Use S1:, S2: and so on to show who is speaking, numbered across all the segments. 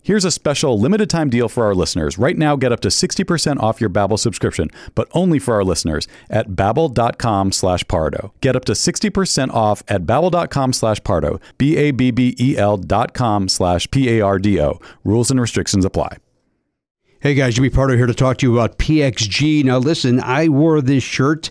S1: Here's a special limited time deal for our listeners. Right now, get up to 60% off your Babbel subscription, but only for our listeners at babbel.com slash pardo. Get up to 60% off at babbel.com slash pardo, B-A-B-B-E-L E dot com slash P-A-R-D-O. Rules and restrictions apply.
S2: Hey guys, Jimmy Pardo here to talk to you about PXG. Now, listen, I wore this shirt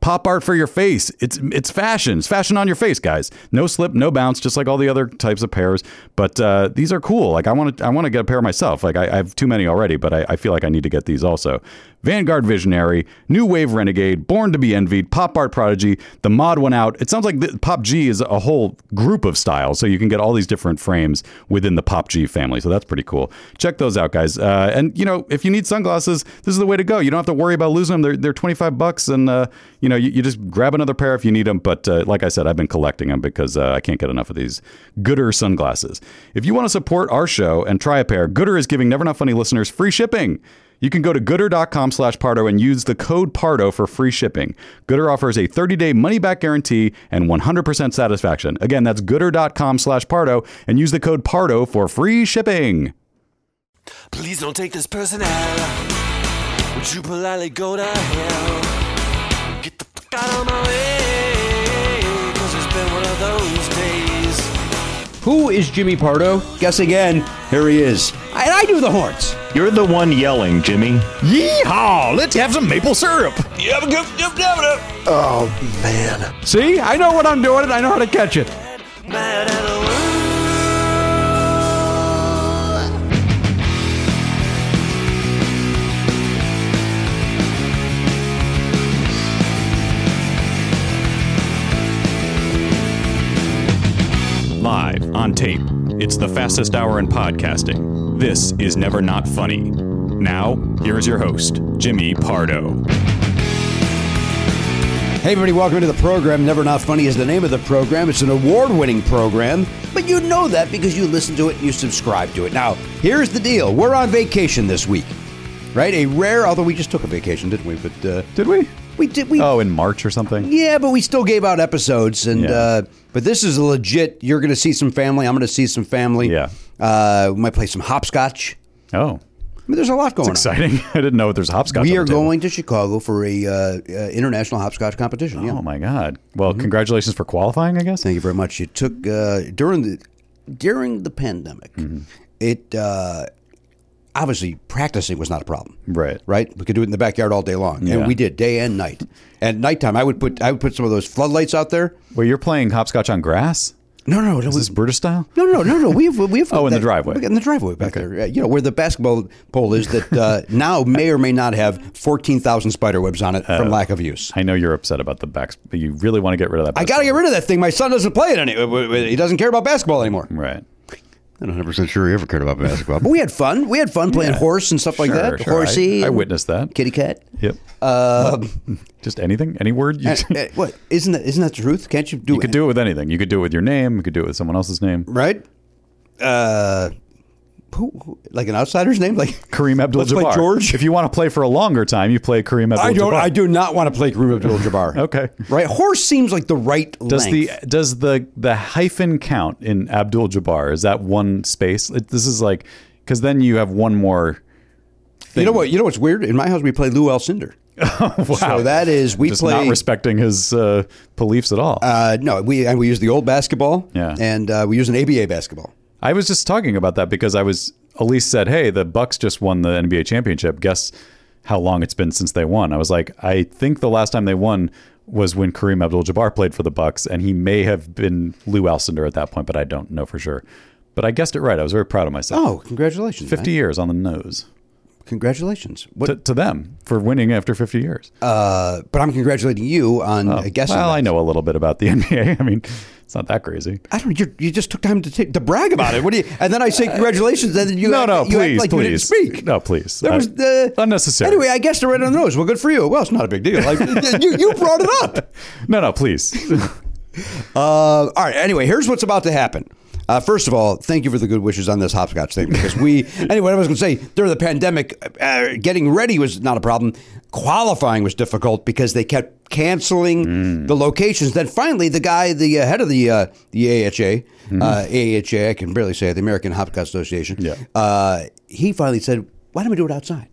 S1: pop art for your face. It's it's fashion. It's fashion on your face, guys. No slip, no bounce, just like all the other types of pairs. But uh, these are cool. Like I want to I want to get a pair myself. Like I, I have too many already, but I, I feel like I need to get these also. Vanguard Visionary, New Wave Renegade, Born to Be Envied, Pop Art Prodigy, the mod one out. It sounds like the, Pop G is a whole group of styles, so you can get all these different frames within the Pop G family. So that's pretty cool. Check those out, guys. Uh, and you know, if you need sunglasses, this is the way to go. You don't have to worry about losing them. They're, they're 25 bucks, and uh, you know, you, you, just grab another pair if you need them. But uh, like I said, I've been collecting them because uh, I can't get enough of these Gooder sunglasses. If you want to support our show and try a pair, Gooder is giving Never Not Funny listeners free shipping. You can go to gooder.com slash Pardo and use the code Pardo for free shipping. Gooder offers a 30-day money-back guarantee and 100% satisfaction. Again, that's gooder.com slash Pardo and use the code Pardo for free shipping.
S3: Please don't take this person out. Would you politely go to hell? Get the fuck out of my way. Cause it's been one of those days.
S2: Who is Jimmy Pardo? Guess again.
S4: Here he is.
S2: And I do the horns.
S4: You're the one yelling, Jimmy.
S1: Yeehaw! Let's have some maple syrup.
S3: Yep, yep, yep, yep, yep.
S2: See, I know what I'm doing and I know how to catch it.
S3: Mad at the world.
S1: Live on tape. It's the fastest hour in podcasting. This is Never Not Funny. Now, here's your host, Jimmy Pardo.
S2: Hey, everybody, welcome to the program. Never Not Funny is the name of the program. It's an award winning program, but you know that because you listen to it and you subscribe to it. Now, here's the deal we're on vacation this week, right? A rare, although we just took a vacation, didn't we? But uh,
S1: Did we?
S2: We did. We
S1: Oh, in March or something.
S2: Yeah, but we still gave out episodes, and
S1: Yeah.
S2: uh, but this is a legit. You're going to see some family. I'm going to see some family.
S1: Yeah.
S2: uh, we might play some hopscotch.
S1: Oh,
S2: I mean, there's a lot going on.
S1: exciting! I didn't know there's hopscotch.
S2: We
S1: on
S2: are
S1: the table.
S2: going to Chicago for a uh, uh, international hopscotch competition. yeah,
S1: Oh my god! Well, congratulations for qualifying. I guess.
S2: Mm-hmm. thank you very much. It took uh, during the during the pandemic.
S1: Mm-hmm.
S2: It uh, obviously practicing was not a problem.
S1: Right.
S2: right? We could do it in the backyard all day long,
S1: Yeah.
S2: and we did day and night. At nighttime, I would put I would put some of those floodlights out there.
S1: Well, you're playing hopscotch on grass.
S2: No, no, no.
S1: Is this British style?
S2: No, no, no, no. We have, we have.
S1: Oh, in the driveway.
S2: In the driveway back there. Yeah, You know where the basketball pole is that uh, now may or may not have fourteen thousand spider webs on it
S1: Oh.
S2: from lack of use.
S1: I know you're upset about the backs, but you really want to get rid of that.
S2: I got to get rid of that thing. My son doesn't play it any. He doesn't care about basketball anymore.
S1: Right.
S5: I'm not 100 percent sure he ever cared about basketball.
S2: But we had fun. We had fun playing horse and stuff like
S1: Sure,
S2: that.
S1: sure. I-
S2: Horsey.
S1: I witnessed that.
S2: Kitty cat.
S1: Yep.
S2: Um,
S1: Just anything, any word. You,
S2: and- and uh, what isn't that? Isn't that the truth? Can't you do?
S1: you could do it with anything. You could do it with your name. You could do it with someone else's name.
S2: right? Uh, who, who- like an outsider's name, like
S1: Kareem
S2: Let's play
S1: Abdul-Jabbar.
S2: George.
S1: If you want to play for a longer time, you play Kareem Abdul-Jabbar.
S2: I don't. I do not want to play Kareem Abdul-Jabbar.
S1: Okay.
S2: right. Horse seems like the right.
S1: Does
S2: length.
S1: the does the the hyphen count in Abdul Jabbar? Is that one space? It, this is like because then you have one more.
S2: you know what you know what's weird? In my house, we play Lou Alcindor.
S1: Oh, Wow,
S2: So that is we
S1: just
S2: play.
S1: not respecting his uh, beliefs at all.
S2: uh, no, we and we use the old basketball.
S1: Yeah.
S2: and uh, we use an ABA basketball.
S1: I was just talking about that because I was Elise said, "Hey, the Bucks just won the NBA championship. Guess how long it's been since they won?" I was like, "I think the last time they won was when Kareem Abdul-Jabbar played for the Bucks, and he may have been Lou Alcindor at that point, but I don't know for sure." But I guessed it right. I was very proud of myself.
S2: Oh, congratulations! man.
S1: 50 years on the nose
S2: Congratulations. What,
S1: to, to them for winning after 50 years.
S2: uh, but I'm congratulating you on uh, guessing.
S1: Oh, well,
S2: that.
S1: I know a little bit about the NBA. I mean, it's not that crazy.
S2: I don't. You, you just took time to take, to brag about it. What do you? And then I say congratulations. And then you
S1: Uh, no,
S2: act,
S1: no,
S2: you act
S1: please,
S2: like you didn't
S1: please.
S2: speak.
S1: No, please.
S2: There
S1: I-
S2: was the
S1: unnecessary.
S2: Anyway, I guessed it right on the nose. Well, good for you. Well, it's not a big deal. Like you, you brought it up.
S1: no, no, please.
S2: Uh, all right. Anyway, here's what's about to happen. Uh, first of all, thank you for the good wishes on this hopscotch thing because we. anyway, I was going to say during the pandemic, uh, getting ready was not a problem. Qualifying was difficult because they kept canceling
S1: Mm.
S2: the locations. Then finally, the guy, the uh, head of the uh, the AHA, uh, AHA, I can barely say it, the American Hopscotch Association.
S1: Mm-hmm. Yeah.
S2: Uh, he finally said, "Why don't we do it outside?"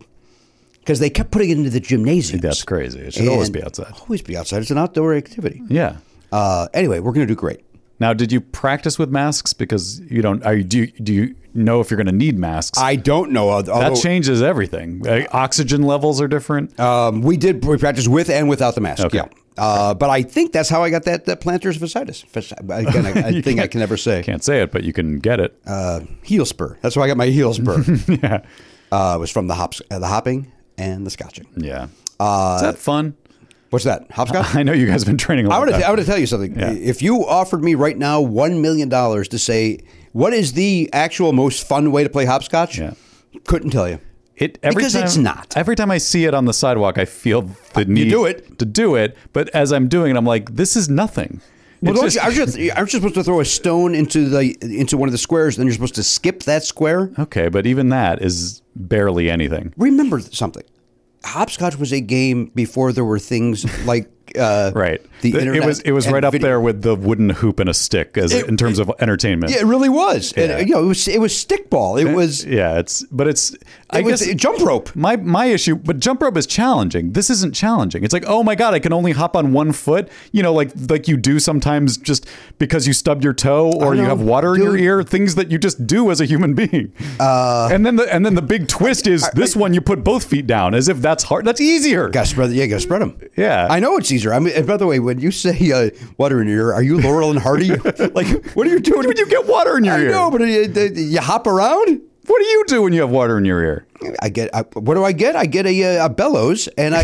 S2: Because they kept putting it into the gymnasium.
S1: That's crazy. It should always be outside.
S2: Always be outside. It's an outdoor activity.
S1: Yeah.
S2: Uh, anyway, we're going to do great.
S1: Now, did you practice with masks? Because you don't. Are you, do you, do you know if you're going to need masks?
S2: I don't know. al-
S1: that
S2: although,
S1: changes everything. Uh, oxygen levels are different.
S2: um, we did we practiced with and without the mask.
S1: Okay.
S2: Yeah. Uh, but I think that's how I got that, that plantar fasciitis. Fasci- Again, I, I
S1: You
S2: think I
S1: can't-
S2: can never say.
S1: Can't say it, but you can get it.
S2: Uh, heel spur. That's why I got my heel spur.
S1: yeah.
S2: uh, it was from the hops, uh, the hopping and the scotching.
S1: Yeah. Uh, Is that fun?
S2: What's that? Hopscotch.
S1: I know you guys have been training a
S2: I
S1: lot.
S2: want to. I want to tell you something.
S1: Yeah.
S2: If you offered me right now one million dollars to say what is the actual most fun way to play hopscotch,
S1: Yeah.
S2: couldn't tell you.
S1: It every
S2: Because
S1: time,
S2: it's not.
S1: Every time I see it on the sidewalk, I feel the need
S2: do it.
S1: to do it. But as I'm doing it, I'm like, this is nothing.
S2: Well,
S1: It's
S2: don't
S1: just-
S2: you, aren't, you, aren't you supposed to throw a stone into the into one of the squares? Then you're supposed to skip that square.
S1: okay, but even that is barely anything.
S2: Remember something: hopscotch was a game before there were things like uh,
S1: Right.
S2: The
S1: Th-
S2: internet
S1: it was it was
S2: and
S1: right up
S2: video-
S1: there with the wooden hoop and a stick as in terms of entertainment.
S2: Yeah, it really was. And,
S1: Yeah.
S2: you know, it was it was stickball. It was it
S1: yeah, it's but it's I
S2: was
S1: guess
S2: jump rope.
S1: my my issue but jump rope is challenging. This isn't challenging. It's like, "Oh my god, I can only hop on one foot." You know, like like you do sometimes just because you stub your toe or you
S2: know,
S1: have water in your
S2: dude. Uh,
S1: ear, things that you just do as a human being. and then the and then the big twist is this one you put both feet down as if that's hard. That's easier.
S2: Got to spread. Yeah, got to spread them.
S1: Yeah.
S2: I know it's easier. I mean, and by the way, when you say uh, water in your ear, are you Laurel and Hardy? like, what are you doing?
S1: When you get water in your
S2: I
S1: ear.
S2: know, but you,
S1: uh,
S2: you hop around.
S1: What do you do when you have water in your ear?
S2: I get I, what do I get? I get a, uh, a bellows and I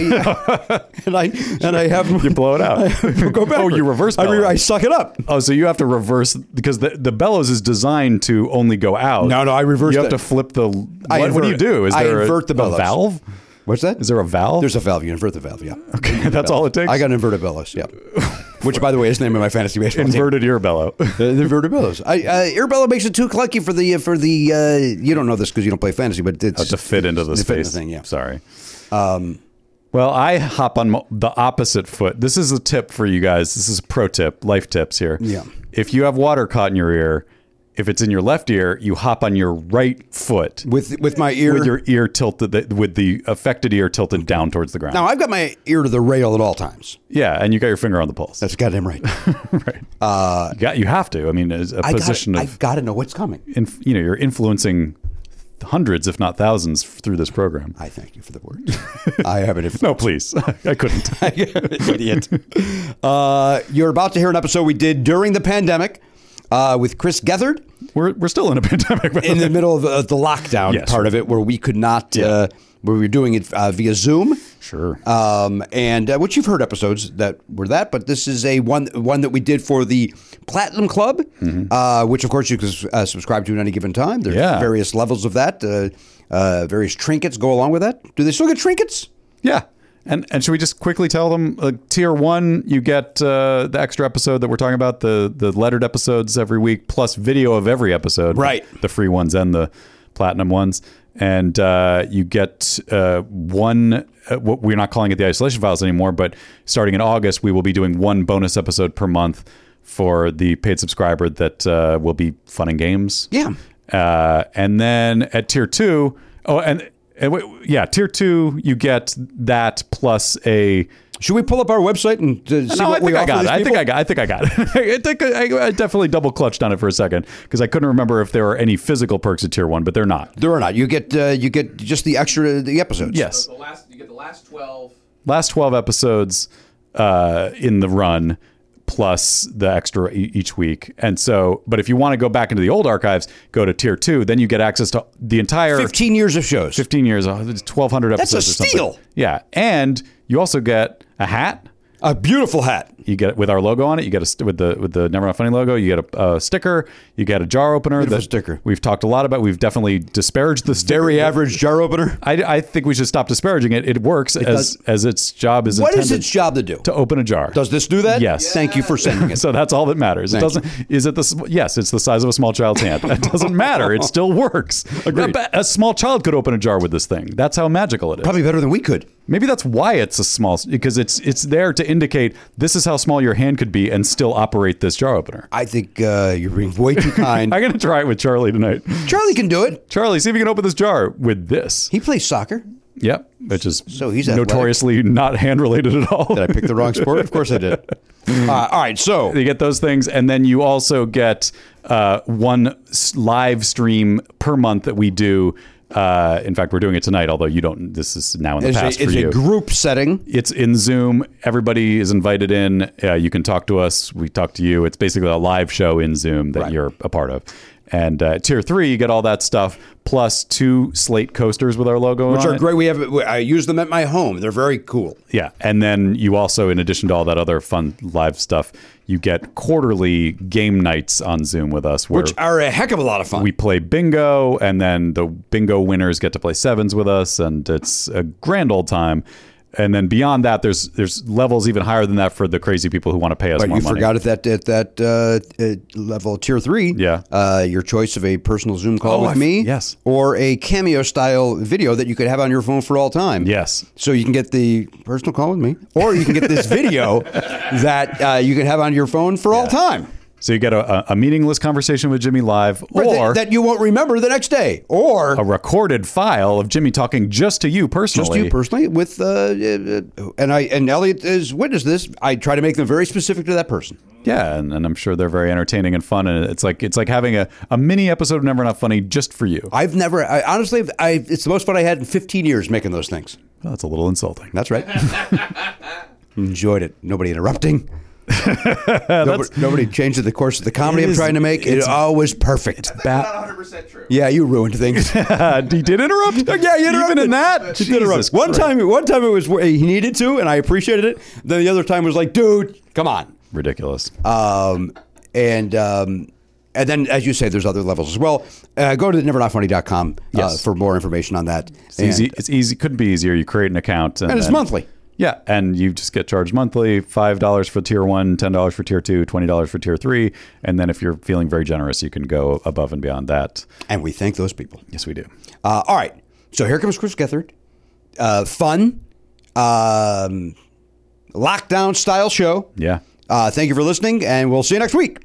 S2: and I and I have
S1: You blow it out.
S2: go back.
S1: Oh, you reverse
S2: I, re-
S1: bellows.
S2: I suck it up.
S1: Oh, so you have to reverse because the, the bellows is designed to only go out.
S2: No, no, I reversed
S1: You have to
S2: it.
S1: flip the.
S2: I
S1: what, what do you
S2: invert it.
S1: do? Is
S2: I
S1: there
S2: invert the
S1: a, a
S2: bellows.
S1: valve?
S2: What's that?
S1: Is there a valve?
S2: There's a valve. You invert the valve. Yeah.
S1: okay, that's all it takes.
S2: I got inverted bellows. Yeah. Which, by the way, is the name of my fantasy baseball team.
S1: inverted ear bellow.
S2: The, the inverted bellows. I, uh, ear bellow makes it too clunky for the for the. Uh, you don't know this because you don't play fantasy, but it's
S1: to fit into the
S2: to fit in
S1: space.
S2: the thing, yeah.
S1: Sorry. Well, I hop on mo- the opposite foot. This is a tip for you guys. This is a pro tip, life tips here.
S2: Yeah.
S1: If you have water caught in your ear, if it's in your left ear, you hop on your right foot
S2: with with my ear.
S1: with your ear tilted, the, with the affected ear tilted down towards the ground.
S2: now I've got my ear to the rail at all times.
S1: yeah, and you got your finger on the pulse.
S2: That's goddamn right.
S1: you, got, you have to. I mean, as a
S2: I
S1: position
S2: gotta,
S1: of,
S2: I gotta know what's coming.
S1: inf, you know, you're influencing hundreds, if not thousands, through this program.
S2: I thank you for the word. I have it.
S1: no, please, I couldn't.
S2: idiot. Uh, you're about to hear an episode we did during the pandemic uh, with Chris Gethard
S1: We're, we're still in a pandemic. by the
S2: in
S1: way.
S2: the middle of uh, the lockdown
S1: Yes.
S2: part of it, where we could not, uh, where we were doing it uh, via Zoom.
S1: Sure.
S2: Um, and uh, which you've heard episodes that were that, but this is a one one that we did for the Platinum Club, uh, which of course you can uh, subscribe to at any given time. There's
S1: Mm-hmm. Yeah.
S2: various levels of that. Uh, uh, various trinkets go along with that. Do they still get trinkets?
S1: Yeah. And and should we just quickly tell them uh, tier one, you get uh, the extra episode that we're talking about, the the lettered episodes every week, plus video of every episode,
S2: Right.
S1: The free ones and the platinum ones, and uh, you get uh, one. Uh, what we're not calling it the isolation files anymore, but starting in August, we will be doing one bonus episode per month for the paid subscriber that uh, will be fun and games.
S2: Yeah.
S1: Uh, and then at tier two, oh, and, and wait, yeah, tier two, you get that plus a.
S2: Should we pull up our website and uh, see
S1: no,
S2: what
S1: I think
S2: we
S1: I
S2: offer
S1: got it.
S2: these
S1: I think
S2: people?
S1: I got. I think I got it. I, think I, I definitely double clutched on it for a second because I couldn't remember if there were any physical perks at tier one, but they're not.
S2: There are not. You get uh, you get just the extra the episodes.
S1: Yes,
S6: The last, you get the last 12.
S1: last twelve episodes uh, in the run plus the extra e- each week, and so. But if you want to go back into the old archives, go to tier two. Then you get access to the entire
S2: Fifteen years of shows.
S1: 15 years, oh, it's 1,200 episodes
S2: That's a
S1: or something.
S2: steal.
S1: Yeah. And you also get a hat.
S2: A beautiful hat.
S1: You get it with our logo on it. You get a st- with the with the Never Not Funny logo. You get a, a sticker. You get a jar opener.
S2: Beautiful
S1: that
S2: sticker.
S1: We've talked a lot about. We've definitely disparaged the sticker.
S2: Very average jar opener.
S1: I, I think we should stop disparaging it. It works as
S2: does.
S1: as its job is
S2: What is
S1: intended
S2: its job to do?
S1: to open a jar.
S2: Does this do that?
S1: Yes.
S2: Thank you for sending it.
S1: so that's all that matters. It
S2: Thank
S1: doesn't. Is it the? sm- Yes, it's the size of a small child's hand. That doesn't matter. It still works.
S2: Agreed.
S1: A, a small child could open a jar with this thing. That's how magical it is.
S2: Probably better than we could.
S1: Maybe that's why it's a small because it's it's there to indicate this is how small your hand could be and still operate this jar opener.
S2: I think uh, you're being way too kind.
S1: I'm gonna try it with Charlie tonight.
S2: Charlie can do it.
S1: Charlie, see if you can open this jar with this.
S2: He plays soccer.
S1: Yep, which is
S2: So he's athletic.
S1: notoriously not hand related at all.
S2: Did I pick the wrong sport? Of course I did. Uh, all right, so
S1: you get those things, and then you also get uh, one s- live stream per month that we do. Uh, in fact, we're doing it tonight, although you don't. This is now in the
S2: it's, a,
S1: past
S2: it's
S1: for you.
S2: a group setting.
S1: it's in Zoom. Everybody is invited in. Uh, you can talk to us. We talk to you. It's basically a live show in Zoom that you're a part of. And uh, tier three, you get all that stuff plus two slate coasters with our logo,
S2: Which
S1: on
S2: are
S1: it.
S2: great. We have. I use them at my home. They're very cool.
S1: Yeah, and then you also, in addition to all that other fun live stuff, you get quarterly game nights on Zoom with us, where
S2: Which are a heck of a lot of fun.
S1: we play bingo, and then the bingo winners get to play sevens with us, and it's a grand old time. And then beyond that, there's there's levels even higher than that for the crazy people who want to pay us
S2: But
S1: more
S2: you
S1: money.
S2: forgot at that at that uh, uh, level tier three.
S1: Yeah.
S2: Uh, your choice of a personal Zoom call
S1: Oh,
S2: with
S1: I f-
S2: me.
S1: yes.
S2: Or a cameo style video that you could have on your phone for all time.
S1: Yes.
S2: So you can get the personal call with me, or you can get this video that uh, you can have on your phone for all time.
S1: So you get a, a- a meaningless conversation with Jimmy live,
S2: Or
S1: or
S2: that, that you won't remember the next day, or
S1: a recorded file of Jimmy talking just to you personally.
S2: just you personally with uh, uh, and I and Elliot has witnessed this. I try to make them very specific to that person.
S1: Yeah, and, and I'm sure they're very entertaining and fun. And it's like it's like having a, a mini episode of Never Not Funny just for you.
S2: I've never, I, honestly, I, it's the most fun I had in 15 years making those things.
S1: Well, that's a little insulting.
S2: That's right. Enjoyed it. Nobody interrupting. nobody, nobody changed the course of the comedy
S1: It
S2: I'm
S1: is-
S2: trying to make. It's
S1: it's-
S2: always perfect.
S1: Bat-
S6: Not 100% true.
S2: Yeah, you ruined things.
S1: he did interrupt.
S2: yeah, you
S1: Even
S2: interrupted.
S1: in that,
S2: You did interrupt.
S1: Jesus
S2: One
S1: Christ.
S2: time, one time it was where he needed to, and I appreciated it. Then the other time was like, dude, come on.
S1: ridiculous.
S2: Um, and um, and then, as you say, there's other levels as well. Uh, go to nevernotfunny.com uh,
S1: Yes.
S2: for more information on that.
S1: It's easy. It's easy. Couldn't be easier. You create an account,
S2: And it's
S1: then-
S2: monthly.
S1: Yeah, and you just get charged monthly: five dollars for tier one, ten dollars for tier two, twenty dollars for tier three, and then if you're feeling very generous, you can go above and beyond that.
S2: And we thank those people.
S1: Yes, we do.
S2: Uh, all right. So here comes Chris Gethard. Uh, fun. um, lockdown style show.
S1: Yeah.
S2: Uh, thank you for listening, and we'll see you next week.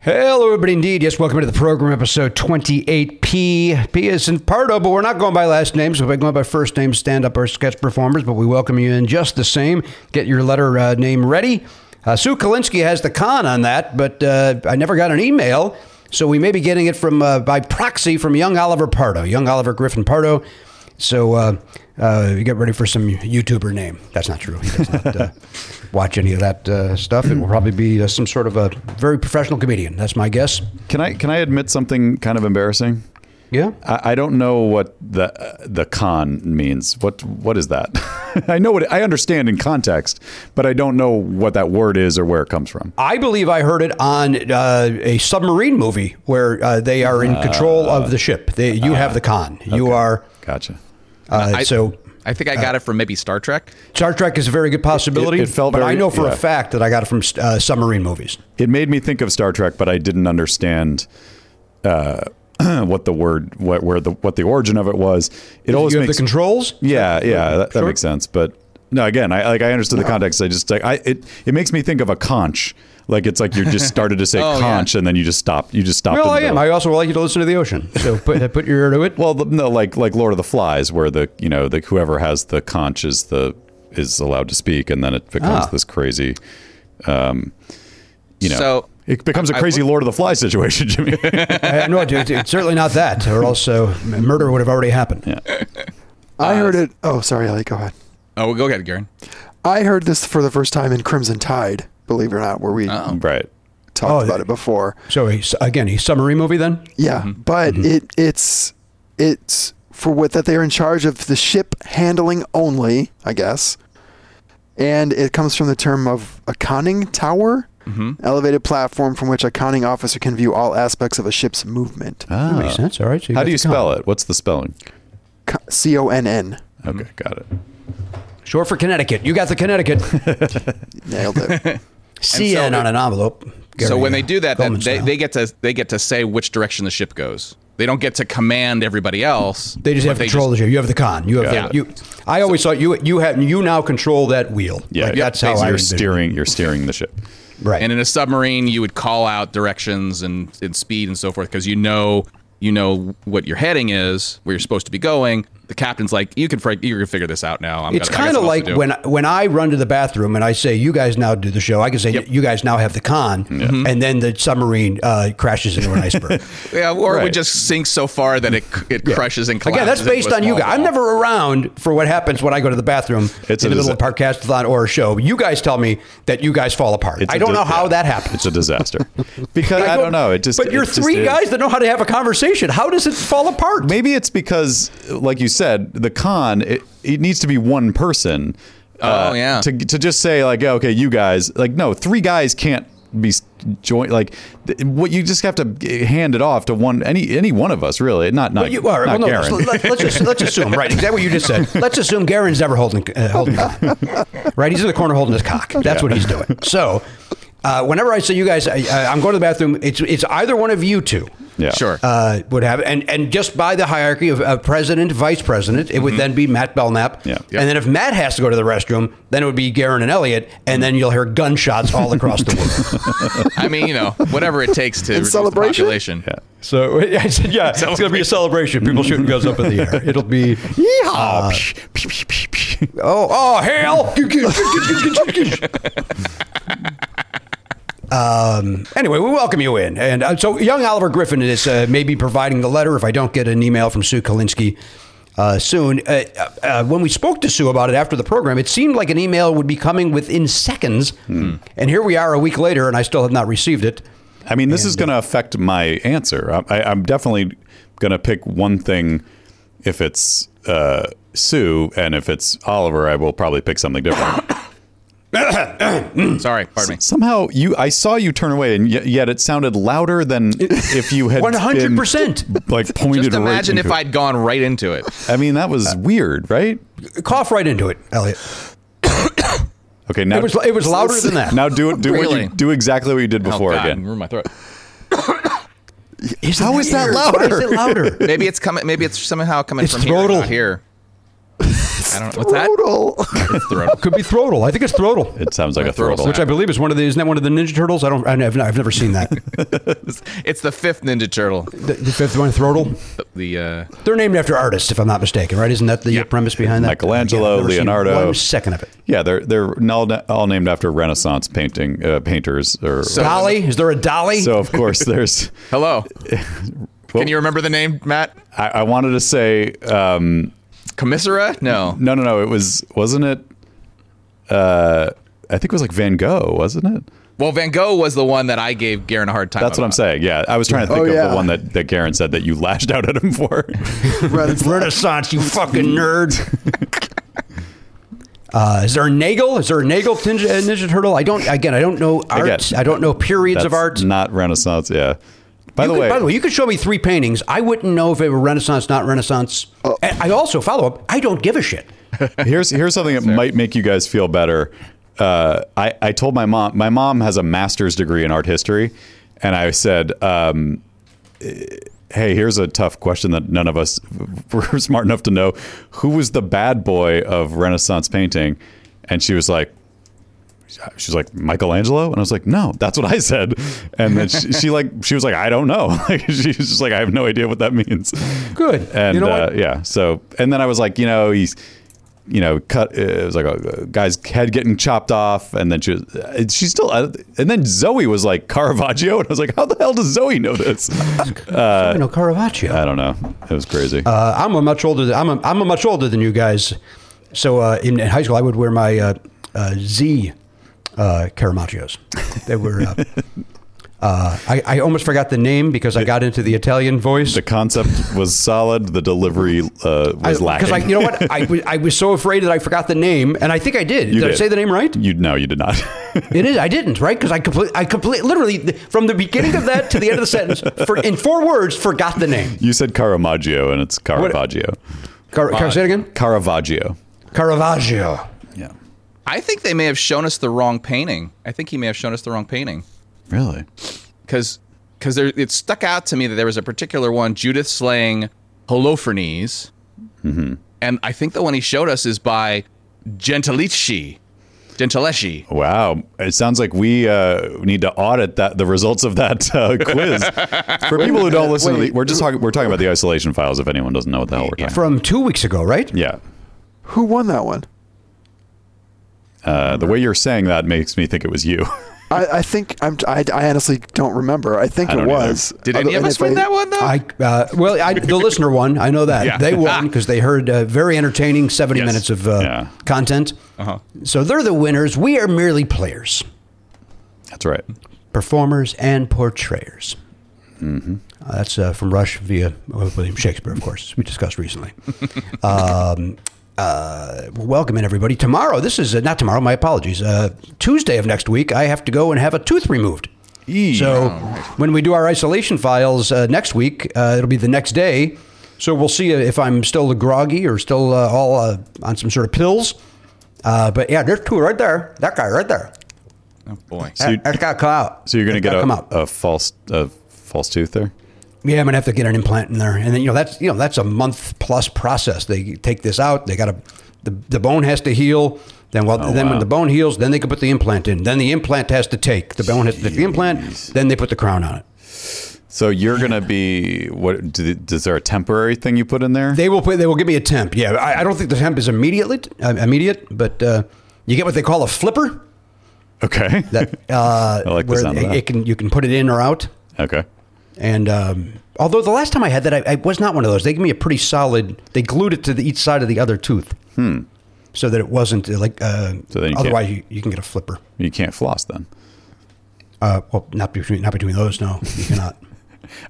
S2: Hello, everybody. Indeed, yes, welcome to the program, episode 28P. P is in Pardo, but we're not going by last names. We're going by first names, stand up or sketch performers, but we welcome you in just the same. Get your letter uh, name ready. Uh, Sue Kalinske has the con on that, but uh, I never got an email, so we may be getting it from uh, by proxy from young Oliver Pardo, young Oliver Griffin Pardo. So uh, uh, you get ready for some YouTuber name. That's not true. He does not uh, watch any of that uh, stuff. It will probably be uh, some sort of a very professional comedian. That's my guess.
S1: Can I can I admit something kind of embarrassing?
S2: Yeah.
S1: I, I don't know what the uh, the con means. What what is that? I know what it, I understand in context, but I don't know what that word is or where it comes from.
S2: I believe I heard it on uh, a submarine movie where uh, they are in control of the ship. They, you have the con. You are.
S1: Gotcha.
S2: Uh,
S7: I-
S2: so
S7: I think I
S2: Uh,
S7: got it from maybe Star Trek.
S2: Star Trek is a very good possibility.
S1: it felt
S2: but
S1: very-
S2: I know for
S1: yeah.
S2: a fact that I got it from uh, submarine movies.
S1: It made me think of Star Trek, but I didn't understand uh, what the word what where the what the origin of it was. It always
S2: you have
S1: makes
S2: the controls.
S1: Yeah, yeah, that, that makes sense. But no, again, I like I understood the context. I just like I it it makes me think of a conch. Like it's like you just started to say
S7: yeah.
S1: conch and then you just stopped. You just stopped.
S2: Oh,
S1: in
S2: Well,
S1: the
S2: I am.
S1: middle.
S2: I also like you to listen to the ocean. So put put your ear to it.
S1: Well, the, no, like like Lord of the Flies, where the you know the whoever has the conch is the is allowed to speak, and then it becomes
S2: Ah.
S1: this crazy, um, you know,
S7: So,
S1: it becomes a
S7: I- I
S1: crazy
S7: would-
S1: Lord of the Flies situation, Jimmy.
S2: Uh, no, dude, it's certainly not that, or else uh, murder would have already happened.
S8: I heard it. Oh, sorry, Ellie. Go ahead.
S7: Uh, Oh, well, go ahead, Garen.
S8: I heard this for the first time in Crimson Tide. Believe it or not, where we
S1: right.
S8: talked
S2: Oh,
S8: about
S2: the-
S8: it before.
S2: So he's, again, he's submarine movie then.
S8: Yeah,
S7: Mm-hmm.
S8: but it it's it's for what that they're in charge of the ship handling only, I guess. And it comes from the term of a conning tower,
S7: Mm-hmm.
S8: elevated platform from which a conning officer can view all aspects of a ship's movement.
S2: That
S7: Ah.
S2: makes sense. All right. So
S1: How do you spell it? What's the spelling?
S8: C O N N.
S1: Okay, got it.
S2: Short for Connecticut. You got the Connecticut.
S8: Nailed it.
S2: CN on an envelope.
S7: so
S2: Gary,
S7: when they
S2: uh,
S7: do that, then
S2: Goldman
S7: they,
S2: style.
S7: they get to they get to say which direction the ship goes. They don't get to command everybody else.
S2: They just
S7: but
S2: have control of the ship. You have the con. You have
S1: Yeah.
S2: the, you. I always thought you you had you now control that wheel.
S1: Yeah,
S2: Like,
S1: yeah,
S2: that's how
S1: basically
S2: I
S1: you're
S2: envision it.
S1: steering. You're steering the ship.
S2: Right.
S7: And in a submarine, you would call out directions and, and speed and so forth because you know you know what your heading is, where you're supposed to be going. The captain's like, you can frig- you can figure this out now. I'm
S2: it's
S7: gonna- I got
S2: kind of
S7: something else
S2: like
S7: to do."
S2: when when I run to the bathroom and I say, "You guys now do the show." I can say, "You guys now have the con," and then the submarine uh, crashes into an iceberg.
S7: yeah, or it
S1: Right.
S7: would just sink so far that it c- it crushes and collapses.
S2: Again, that's
S7: into a
S2: based on you
S7: small
S2: guys. I'm
S7: ball.
S2: never around for what happens when I go to the bathroom
S1: It's
S2: in
S1: a
S2: the middle of
S1: disa-
S2: Parkastathon or a show. You guys tell me that you guys fall apart.
S1: It's
S2: I
S1: a
S2: don't
S1: dis-
S2: know how
S1: yeah.
S2: that happens.
S1: It's a disaster because I don't know. It just
S2: But you're
S1: it just
S2: three
S1: is.
S2: guys that know how to have a conversation. How does it fall apart?
S1: Maybe it's because, like you said, the con it, it needs to be one person. uh,
S7: Oh, yeah.
S1: To to just say like, yeah, okay, you guys, like, no, three guys can't be s- joint. Like, th- what you just have to g- hand it off to one any any one of us really. Not not,
S2: Well, you are.
S1: not
S2: Well, no,
S1: Garen.
S2: let's, let- let's, just, let's assume, right? Exactly what you just said. Let's assume Garen's never holding, uh, holding con. right? He's in the corner holding his cock. That's what he's doing. So, uh, whenever I say you guys, I, I, I'm going to the bathroom, it's, it's either one of you two.
S1: yeah.
S7: sure.
S2: Uh, would have and and just by the hierarchy of uh, president, vice president, it would then be Matt Belknap.
S1: Yeah.
S2: And then if Matt has to go to the restroom, then it would be Garen and Elliot, and then you'll hear gunshots all across the world.
S7: I mean, you know, whatever it takes to reduce the
S8: celebration?
S7: population.
S1: Yeah.
S2: So I said, yeah, it's going to be a celebration. People shooting guns up in the air. It'll be
S1: Oh,
S2: uh,
S1: psh, psh, psh, psh, psh.
S2: Oh, oh, hail! um, anyway, we welcome you in, and uh, so young Oliver Griffin is uh, maybe providing the letter. If I don't get an email from Sue Kalinsky uh, soon, uh, uh, when we spoke to Sue about it after the program, it seemed like an email would be coming within seconds, and here we are a week later, and I still have not received it.
S1: I mean, this is going to affect my answer. I, I, I'm definitely going to pick one thing if it's uh, Sue, and if it's Oliver, I will probably pick something different.
S7: Sorry, pardon me.
S1: Somehow you, I saw you turn away, and yet, yet it sounded louder than if you had been,
S2: 100%.
S1: like pointed.
S7: Just imagine
S1: right
S7: if
S1: into
S7: I'd gone right into it.
S1: it. I mean, that was weird, right?
S2: Cough right into it, Elliot.
S1: Okay, now
S2: It was it was louder than that.
S1: now do it. Do what
S7: Really?
S1: you do exactly what you did before
S7: oh, God,
S1: again.
S7: ruin my throat.
S2: How is that louder? Why is it louder?
S7: Maybe it's coming. Maybe it's somehow coming
S2: It's
S7: from here,
S2: throttle.
S7: not here. I don't know what's that.
S8: Brutal.
S7: It's throttle.
S2: Could be throttle. I think it's throttle.
S1: It sounds like
S7: My
S1: a throttle.
S7: throat's
S2: which I believe is one of the isn't that one of the Ninja Turtles? I don't. I never, I've never seen that. the,
S7: It's the fifth Ninja Turtle.
S2: the fifth one, Throttle.
S7: The, the, uh,
S2: They're named after artists, if I'm not mistaken, right? Isn't that the premise behind that?
S1: Michelangelo,
S2: I've never seen
S1: Leonardo.
S2: One second of it.
S1: Yeah, they're they're all, all named after Renaissance painting uh, painters. Or
S2: Dolly? Is there a Dolly?
S1: so of course there's.
S7: hello. Can you remember the name, Matt?
S1: I, I wanted to say um,
S7: Commissara? No.
S1: no, no, no. It was wasn't it? Uh, I think it was like Van Gogh, wasn't it?
S7: Well, Van Gogh was the one that I gave Garen a hard time.
S1: That's what
S2: Uh,
S1: I'm
S7: about.
S1: saying. Yeah, I was trying to think
S8: Oh,
S1: of
S8: yeah.
S1: the one that that Garen said that you lashed out at him for.
S8: Right, it's like-
S2: Renaissance, you fucking nerd. Uh, is there a Nagel? Is there a Nagel Ninja, uh, Ninja Turtle? I don't. Again, I don't know art.
S1: Again,
S2: I don't know periods of
S1: That's
S2: art.
S1: not Renaissance. Yeah. By
S2: You
S1: the
S2: could-
S1: way,
S2: by the way, you could show me three paintings. I wouldn't know if they were Renaissance, not Renaissance.
S1: Oh.
S2: And I also follow up. I don't give a shit.
S1: here's here's something that might make you guys feel better. Uh, I I told my mom. My mom has a master's degree in art history, and I said, um, eh, "Hey, here's a tough question that none of us were smart enough to know. Who was the bad boy of Renaissance painting?" And she was like. She's like Michelangelo, and I was like, "No, that's what I said." And then she, she like she was like, "I don't know." Like she's just like, "I have no idea what that means."
S2: Good.
S1: and
S2: you know
S1: uh,
S2: what?
S1: yeah so and then i was like you know he's you know cut uh, it was like a guy's head getting chopped off and then she was uh, she's still uh, and then zoe was like caravaggio and i was like how the hell does zoe know this Uh,
S2: you know Caravaggio.
S1: i don't know it was crazy
S2: Uh, I'm a much older. Than, I'm a, I'm a much older than you guys. So uh, in, in high school, I would wear my uh, uh, Z uh, Caramaggios. They were. Uh, uh, I, I almost forgot the name because I got into the Italian voice.
S1: the concept was solid the delivery uh, was lacking
S2: Because I, you know what, I, was- I was so afraid that I forgot the name, and I think I did.
S1: You
S2: did I say the name right?
S1: you no you did not
S2: It is. I didn't, right? Because I complete, I complete, literally th- from the beginning of that to the end of the sentence, for, in four words, forgot the name.
S1: you said caravaggio and it's caravaggio
S2: Car- Car- say it again.
S1: caravaggio
S2: Caravaggio.
S1: yeah
S7: I think they may have shown us the wrong painting. I think he may have shown us the wrong painting.
S1: really
S7: because because there it stuck out to me that there was a particular one Judith slaying Holofernes, and I think the one he showed us is by Gentilecci, Gentileschi.
S1: Wow, it sounds like we uh, need to audit that the results of that uh, quiz for people who don't listen. to the,
S8: Wait.
S1: We're just talking. We're talking about the isolation files. If anyone doesn't know what the hell we're talking, about.
S2: From two weeks ago, right?
S1: yeah.
S8: Who won that one?
S1: Uh, the way you're saying that makes me think it was you.
S8: I, I think I'm. I, I honestly don't remember. I think
S1: I
S8: it
S1: don't either.
S8: was.
S7: Did
S8: Other-
S7: any of
S8: and
S7: us
S8: if
S7: win
S8: I-
S7: that one though?
S2: I uh, well, I, the listener won. I know that
S7: Yeah.
S2: they won because they heard uh, very entertaining seventy
S7: Yes.
S2: minutes of uh,
S1: Yeah.
S2: content.
S7: Uh-huh.
S2: So they're the winners. We are merely players,
S1: That's right.
S2: performers, and portrayers.
S1: Mm-hmm.
S2: Uh, that's uh, from Rush via uh, William Shakespeare, of course. We discussed recently. um, uh, well, welcome in everybody. Tomorrow, this is uh, not tomorrow. My apologies. Uh, Tuesday of next week, I have to go and have a tooth removed. So when we do our isolation files uh, next week, uh, it'll be the next day. So we'll see if I'm still groggy or still uh, all uh, on some sort of pills. Uh, but yeah, there's two right there. That guy right there.
S7: oh boy,
S1: So, you,
S2: That, has got to come out.
S1: so you're going to
S2: That's
S1: get
S2: gotta
S1: a,
S2: Uh, come out.
S1: a false a false tooth there.
S2: Yeah, I'm gonna have to get an implant in there, and then you know that's you know that's a month plus process. They take this out. They gotta the, the bone has to heal. Then well,
S1: Oh,
S2: then when the bone heals, then they can put the implant in. Then the implant has to take the bone has to take the implant. Then they put the crown on it.
S1: So you're going to be what? Do, is there a temporary thing you put in there?
S2: They will put, they will give me a temp. Yeah, I, I don't think the temp is immediately uh, immediate, but uh, you get what they call a flipper.
S1: okay.
S2: That uh,
S1: I like the
S2: where
S1: sound of
S2: it,
S1: that.
S2: it can you can put it in or out.
S1: okay.
S2: And um, although the last time I had that, I, I was not one of those. They gave me a pretty solid. They glued it to the, each side of the other tooth, hmm. so that it wasn't uh, like. Uh,
S1: So then you
S2: otherwise,
S1: can't-
S2: you, you can get a flipper.
S1: You can't floss then.
S2: Uh, well, not between not between those. No, you cannot.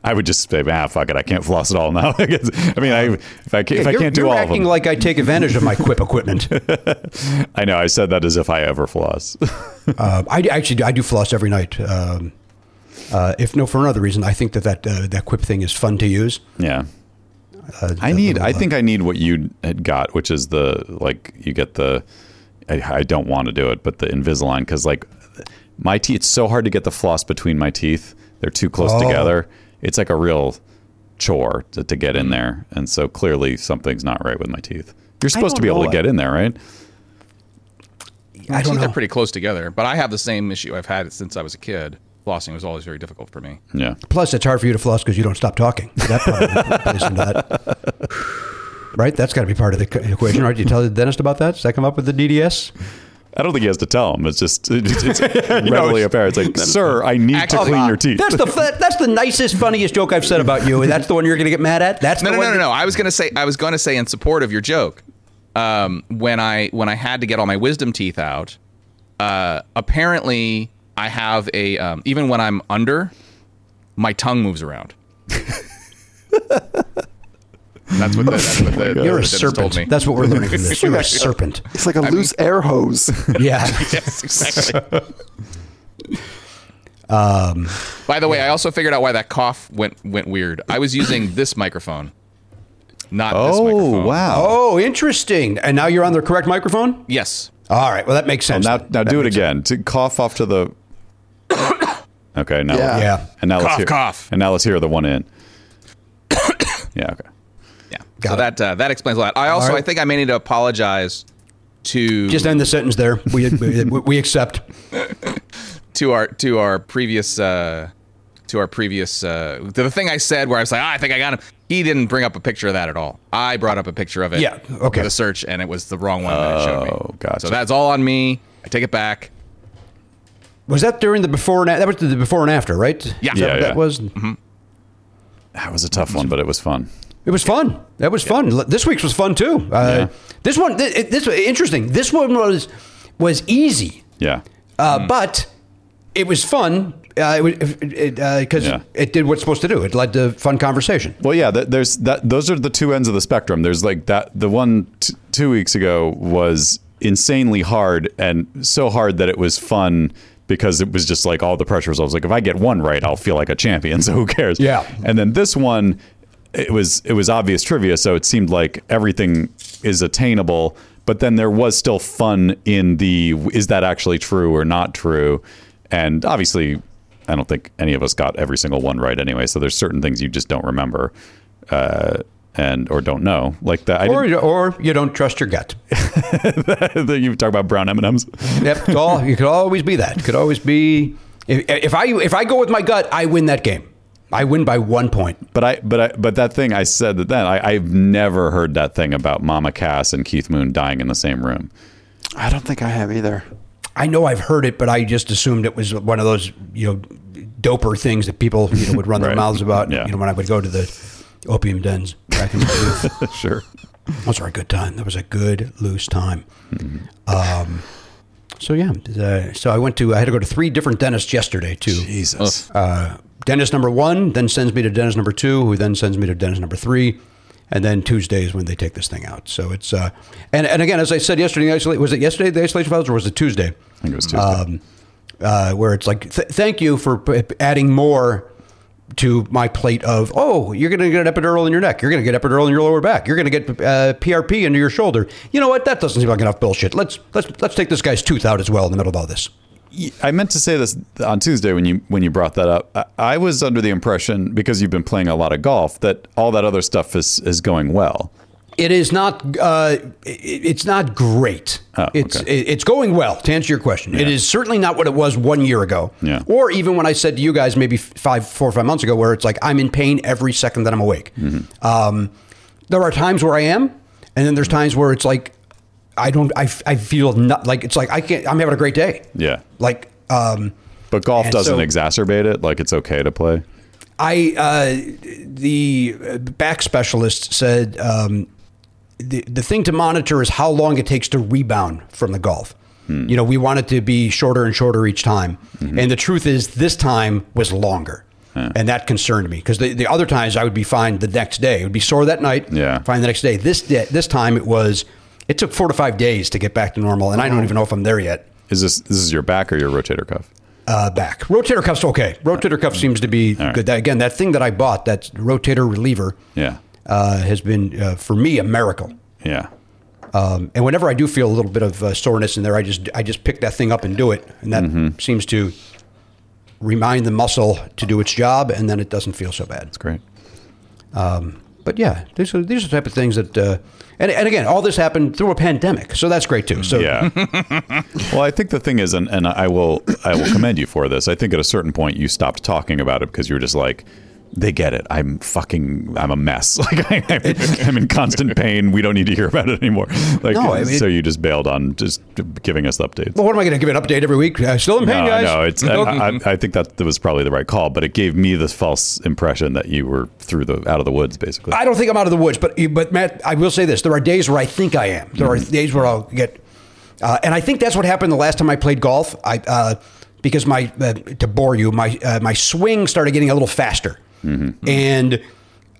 S1: I would just say, ah, fuck it. I can't floss at all now. I guess- I mean, I, if I can't, if I
S2: you're,
S1: can't do
S2: you're
S1: all of
S2: acting
S1: them,
S2: like I take advantage of my quip equipment.
S1: I know I said that as if I ever floss.
S2: Uh, I do- actually do, I do floss every night. Um, uh, if no for another reason, I think that that, uh, that quip thing is fun to use.
S1: Yeah.
S2: Uh,
S1: I
S2: that
S1: need,
S2: little,
S1: I
S2: uh,
S1: think I need what you had got, which is the, like, you get the, I, I don't want to do it, but the Invisalign, because, like, my teeth, it's so hard to get the floss between my teeth. They're too close
S2: Oh.
S1: together. It's like a real chore to, to get in
S2: Mm.
S1: there. And so clearly something's not right with my teeth. You're supposed to
S2: don't
S1: be able
S2: know.
S1: to get in there, right?
S2: I
S7: I
S2: don't
S7: think
S2: know.
S7: they're pretty close together. But I have the same issue I've had since I was a kid. Flossing was always very difficult for me.
S1: Yeah.
S2: Plus, it's hard for you to floss because you don't stop talking. That probably plays into that. Right, that's got to be part of the c- equation, right? You tell the dentist about that. Does that come up with the DDS?
S1: I don't think he has to tell him. It's just, it's, it's readily apparent. It's like, sir, I need to
S7: Actually-
S1: clean your teeth.
S2: That's the that- that's the nicest, funniest joke I've said about you, and that's the one you're going to get mad at. That's
S7: No,
S2: the
S7: no,
S2: one
S7: no, no,
S2: that-
S7: no. I was gonna say I was gonna say in support of your joke. Um, when I when I had to get all my wisdom teeth out, uh, apparently I have a um, even when I'm under, my tongue moves around. that's what the, that's what the,
S2: You're a
S7: the dentist told
S2: serpent.
S7: me.
S2: That's what we're learning from this. You're a serpent.
S8: It's like a loose air hose.
S2: Yeah.
S7: yes, exactly. By the way, I also figured out why that cough went went weird. I was using this microphone, not this
S1: Oh
S7: microphone.
S1: wow!
S2: Oh, interesting. And now you're on the correct microphone?
S7: Yes.
S2: All right. Well, that makes sense.
S1: Now,
S2: then.
S1: now
S2: That
S1: do it
S2: makes-
S1: again. To cough off to the. Okay, now
S8: Yeah.
S2: Yeah.
S1: and now let's
S7: Cough,
S1: hear
S7: cough.
S1: and now let's hear the one in. yeah. Okay.
S7: Yeah.
S2: Got
S7: so
S2: it.
S7: that uh, that explains a lot. I also
S2: right.
S7: I think I may need to apologize to
S2: Just end the sentence there. We, we, we accept.
S7: to our to our previous uh, to our previous uh, to the thing I said where I was like, ah, I think I got him. He didn't bring up a picture of that at all. I brought up a picture of it.
S2: Yeah, okay.
S7: For the search, and it was the wrong one that it showed me.
S1: Oh, gotcha.
S7: So that's all on me. I take it back.
S2: Was that during the before and a- that was the before and after, right?
S7: Yeah.
S2: Is that
S1: Yeah,
S2: what
S1: yeah.
S2: that was.
S1: That was a tough one, but it was fun.
S2: It was fun. That was fun. L- This week's was fun too. Uh,
S1: Yeah.
S2: This one, th- it- this interesting. This one was was easy,
S1: Yeah.
S2: uh,
S1: Hmm.
S2: but it was fun. Uh, it because it, it, uh 'cause
S1: Yeah.
S2: it did what it's supposed to do. It led to fun conversation.
S1: Well, yeah. That, there's that. Those are the two ends of the spectrum. There's like that. The one t- two weeks ago was insanely hard and so hard that it was fun because it was just like all the pressure was. I was like, if I get one right, I'll feel like a champion. So who cares?
S2: Yeah.
S1: And then this one, it was it was obvious trivia, so it seemed like everything is attainable. But then there was still fun in the is that actually true or not true? And obviously, I don't think any of us got every single one right anyway. So there's certain things you just don't remember, uh, and or don't know. Like that, I
S2: Or
S1: didn't,
S2: or you don't trust your gut.
S1: that you talk about brown M and M's.
S2: Yep. it's all, you could always be that. It could always be. If, if I if I go with my gut, I win that game. I win by one point.
S1: But I, but I, but that thing I said that then I, I've never heard that thing about Mama Cass and Keith Moon dying in the same room.
S8: I don't think I have either.
S2: I know I've heard it, but I just assumed it was one of those you know doper things that people you know, would run their
S1: Right.
S2: mouths about.
S1: Yeah.
S2: You know, when I would go to the opium dens back in my youth,
S1: sure.
S2: those were a good time. That was a good loose time.
S1: Mm-hmm.
S2: Um, so yeah, uh, so I went to I had to go to three different dentists yesterday too.
S1: Jesus.
S2: Uh, dentist number one then sends me to dentist number two, who then sends me to dentist number three. And then Tuesday is when they take this thing out. So it's uh, and and again, as I said yesterday, in the isola- was it yesterday the isolation files or was it Tuesday?
S1: I think it was Tuesday.
S2: uh, where it's like, th- thank you for p- adding more to my plate of, oh, you're going to get an epidural in your neck. You're going to get epidural in your lower back. You're going to get uh, PRP into your shoulder. You know what? That doesn't seem like enough bullshit. Let's let's let's take this guy's tooth out as well in the middle of all this.
S1: I meant to say this on Tuesday when you when you brought that up. I, I was under the impression because you've been playing a lot of golf that all that other stuff is is going well.
S2: It is not. Uh, it- it's not great.
S1: Oh,
S2: it's
S1: okay.
S2: it- it's going well. To answer your question, it is certainly not what it was one year ago.
S1: Yeah.
S2: Or even when I said to you guys maybe f- five, four or five months ago, where it's like I'm in pain every second that I'm awake.
S1: Mm-hmm.
S2: Um, there are times where I am, and then there's times where it's like I don't. I, f- I feel not like it's like I can't. I'm having a great day.
S1: Yeah.
S2: Like. Um,
S1: But golf
S2: And
S1: doesn't
S2: so-
S1: exacerbate it. Like it's okay to play.
S2: I uh, the back specialist said um, the the thing to monitor is how long it takes to rebound from the golf. You know, we want it to be shorter and shorter each time, and the truth is, this time was longer, and that concerned me because the, the other times I would be fine the next day. It would be sore that night,
S1: Yeah.
S2: fine the next day. This day, this time it was. It took four to five days to get back to normal, and I don't even know if I'm there yet.
S1: Is this this is your back or your rotator cuff?
S2: Uh, back. Rotator cuff's okay. Rotator cuff seems to be
S1: right.
S2: good. That, again, that thing that I bought, that rotator reliever,
S1: Yeah.
S2: uh, has been uh, for me a miracle.
S1: Yeah.
S2: Um, and whenever I do feel a little bit of uh, soreness in there, I just I just pick that thing up and do it, and that
S1: Mm-hmm.
S2: seems to remind the muscle to do its job, and then it doesn't feel so bad.
S1: Great.
S2: But yeah, these are these are the type of things that. Uh, and, and again, all this happened through a pandemic, so that's great too. So
S1: Yeah. well, I think the thing is, and, and I will I will commend you for this. I think at a certain point you stopped talking about it because you were just like, they get it. I'm fucking. I'm a mess. Like I, I'm, I'm in constant pain. We don't need to hear about it anymore. Like
S2: No, I mean-
S1: so you just bailed on just giving us updates.
S2: Well, what am I going to give an update every week? Uh, still in pain,
S1: no,
S2: guys.
S1: no, it's. I, I, I think that that was probably the right call, but it gave me this false impression that you were through the out of the woods, basically.
S2: I don't think I'm out of the woods, but but Matt, I will say this: there are days where I think I am. There are days where I'll get, uh, and I think that's what happened the last time I played golf. I uh, because my uh, to bore you, my uh, my swing started getting a little faster, and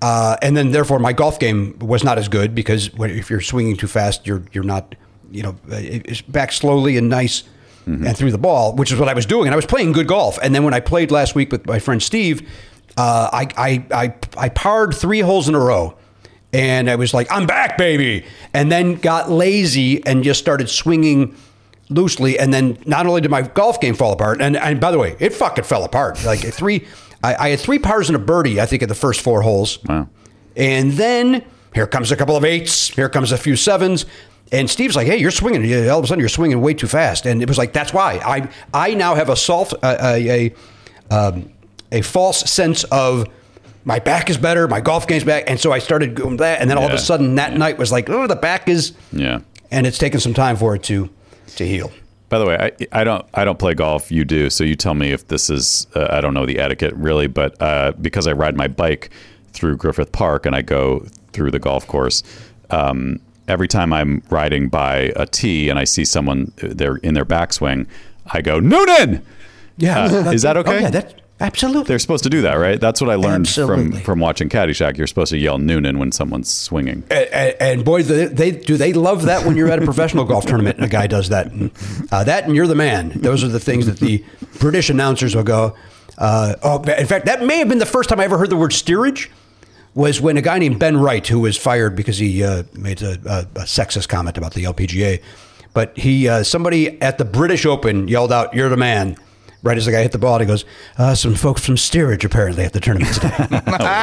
S2: uh, and then therefore my golf game was not as good because when, if you're swinging too fast, you're you're not you know uh, it- it's back slowly and nice. And through the ball, which is what I was doing, and I was playing good golf. And then when I played last week with my friend Steve, uh, I, I I I parred three holes in a row, and I was like, "I'm back, baby!" And then got lazy and just started swinging loosely, and then not only did my golf game fall apart, and, and by the way, it fucking fell apart. Like three, I, I had three pars and a birdie, I think, at the first four holes.
S1: Wow.
S2: And then here comes a couple of eights, here comes a few sevens, and Steve's like, "Hey, you're swinging. you- All of a sudden, you're swinging way too fast." And it was like, "That's why I I now have a salt a a a, um, a false sense of." My back is better. My golf game's back, and so I started doing that. And then all of
S1: Yeah.
S2: a sudden, that night was like, "Oh, the back is,"
S1: Yeah.
S2: and it's taken some time for it to to heal.
S1: By the way, I, I don't I don't play golf. You do, so you tell me if this is uh, I don't know the etiquette really, but uh, because I ride my bike through Griffith Park and I go through the golf course, um, every time I'm riding by a tee and I see someone uh, they're in their backswing, I go Noonan. Yeah, Uh, is that okay?
S2: Oh, yeah, that's absolutely.
S1: they're supposed to do that, right? That's what I learned
S2: Absolutely.
S1: from from watching Caddyshack. You're supposed to yell Noonan when someone's swinging.
S2: and, and boy, they, they do they love that when you're at a professional golf tournament and a guy does that. And, uh, that and you're the man. Those are the things that the British announcers will go. Uh, oh, in fact, that may have been the first time I ever heard the word steerage. Was when a guy named Ben Wright, who was fired because he uh, made a, a, a sexist comment about the LPGA, but he uh, somebody at the British Open yelled out, "You're the man." Right as the guy hit the ball, and he goes, uh, "Some folks from steerage apparently at the tournament today."
S1: Oh,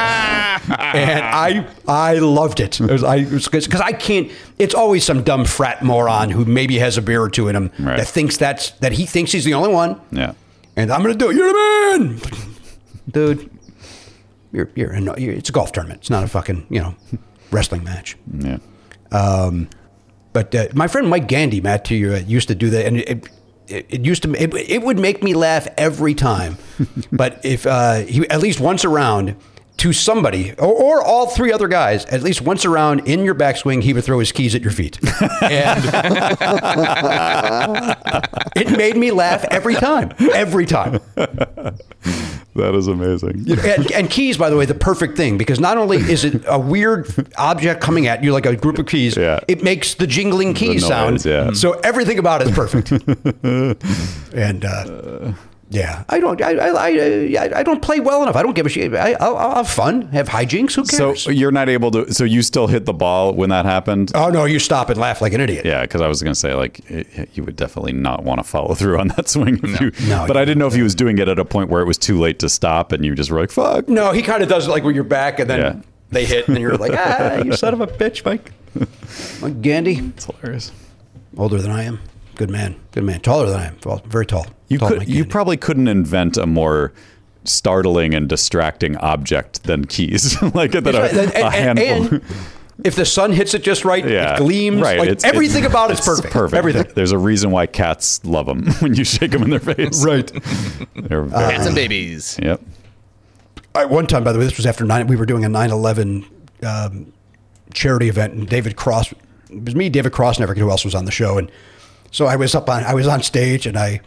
S2: and I I loved it. It was- I because I can't. It's always some dumb frat moron who maybe has a beer or two in him
S1: Right.
S2: that thinks that's that he thinks he's the only one.
S1: Yeah.
S2: And I'm gonna do it. You're the man, dude. You're you're, anno- you're it's a golf tournament. It's not a fucking you know wrestling match.
S1: Yeah.
S2: But uh, my friend Mike Gandy, Matt, to you, uh, used to do that, and it, it, it used to it, it would make me laugh every time. but if uh, he at least once around to somebody or, or all three other guys, at least once around in your backswing, he would throw his keys at your feet, and it made me laugh every time, every time.
S1: That is amazing.
S2: And, and keys, by the way, the perfect thing because not only is it a weird object coming at you like a group of keys,
S1: Yeah.
S2: it makes the jingling key
S1: noise,
S2: sound.
S1: yeah.
S2: So everything about it is perfect. and uh, yeah, I don't, I, I, I, I- I don't play well enough. I don't give a shit. I, I'll, I'll have fun, have hijinks. Who
S1: So
S2: cares?
S1: you're not able to. So you still hit the ball when that happened.
S2: oh no, you stop and laugh like an idiot.
S1: Yeah, because I was going to say like it, you would definitely not want to follow through on that swing. If you,
S2: No,
S1: but I didn't know if he was doing it at a point where it was too late to stop, and you just were like, "Fuck."
S2: No, he kind of does it like when you're back and then
S1: Yeah.
S2: they hit and you're like, ah, you son of a bitch, Mike. Mike Gandy,
S1: It's hilarious.
S2: older than I am. Good man, good man. Taller than I am, Tall- very tall.
S1: You
S2: Tall
S1: could.
S2: Mike
S1: You
S2: Gandy.
S1: probably couldn't invent a more startling and distracting object than keys, like that
S2: That's
S1: a,
S2: right.
S1: a
S2: And-
S1: handful.
S2: and- and if the sun hits it just right,
S1: yeah,
S2: it gleams.
S1: Right,
S2: Like,
S1: it's-
S2: everything
S1: it's-
S2: about it's,
S1: it's
S2: perfect. Everything.
S1: There's a reason why cats love them when you shake them in their face.
S2: Right.
S1: They're
S7: Cats
S1: very-
S7: and babies.
S1: Yep.
S2: I, one time, by the way, this was after nine. We were doing a 9/11 um, charity event, and David Cross. It was me, David Cross, and I forget who else was on the show. And so I was up on, I was on stage, and I,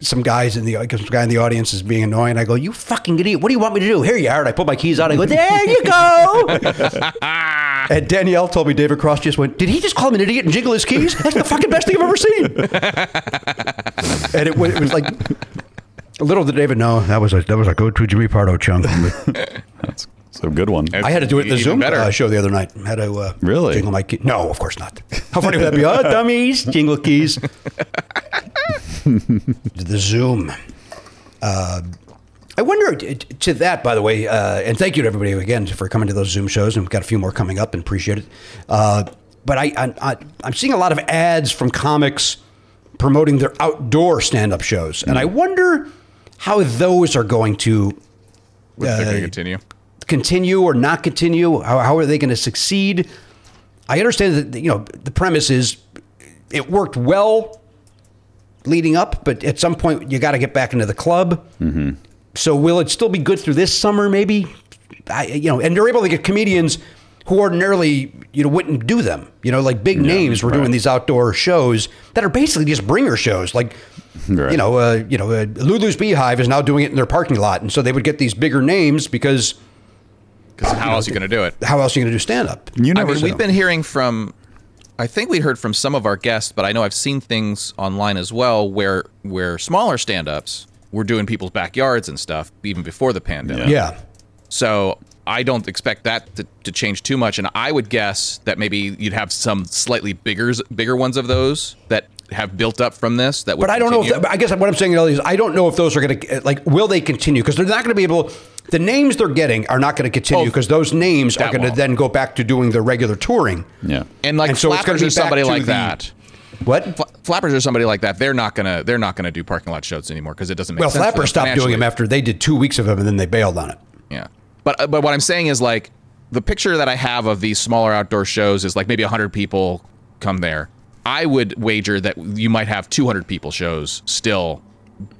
S2: some guys in the, some guy in the audience is being annoying. I go, "You fucking idiot! What do you want me to do? Here you are!" And I pull my keys out. I go, "There you go." and Danielle told me David Cross just went, "Did he just call him an idiot and jingle his keys? That's the fucking best thing I've ever seen." and it, wa- it was like. Little did David know that was a that was a go-to Jimmy Pardo chunk.
S1: That's, that's a good one.
S2: I had to do it in the
S7: Even
S2: Zoom
S7: better.
S2: uh, show the other night. Had to uh,
S1: Really?
S2: jingle my key. No, of course not. How funny would that be? Oh, dummies, jingle keys. the Zoom. Uh, I wonder t- t- to that, by the way, uh, and thank you to everybody again for coming to those Zoom shows, and we've got a few more coming up, and appreciate it. Uh, but I, I, I, I'm seeing a lot of ads from comics promoting their outdoor stand-up shows, and I wonder how those are going to
S7: If they're
S2: Uh,
S7: gonna continue.
S2: continue or not continue? How, how are they going to succeed? I understand that you know the premise is it worked well leading up, but at some point you got to get back into the club. Mm-hmm. So will it still be good through this summer? Maybe I, you know, and they're able to get comedians who ordinarily you know wouldn't do them. You know, like big names were doing these outdoor shows that are basically just bringer shows. Like you know, uh, you know, uh, Lulu's Beehive is now doing it in their parking lot, and so they would get these bigger names because
S7: Because how else are you going to do it?
S2: how else are you going to do stand up?
S1: You
S7: I
S1: never
S7: mean, we've been hearing from. I think we heard from some of our guests, but I know I've seen things online as well where where smaller stand-ups were doing people's backyards and stuff even before the pandemic.
S2: Yeah.
S7: So I don't expect that to, to change too much. And I would guess that maybe you'd have some slightly bigger bigger ones of those that have built up from this. That would
S2: But I don't know.
S7: continue.
S2: If that, I guess what I'm saying Ellie, is I don't know if those are going to like. Will they continue? Because they're not going to be able. The names they're getting are not going to continue
S7: Oh,
S2: because those names are
S7: that
S2: going to
S7: won't.
S2: then go back to doing their regular touring.
S1: Yeah.
S7: and like
S2: and so it's gonna
S7: flappers
S2: be
S7: or
S2: back
S7: somebody
S2: to
S7: like
S2: the-
S7: that.
S2: What?
S7: Fla- flappers or somebody like that. They're not gonna they're not gonna do parking lot shows anymore because it doesn't make
S2: Well,
S7: sense. for
S2: Flapper
S7: them
S2: stopped doing them
S7: financially.
S2: after they did two weeks of them, and then they bailed on it.
S7: Yeah. But uh, but what I'm saying is like the picture that I have of these smaller outdoor shows is like maybe 100 people come there. I would wager that you might have 200 people shows still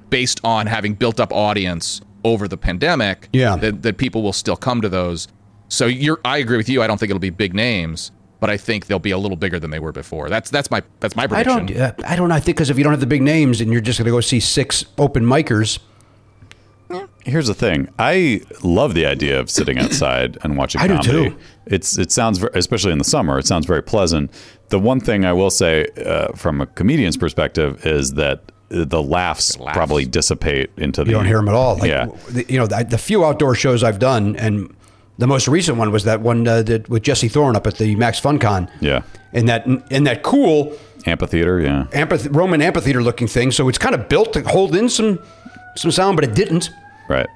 S7: based on having built up audience over the pandemic.
S2: Yeah.
S7: That, that people will still come to those. So you're I agree with you. I don't think it'll be big names, but I think they'll be a little bigger than they were before. That's that's my that's my
S2: I
S7: prediction.
S2: don't. Uh, I don't. know. I think because if you don't have the big names and you're just going to go see six open micers,
S1: Here's the thing. I love the idea of sitting outside and watching
S2: I do
S1: comedy.
S2: too.
S1: It's it sounds ver- especially in the summer. It sounds very pleasant. The one thing I will say uh, from a comedian's perspective is that uh, the laughs,
S7: laughs.
S1: probably dissipate into the
S2: you don't hear them at all. Like,
S1: yeah.
S2: w- The, you know, the, the few outdoor shows I've done, and the most recent one was that one uh, that, with Jesse Thorne up at the Max FunCon.
S1: Yeah.
S2: And that and that cool
S1: Amphitheater, yeah.
S2: amphithe- Roman amphitheater looking thing. So it's kind of built to hold in some some sound, but it didn't.
S1: Right.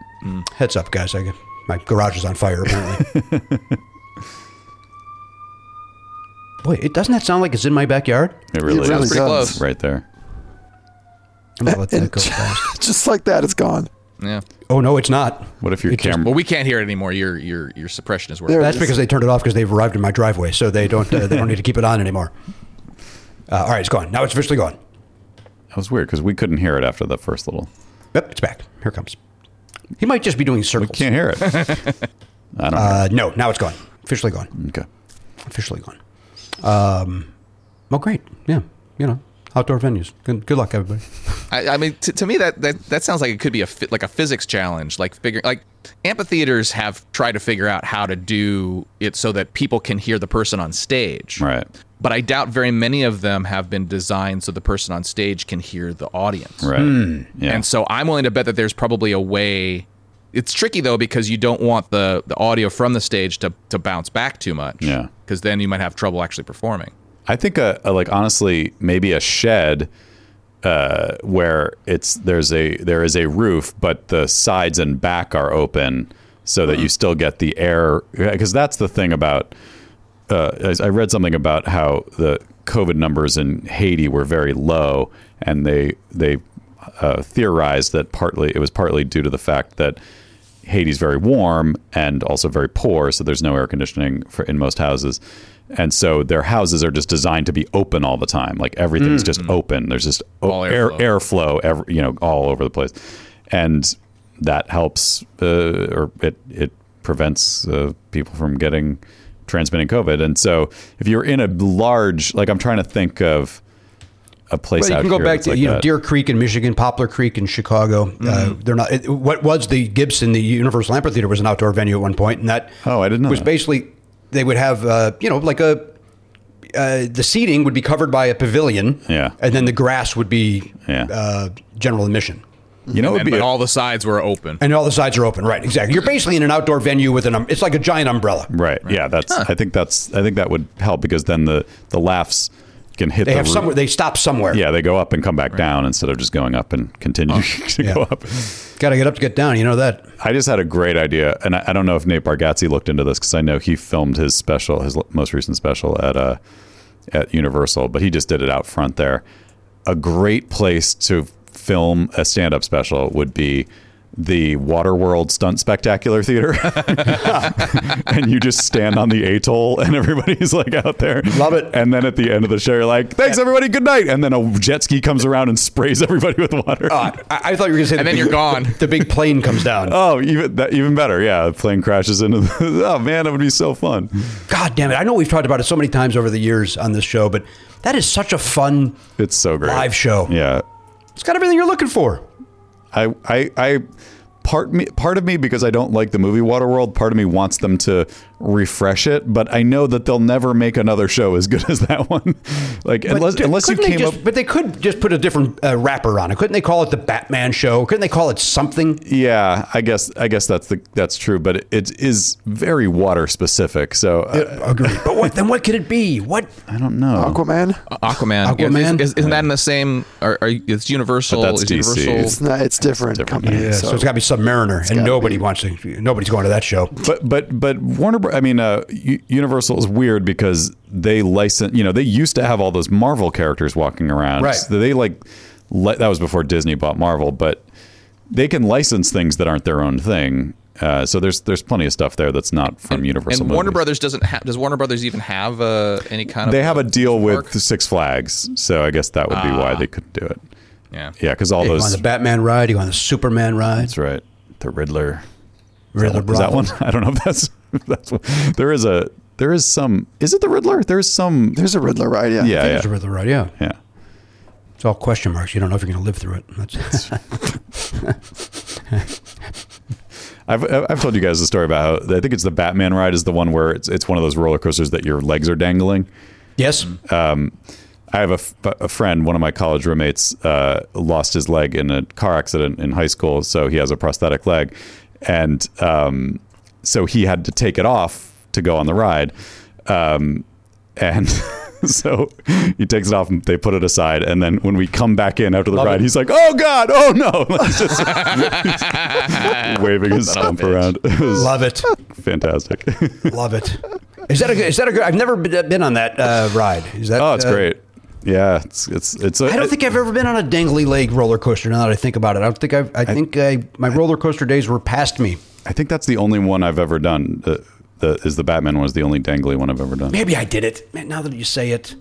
S2: Heads up, guys! I, my garage is on fire apparently. Boy, it doesn't that sound like it's in my backyard?
S1: It really,
S8: really
S1: is.
S7: Pretty
S8: does.
S7: close.
S1: Right there.
S2: I'm gonna let that go fast.
S8: Just like that, it's gone.
S7: Yeah.
S2: Oh no, it's not.
S1: What if your
S2: It just-
S1: camera
S7: Well, we can't hear it anymore. Your your your suppression is
S8: There
S7: working.
S8: it
S2: That's
S8: is.
S2: because they turned it off because they've arrived in my driveway, so they don't uh, they don't need to keep it on anymore. Uh, all right, it's gone. Now it's officially gone.
S1: That was weird because we couldn't hear it after the first little.
S2: Yep, it's back. Here it comes. He might just be doing circles.
S1: Can't hear it. I don't
S2: Uh, no, now it's gone. Officially gone.
S1: know. Okay.
S2: Officially gone. Um, well, great. Yeah, you know, outdoor venues. Good, good luck, everybody.
S7: I, I mean, t- to me that, that that sounds like it could be a fi- like a physics challenge, like figure like amphitheaters have tried to figure out how to do it so that people can hear the person on stage.
S1: Right.
S7: But I doubt very many of them have been designed so the person on stage can hear the audience.
S1: Right.
S2: Hmm.
S1: Yeah.
S7: And so I'm willing to bet that there's probably a way. It's tricky though because you don't want the the audio from the stage to to bounce back too much.
S1: Yeah.
S7: Because then you might have trouble actually performing.
S1: I think a, a like honestly maybe a shed uh, where it's there's a there is a roof but the sides and back are open so that you still get the air because that's the thing about uh, I I read something about how the COVID numbers in Haiti were very low and they they uh, theorized that partly it was partly due to the fact that Haiti's very warm and also very poor, so there's no air conditioning for in most houses. And so their houses are just designed to be open all the time. Like everything's just open. There's just o-
S7: Mm. All
S1: air
S7: airflow.
S1: airflow, every, you know, all over the place, and that helps uh, or it it prevents uh, people from getting transmitting COVID. And so if you're in a large, like I'm trying to think of a place
S2: Well, you
S1: out
S2: can go
S1: here
S2: back
S1: that's
S2: to
S1: like
S2: you know
S1: that. Mm-hmm.
S2: Deer Creek in Michigan, Poplar Creek in Chicago. Uh, they're not. It, what was the Gibson, the Universal Amphitheater, was an outdoor venue at one point, and that
S1: Oh, I didn't know
S2: was
S1: that.
S2: basically they would have uh, you know like a uh, the seating would be covered by a pavilion,
S1: Yeah.
S2: and then the grass would be
S1: Yeah.
S2: uh, general admission.
S1: you know, it would
S7: And
S1: be
S7: but
S1: a-
S7: all the sides were open.
S2: And all the sides are open, right? Exactly. You're basically in an outdoor venue with an. Um, it's like a giant umbrella.
S1: Right. Yeah. That's. I think that's. I think that would help because then the the laughs can hit.
S2: They
S1: the
S2: have
S1: roo-
S2: somewhere. They stop somewhere.
S1: Yeah, they go up and come back down instead of just going up and continuing to
S2: Oh, Yeah.
S1: go up.
S2: Got to get up to get down. You know that.
S1: I just had a great idea, and I, I don't know if Nate Bargatze looked into this because I know he filmed his special, his l- most recent special at uh at Universal, but he just did it out front there. A great place to film a stand up special would be the Waterworld Stunt Spectacular Theater, and you just stand on the atoll, and everybody's like out there.
S4: Love it.
S1: And then at the end of the show, you're like, "Thanks everybody, good night." And then a jet ski comes around and sprays everybody with water.
S2: Oh,
S4: Oh,
S2: I, I thought you were going to say,
S7: And
S2: the
S7: then
S2: big-
S7: you're gone.
S2: The big plane comes down.
S1: Oh, even that, even better. Yeah, the plane crashes into. The, oh man, that would be so fun.
S2: God damn it! I know we've talked about it so many times over the years on this show, but that is such a fun.
S1: It's so great.
S2: Live show.
S1: Yeah,
S2: It's got everything you're looking for.
S1: I I I part me part of me because I don't like the movie Waterworld. Part of me wants them to refresh it, but I know that they'll never make another show as good as that one. like
S2: But
S1: unless
S2: d-
S1: unless you
S2: couldn't they
S1: came
S2: just,
S1: up.
S2: but they could just put a different uh, wrapper on it. Couldn't they call it the Batman Show? Couldn't they call it something?
S1: Yeah, I guess I guess that's the that's true, but it, it is very water specific. So uh,
S2: Agreed. but what then? What could it be? What?
S1: I don't know.
S8: Aquaman.
S7: Aquaman. Yeah,
S2: Aquaman?
S7: Is, not that in the same? Or, or it's Universal.
S1: But that's
S7: is
S1: DC.
S7: Universal.
S1: It's
S8: It's not. It's different, company.
S2: Yeah, so,
S8: so
S2: it's got to be Submariner, and
S8: gotta
S2: nobody wants to. Nobody's going to that show.
S1: But but but Warner, Bro- I mean, uh, U- Universal is weird because they license. You know, they used to have all those Marvel characters walking around.
S2: Right.
S1: So they like li- that was before Disney bought Marvel, but they can license things that aren't their own thing. Uh, so there's there's plenty of stuff there that's not from Universal.
S7: and Warner
S1: movies.
S7: Brothers doesn't have. Does Warner Brothers even have uh, any kind of?
S1: They have a deal with
S7: park?
S1: Six Flags, so I guess that would be
S7: Ah.
S1: why they couldn't do it.
S7: Yeah.
S1: Yeah, because all
S2: You go on
S1: those.
S2: the Batman ride. You go on the Superman ride.
S1: that's right. The Riddler.
S2: Riddler
S1: Is that
S2: brothel.
S1: one? I don't know if that's if that's. One. There is a there is some. Is it the Riddler? There is some.
S8: there's a Riddler ride. Yeah.
S1: yeah, yeah,
S2: There's a Riddler ride. Yeah,
S1: yeah.
S2: it's all question marks. You don't know if you're going to live through it. That's,
S1: I've I've told you guys the story about how I think it's the Batman ride is the one where it's it's one of those roller coasters that your legs are dangling.
S2: yes.
S1: I have a, f- a friend, one of my college roommates, uh, lost his leg in a car accident in high school, so he has a prosthetic leg, and um, so he had to take it off to go on the ride, um, and. So he takes it off and they put it aside. And then when we come back in after the ride,
S2: it.
S1: he's like, oh God, oh no. He's just waving his stump around. It was
S2: Love it.
S1: fantastic.
S2: Love it. Is that a good? Is that a good? I've never been been on that uh, ride. Is that?
S1: Oh, it's
S2: uh,
S1: great. Yeah, it's it's it's. A,
S2: I don't think I've ever been on a dangly leg roller coaster. Now that I think about it, I don't think I've. I think I, my roller coaster days were past me.
S1: I think that's the only one I've ever done. The, the is the Batman one is the only dangly one I've ever done.
S2: Maybe I did it. Man, now that you say it,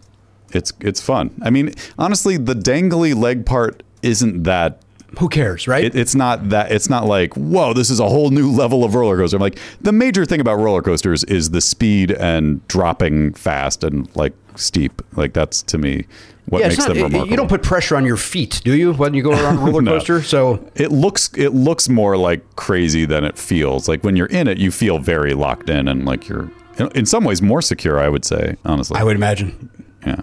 S1: It's it's fun. I mean, honestly, the dangly leg part isn't that.
S2: who cares, right?
S1: It, it's not that. It's not like whoa, this is a whole new level of roller coaster. I'm like the major thing about roller coasters is the speed and dropping fast and like steep. Like that's to me what
S2: Yeah, it's
S1: makes
S2: not-
S1: them
S2: you-
S1: remarkable.
S2: You don't put pressure on your feet, do you, when you go around a roller
S1: No.
S2: coaster? So
S1: it looks it looks more like crazy than it feels. Like when you're in it, you feel very locked in and like you're in- in some ways more secure. I would say honestly.
S2: I would imagine,
S1: Yeah.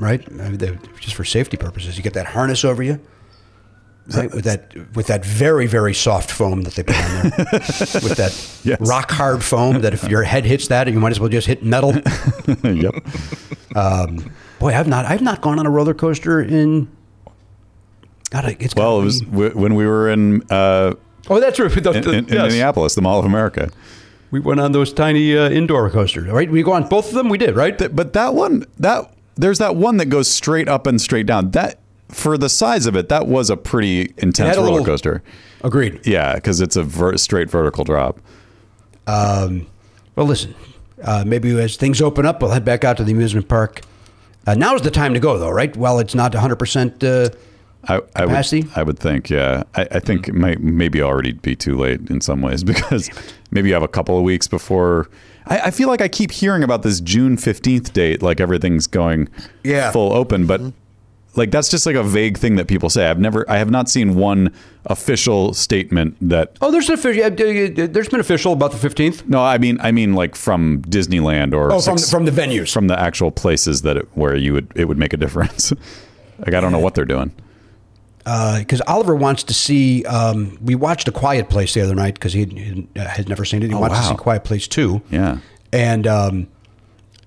S2: right? I mean, they- just for safety purposes, you get that harness over you, right? With that with that very very soft foam that they put on there, with that
S1: Yes.
S2: rock hard foam that if your head hits that, you might as well just hit metal.
S1: yep.
S2: Boy, I've not I've not gone on a roller coaster in. God, it's gotta
S1: Well, it was
S2: be-
S1: w- when we were in uh,
S2: Oh, that's right. The-
S1: in,
S2: the-
S1: in, in
S2: yes.
S1: Minneapolis, the Mall of America.
S2: We went on those tiny uh, indoor coasters, right? We go on both of them. We did, right?
S1: Th- but that one, that there's that one that goes straight up and straight down. That for the size of it, that was a pretty intense
S2: a
S1: roller
S2: little-
S1: coaster.
S2: Agreed.
S1: Yeah, because it's a ver- straight vertical drop.
S2: Well, listen, Um, uh, maybe as things open up, we'll head back out to the amusement park. Uh, now's the time to go, though, right? While it's not 100%. Uh,
S1: I, I
S2: Capacity?
S1: would, I would think, yeah. I, I
S2: Mm.
S1: think it might maybe already be too late in some ways because maybe you have a couple of weeks before. I, I feel like I keep hearing about this June fifteenth date, like everything's going
S2: Yeah. Mm-hmm.
S1: full open, but like that's just like a vague thing that people say. I've never, I have not seen one official statement that.
S2: oh, there's, an official, uh, uh, uh, there's been official about the 15th.
S1: No, I mean, I mean, like from Disneyland or
S2: Oh, from,
S1: Six-
S2: from the venues.
S1: from the actual places that it, where you would it would make a difference. like I don't know what they're doing.
S2: Because uh, Oliver wants to see, um, we watched A Quiet Place the other night because he had, he had- uh, had never seen it. He wants to
S1: wow.
S2: see Quiet Place 2.
S1: Yeah.
S2: And, um,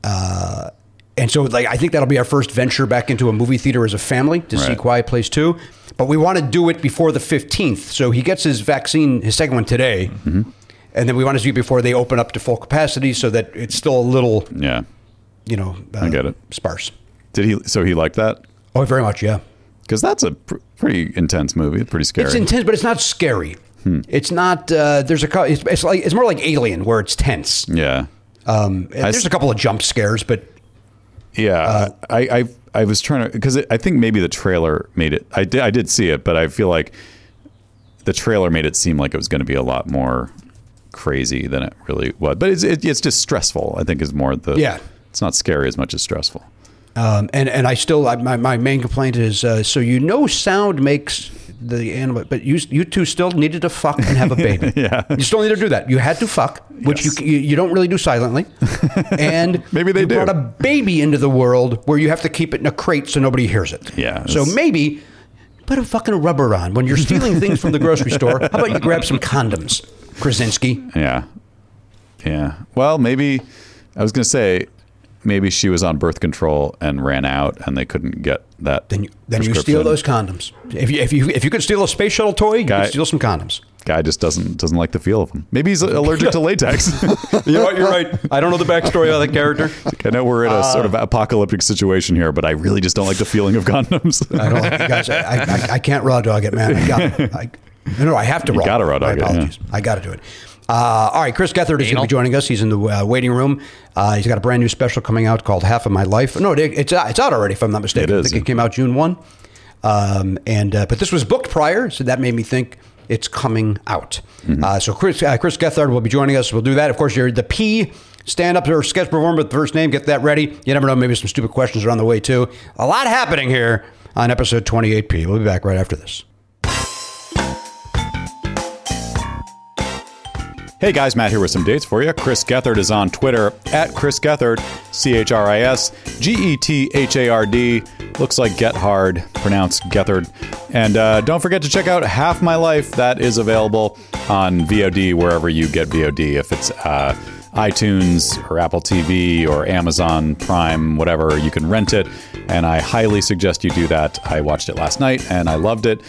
S2: uh, and so, like, I think that'll be our first venture back into a movie theater as a family to see
S1: Right.
S2: Quiet Place 2. But we want to do it before the 15th. So he gets his vaccine, his second one today.
S1: Mm-hmm.
S2: And then we want to do it before they open up to full capacity so that it's still a little,
S1: Yeah.
S2: you know, uh,
S1: get it.
S2: sparse.
S1: Did he? So he liked that.
S2: Oh, very much, yeah.
S1: Because that's a pr- pretty intense movie. It's pretty scary.
S2: It's intense, but it's not scary.
S1: Hmm.
S2: It's not. Uh, there's a. cou- It's, it's like it's more like Alien, where it's tense.
S1: Yeah.
S2: Um, and
S1: Mm. I
S2: there's
S1: s-
S2: a couple of jump scares, but
S1: Yeah,
S2: Uh,
S1: I, I I was trying to because I think maybe the trailer made it. I did I did see it, but I feel like the trailer made it seem like it was going to be a lot more crazy than it really was. But it's it, it's just stressful. I think is more the
S2: Yeah.
S1: It's not scary as much as stressful.
S2: Um, and and I still I, my my main complaint is uh, so you know sound makes the animal, but you you two still needed to fuck and have a baby.
S1: Yeah.
S2: you still need to do that. You had to fuck, which you you, you don't really do silently, and
S1: Maybe they
S2: you
S1: do.
S2: brought a baby into the world where you have to keep it in a crate so nobody hears it.
S1: Yeah,
S2: so
S1: it's-
S2: maybe. Put a fucking rubber on when you're stealing things from the grocery store. How about you grab some condoms, Krasinski?
S1: Yeah, yeah. Well, maybe I was going to say maybe she was on birth control and ran out, and they couldn't get that.
S2: Then you, then you steal
S1: prescription.
S2: those condoms. If you, if you if you could steal a space shuttle toy, you
S1: Guy-
S2: could steal some condoms.
S1: guy just doesn't doesn't like the feel of them. Maybe he's allergic to latex.
S2: You know what? You're right. I don't know the backstory of that character. Uh,
S1: I know we're in a sort of apocalyptic situation here, but I really just don't like the feeling of condoms.
S2: I don't like you guys. I, I, I can't raw dog it, man. I got I, no, no, I have to
S1: You
S2: raw.
S1: gotta raw dog
S2: My
S1: it, yeah.
S2: apologies. I got to do it. Uh, all right, Chris Gethard is going to be joining us. He's in the uh, waiting room. Uh, he's got a brand new special coming out called "Half of My Life." No, it, it's out- it's out already, if I'm not mistaken.
S1: It is,
S2: I think
S1: yeah.
S2: it came out June one. Um, and uh, but this was booked prior, so that made me think it's coming out. Uh, so Chris uh, Chris Gethard will be joining us. We'll do that. Of course, you're the P stand up or sketch performer with the first name. Get that ready. You never know. Maybe some stupid questions are on the way too. A lot happening here on episode 28P. We'll be back right after this.
S1: hey guys, Matt here with some dates for you. Chris Gethard is on Twitter at Chris Gethard, C H R I S G E T H A R D. Looks like Get Hard, pronounced Gethard. And uh, don't forget to check out Half My Life. That is available on VOD wherever you get VOD. If it's uh, iTunes or Apple TV or Amazon Prime, whatever, you can rent it. And I highly suggest you do that. I watched it last night and I loved it.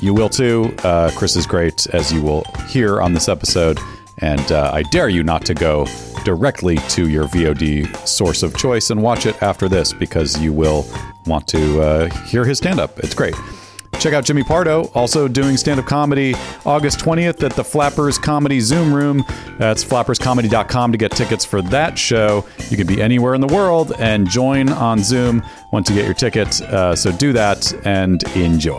S1: You will too. Uh, Chris is great, as you will hear on this episode. And uh, I dare you not to go directly to your VOD source of choice and watch it after this because you will want to uh, hear his stand up. It's great. Check out Jimmy Pardo, also doing stand up comedy August 20th at the Flappers Comedy Zoom Room. That's flapperscomedy.com to get tickets for that show. You can be anywhere in the world and join on Zoom once you get your ticket. Uh, so do that and enjoy.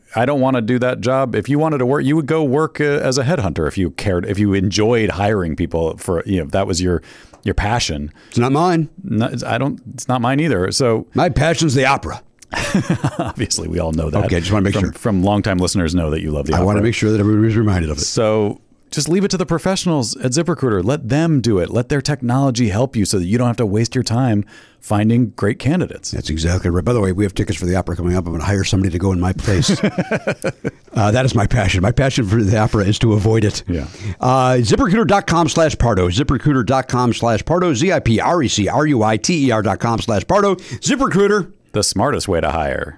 S1: I don't want to do that job. If you wanted to work, you would go work uh, as a headhunter if you cared, if you enjoyed hiring people for, you know, if that was your, your passion.
S2: It's not mine.
S1: No, it's- I don't. It's not mine either. So
S2: My passion's the opera.
S1: obviously, we all know that.
S2: Okay, just wanna make
S1: from,
S2: sure.
S1: from longtime listeners know that you love the.
S2: I want to make sure that everybody's reminded of it.
S1: So just leave it to the professionals at ZipRecruiter. Let them do it. Let their technology help you so that you don't have to waste your time finding great candidates.
S2: That's exactly right. By the way, we have tickets for the opera coming up. I'm going to hire somebody to go in my place. uh, that is my passion. My passion for the opera is to avoid it.
S1: Yeah.
S2: Uh, ZipRecruiter.com slash Pardo. ZipRecruiter.com slash Pardo. Z I P R E C R U I T E R dot com slash Pardo. ZipRecruiter.
S1: The smartest way to hire.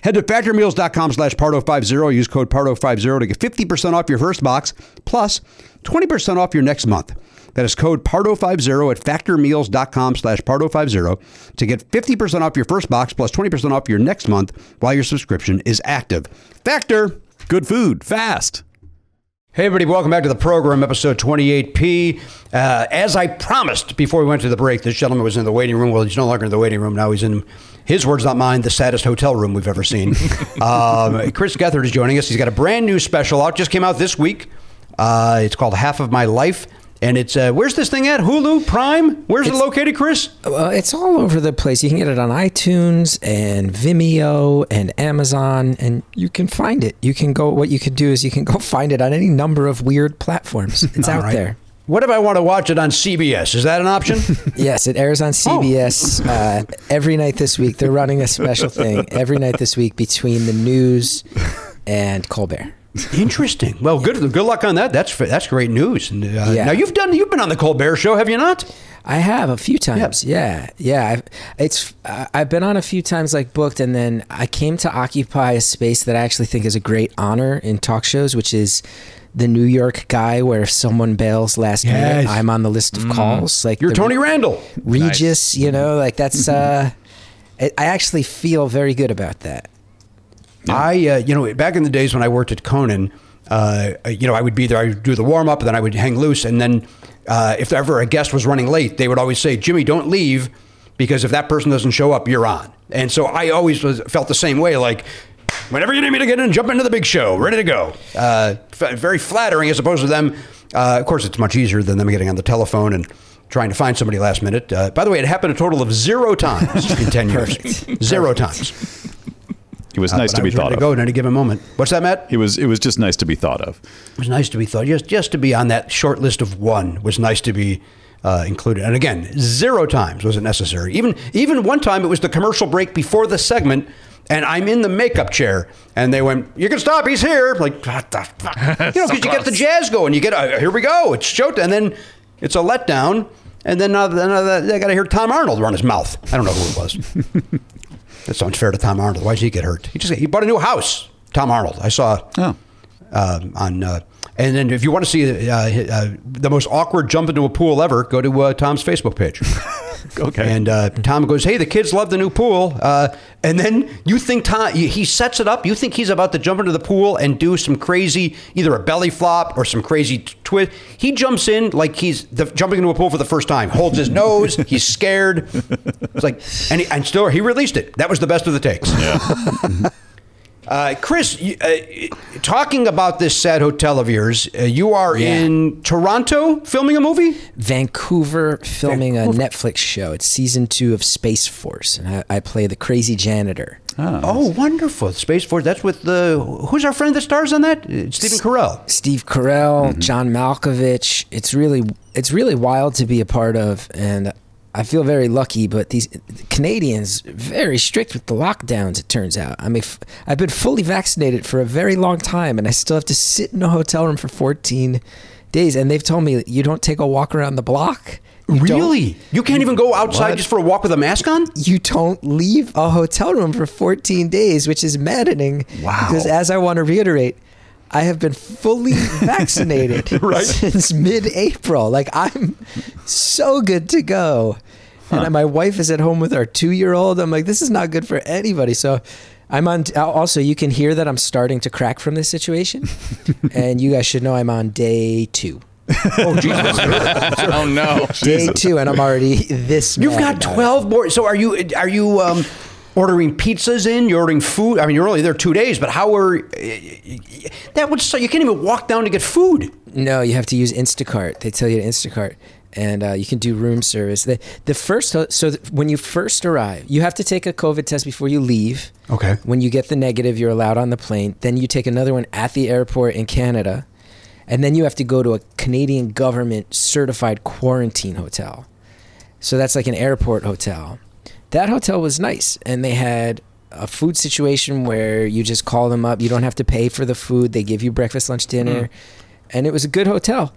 S2: Head to factormeals.com slash pardo50. Use code pardo50 to get 50% off your first box plus 20% off your next month. That is code pardo50 at factormeals.com slash pardo50 to get 50% off your first box plus 20% off your next month while your subscription is active. Factor.
S1: Good food, fast.
S2: Hey, everybody, welcome back to the program, episode 28P. Uh, as I promised before we went to the break, this gentleman was in the waiting room. Well, he's no longer in the waiting room. Now he's in, his words, not mine, the saddest hotel room we've ever seen. um, Chris Gethard is joining us. He's got a brand new special out, just came out this week. Uh, it's called Half of My Life. And it's, uh, where's this thing at? Hulu, Prime? Where's it located, Chris?
S9: Uh, it's all over the place. You can get it on iTunes and Vimeo and Amazon, and you can find it. You can go. What you can do is you can go find it on any number of weird platforms. It's out there.
S2: What if I want to watch it on CBS? Is that an option?
S9: Yes, it airs on CBS uh, every night this week. They're running a special thing every night this week between the news and Colbert.
S2: Interesting. Well, good good luck on that. That's that's great news. And, uh,
S9: Yeah.
S2: Now you've done you've been on the Colbert Show, have you not?
S9: I have a few times. Yeah, yeah. I've, it's uh, I've been on a few times, like booked, and then I came to occupy a space that I actually think is a great honor in talk shows, which is the New York guy, where if someone bails last
S2: Yes.
S9: minute, I'm on the list of calls. Like
S2: You're
S9: the
S2: Tony Randall.
S9: Regis, you know, like that's. uh I I actually feel very good about that.
S2: I, uh, you know, back in the days when I worked at Conan, uh, you know, I would be there. I would do the warm up, then I would hang loose, and then uh, if ever a guest was running late, they would always say, "Jimmy, don't leave, because if that person doesn't show up, you're on." And so I always was, felt the same way, like. Whenever you need me to get in, jump into the big show, ready to go. Uh, f- very flattering as opposed to them. Uh, of course, it's much easier than them getting on the telephone and trying to find somebody last minute. Uh, by the way, it happened a total of zero times in 10 years. Zero times.
S1: It was
S2: Uh,
S1: nice
S2: but
S1: to
S2: I
S1: be
S2: was ready
S1: thought
S2: to
S1: of.
S2: Go at any given moment. What's that, Matt?
S1: It was. It was just nice to be thought of.
S2: It was nice to be thought. Just just to be on that short list of one was nice to be uh, included. And again, zero times was it necessary. Even even one time it was the commercial break before the segment. And I'm in the makeup chair, and they went, "You can stop. He's here." I'm like, what the fuck? You know, because you get the jazz going, you get, uh, "Here we go." It's showtime, and then it's a letdown, and then uh, then, uh, they got to hear Tom Arnold run his mouth. I don't know who it was. that sounds fair to Tom Arnold. Why did he get hurt? He just he bought a new house. Tom Arnold. I saw
S1: Oh.
S2: um, on. Uh, and then, if you want to see uh, uh, the most awkward jump into a pool ever, go to uh, Tom's Facebook page.
S1: Okay.
S2: And uh, Tom goes, "Hey, the kids love the new pool." Uh, and then you think Tom he sets it up. You think he's about to jump into the pool and do some crazy, either a belly flop or some crazy t- twist. He jumps in like he's the, jumping into a pool for the first time. Holds his nose. He's scared. It's like, and, he, and still he released it. That was the best of the takes. Uh, Chris, you, uh, talking about this sad hotel of yours, uh, you are
S9: Yeah.
S2: in Toronto filming a movie.
S9: Vancouver filming a Netflix show. It's season two of Space Force, and I, I play the crazy janitor.
S2: Oh, wonderful! Space Force. That's with the who's our friend that stars on that? Uh, Stephen Carell.
S9: Steve Carell, John Malkovich. It's really it's really wild to be a part of, and I feel very lucky. But these Canadians very strict with the lockdowns. It turns out. I mean, f- I've been fully vaccinated for a very long time, and I still have to sit in a hotel room for 14 days. And they've told me you don't take a walk around the block. You don't-
S2: Really? You can't even go outside just for a walk with a mask on?
S9: you don't leave a hotel room for 14 days, which is maddening. Wow. Because as I want to reiterate, I have been fully vaccinated since mid-April. Like I'm so good to go. And my wife is at home with our two-year-old. I'm like, this is not good for anybody. So I'm on. Also, you can hear that I'm starting to crack from this situation, and you guys should know I'm on day two.
S2: Oh, Jesus!
S7: oh no.
S9: Day two, and I'm already this.
S2: You've
S9: mad
S2: got
S9: about it.
S2: twelve more. So are you? Are you? Um, ordering pizzas in, you're ordering food. I mean, you're only there two days, but how are uh, that would so you can't even walk down to get food.
S9: No, you have to use Instacart. They tell you to Instacart, and uh, you can do room service. The, the first, so th- when you first arrive, you have to take a COVID test before you leave.
S2: Okay.
S9: When you get the negative, you're allowed on the plane. Then you take another one at the airport in Canada, and then you have to go to a Canadian government certified quarantine hotel. So that's like an airport hotel. That hotel was nice, and they had a food situation where you just call them up. You don't have to pay for the food. They give you breakfast, lunch, dinner, and it was a good hotel.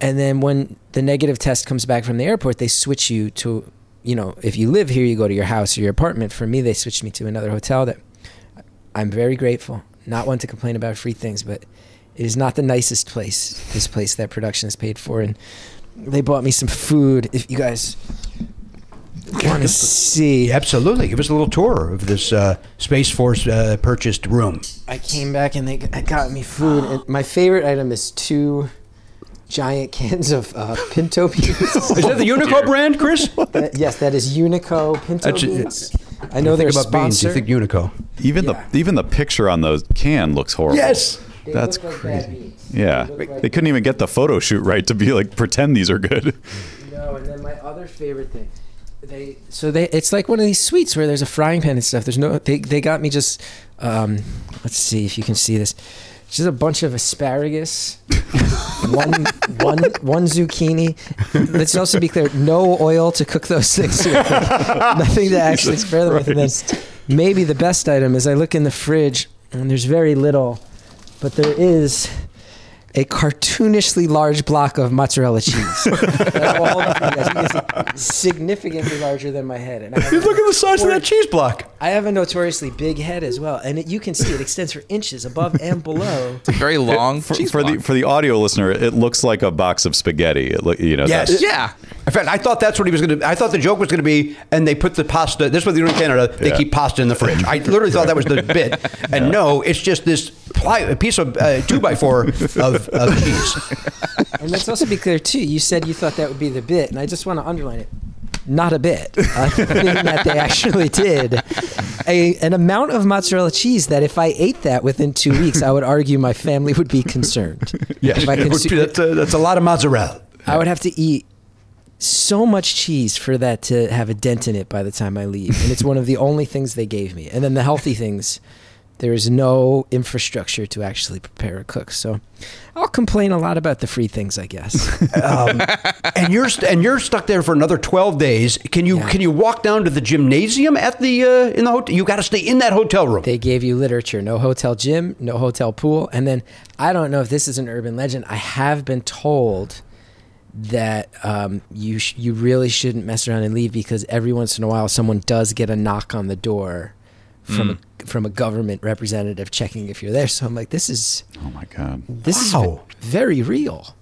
S9: And then when the negative test comes back from the airport, they switch you to, you know, if you live here, you go to your house or your apartment. For me, they switched me to another hotel that I'm very grateful. Not one to complain about free things, but it is not the nicest place. This place that production is paid for, and they bought me some food. If you guys want to see,
S2: Absolutely, give us a little tour of this uh, Space Force uh, purchased room.
S9: I came back and they g- got me food. And my favorite item is two giant cans of uh, pinto beans.
S2: Is that the Unico brand, Chris?
S9: That- yes, that is Unico pinto
S2: That's-
S9: beans. I know they're
S2: think about beans.
S9: sponsor.
S2: You think Unico?
S1: Even the even the picture on the can looks horrible.
S2: Yes.
S9: They
S1: That's
S9: look like
S1: crazy.
S9: bad beans.
S1: Yeah.
S9: They look like-
S1: They couldn't even get the photo shoot right to be like pretend these are good.
S9: No, and then my other favorite thing, they so they it's like one of these sweets where there's a frying pan and stuff. There's no they they got me just um let's see if you can see this. Just a bunch of asparagus, one one one zucchini. Let's also be clear: no oil to cook those things. With. Nothing to actually spare them with. And then maybe the best item is I look in the fridge and there's very little, but there is a cartoonishly large block of mozzarella cheese. That's all the thing that you can see. significantly larger than my head. And I have,
S2: Look at the size of that cheese block.
S9: I have a notoriously big head as well, and it, you can see it extends for inches above and below.
S7: Very long.
S1: For,
S7: cheese
S1: for the
S7: block.
S1: for the audio listener, it looks like a box of spaghetti. It look, you know.
S2: Yes.
S1: that's-
S7: yeah.
S2: In fact, I thought that's what he was going to. I thought the joke was going to be, and they put the pasta. This is what they do in Canada. They
S1: Yeah.
S2: keep pasta in the fridge. I literally thought that was the bit, and no, it's just this ply, a piece of uh, two by four of, of cheese.
S9: And let's also be clear too. You said you thought that would be the bit, and I just want to underline it. Not a bit. A thing that they actually did. A, an amount of mozzarella cheese that if I ate that within two weeks, I would argue my family would be concerned. If I
S2: It would
S9: consu-
S2: be- that's, a, that's a lot of mozzarella.
S9: I would have to eat so much cheese for that to have a dent in it by the time I leave. And it's one of the only things they gave me. And then the healthy things, there is no infrastructure to actually prepare or cook. So I'll complain a lot about the free things, I guess.
S2: and you're st- and you're stuck there for another twelve days. Can you
S9: Yeah.
S2: can you walk down to the gymnasium at the uh, in the hotel? You got to stay in that hotel room.
S9: they gave you literature, no hotel gym, no hotel pool. And then I don't know if this is an urban legend. I have been told that um, you sh- you really shouldn't mess around and leave because every once in a while someone does get a knock on the door from a, from a government representative checking if you're there. So I'm like, this is
S1: Oh my god.
S9: this
S2: Wow.
S9: is ve- very real.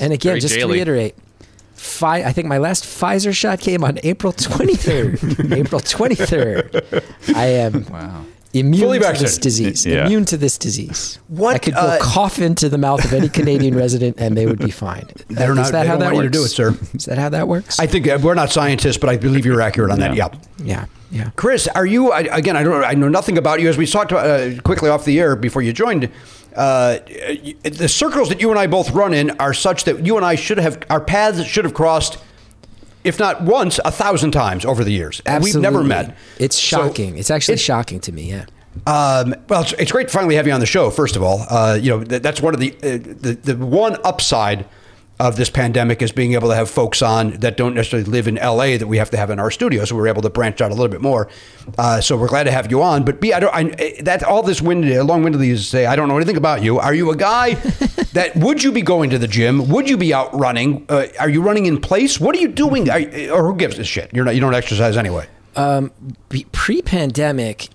S9: And again,
S7: very
S9: just to
S7: daily.
S9: reiterate, Pfi- I think my last Pfizer shot came on April 23rd. April 23rd. I am immune
S2: Fully
S9: to this
S2: vaccinated.
S9: disease.
S1: Yeah.
S9: Immune to this disease.
S2: What,
S9: I could go
S2: uh,
S9: cough into the mouth of any Canadian resident and they would be fine.
S2: They're
S9: Is
S2: not-
S9: that
S2: they
S9: how
S2: don't
S9: that
S2: want you to
S9: works?
S2: do it, sir.
S9: Is that how that works?
S2: I think uh, we're not scientists, but I believe you're accurate on that.
S1: Yeah.
S2: yeah.
S9: yeah. Yeah.
S2: Chris, are you I, again? I don't. I know nothing about you. As we talked uh, quickly off the air before you joined, uh, y- the circles that you and I both run in are such that you and I should have our paths should have crossed, if not once, a thousand times over the years. And We've never
S9: Absolutely.
S2: met.
S9: It's
S2: So-
S9: shocking. it's actually
S2: It-
S9: shocking to me. Yeah.
S2: um, well, it's, it's great to finally have you on the show. First of all, uh, you know th- that's one of the, uh, the the one upside of this pandemic is being able to have folks on that don't necessarily live in LA that we have to have in our studio. So we're able to branch out a little bit more. Uh, so we're glad to have you on. But B, I don't. I, that all this wind, long windedly is to say, I don't know anything about you. Are you a guy that would you be going to the gym? Would you be out running? Uh, are you running in place? What are you doing? Are, you- or who gives a shit? You're not. You don't exercise anyway.
S9: Um, be- pre-pandemic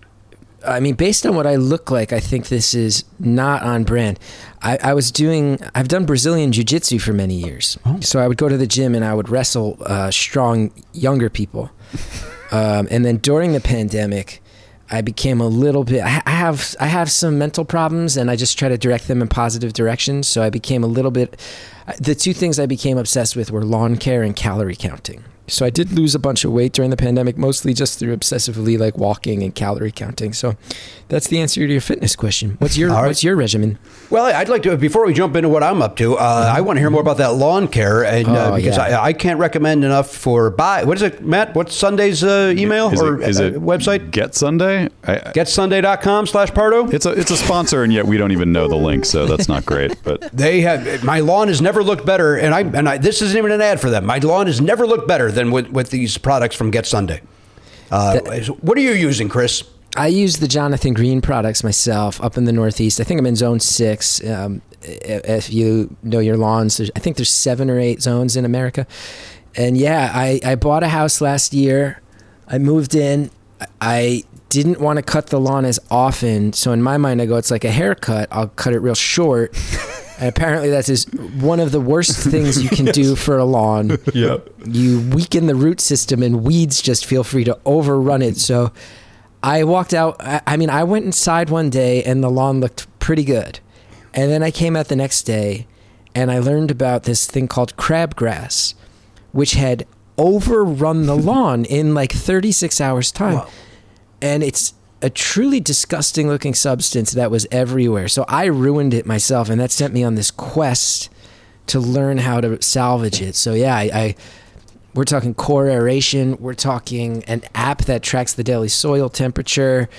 S9: i mean based on what i look like i think this is not on brand i, I was doing i've done brazilian jiu-jitsu for many years so i would go to the gym and i would wrestle uh, strong younger people um, and then during the pandemic i became a little bit I, I have i have some mental problems and i just try to direct them in positive directions so i became a little bit the two things I became obsessed with were lawn care and calorie counting. So I did lose a bunch of weight during the pandemic, mostly just through obsessively like walking and calorie counting. So that's the answer to your fitness question. What's your
S2: right.
S9: what's your regimen?
S2: Well, I'd like to, before we jump into what I'm up to, uh, I want to hear more about that lawn care. And uh,
S9: Oh,
S2: because
S9: yeah.
S2: I, I can't recommend enough for buy. What is it, Matt? What's Sunday's uh, email
S1: Is
S2: or
S1: it, is
S2: uh,
S1: it
S2: website?
S1: Get Sunday? I, I-
S2: GetSunday.com slash Pardo?
S1: it's a it's a sponsor, and yet we don't even know the link, so that's not great. But
S2: They have my lawn has never looked better, and I and I, this isn't even an ad for them. My lawn has never looked better than with, with these products from Get Sunday. Uh, what are you using, Chris?
S9: I use the Jonathan Green products myself up in the Northeast. I think I'm in zone six. Um, i- if you know your lawns, there's, I think there's seven or eight zones in America. And yeah, I, I bought a house last year. I moved in. I- I didn't want to cut the lawn as often. So in my mind, I go, it's like a haircut. I'll cut it real short. and apparently, that is one of the worst things you can do for a lawn
S1: yeah,
S9: you weaken the root system and weeds just feel free to overrun it. So I walked out. I, I mean, I went inside one day and the lawn looked pretty good. And then I came out the next day and I learned about this thing called crabgrass, which had overrun the lawn in like 36 hours' time. And it's a truly disgusting looking substance that was everywhere. So I ruined it myself. And that sent me on this quest to learn how to salvage it. So yeah, I, I we're talking core aeration. We're talking an app that tracks the daily soil temperature.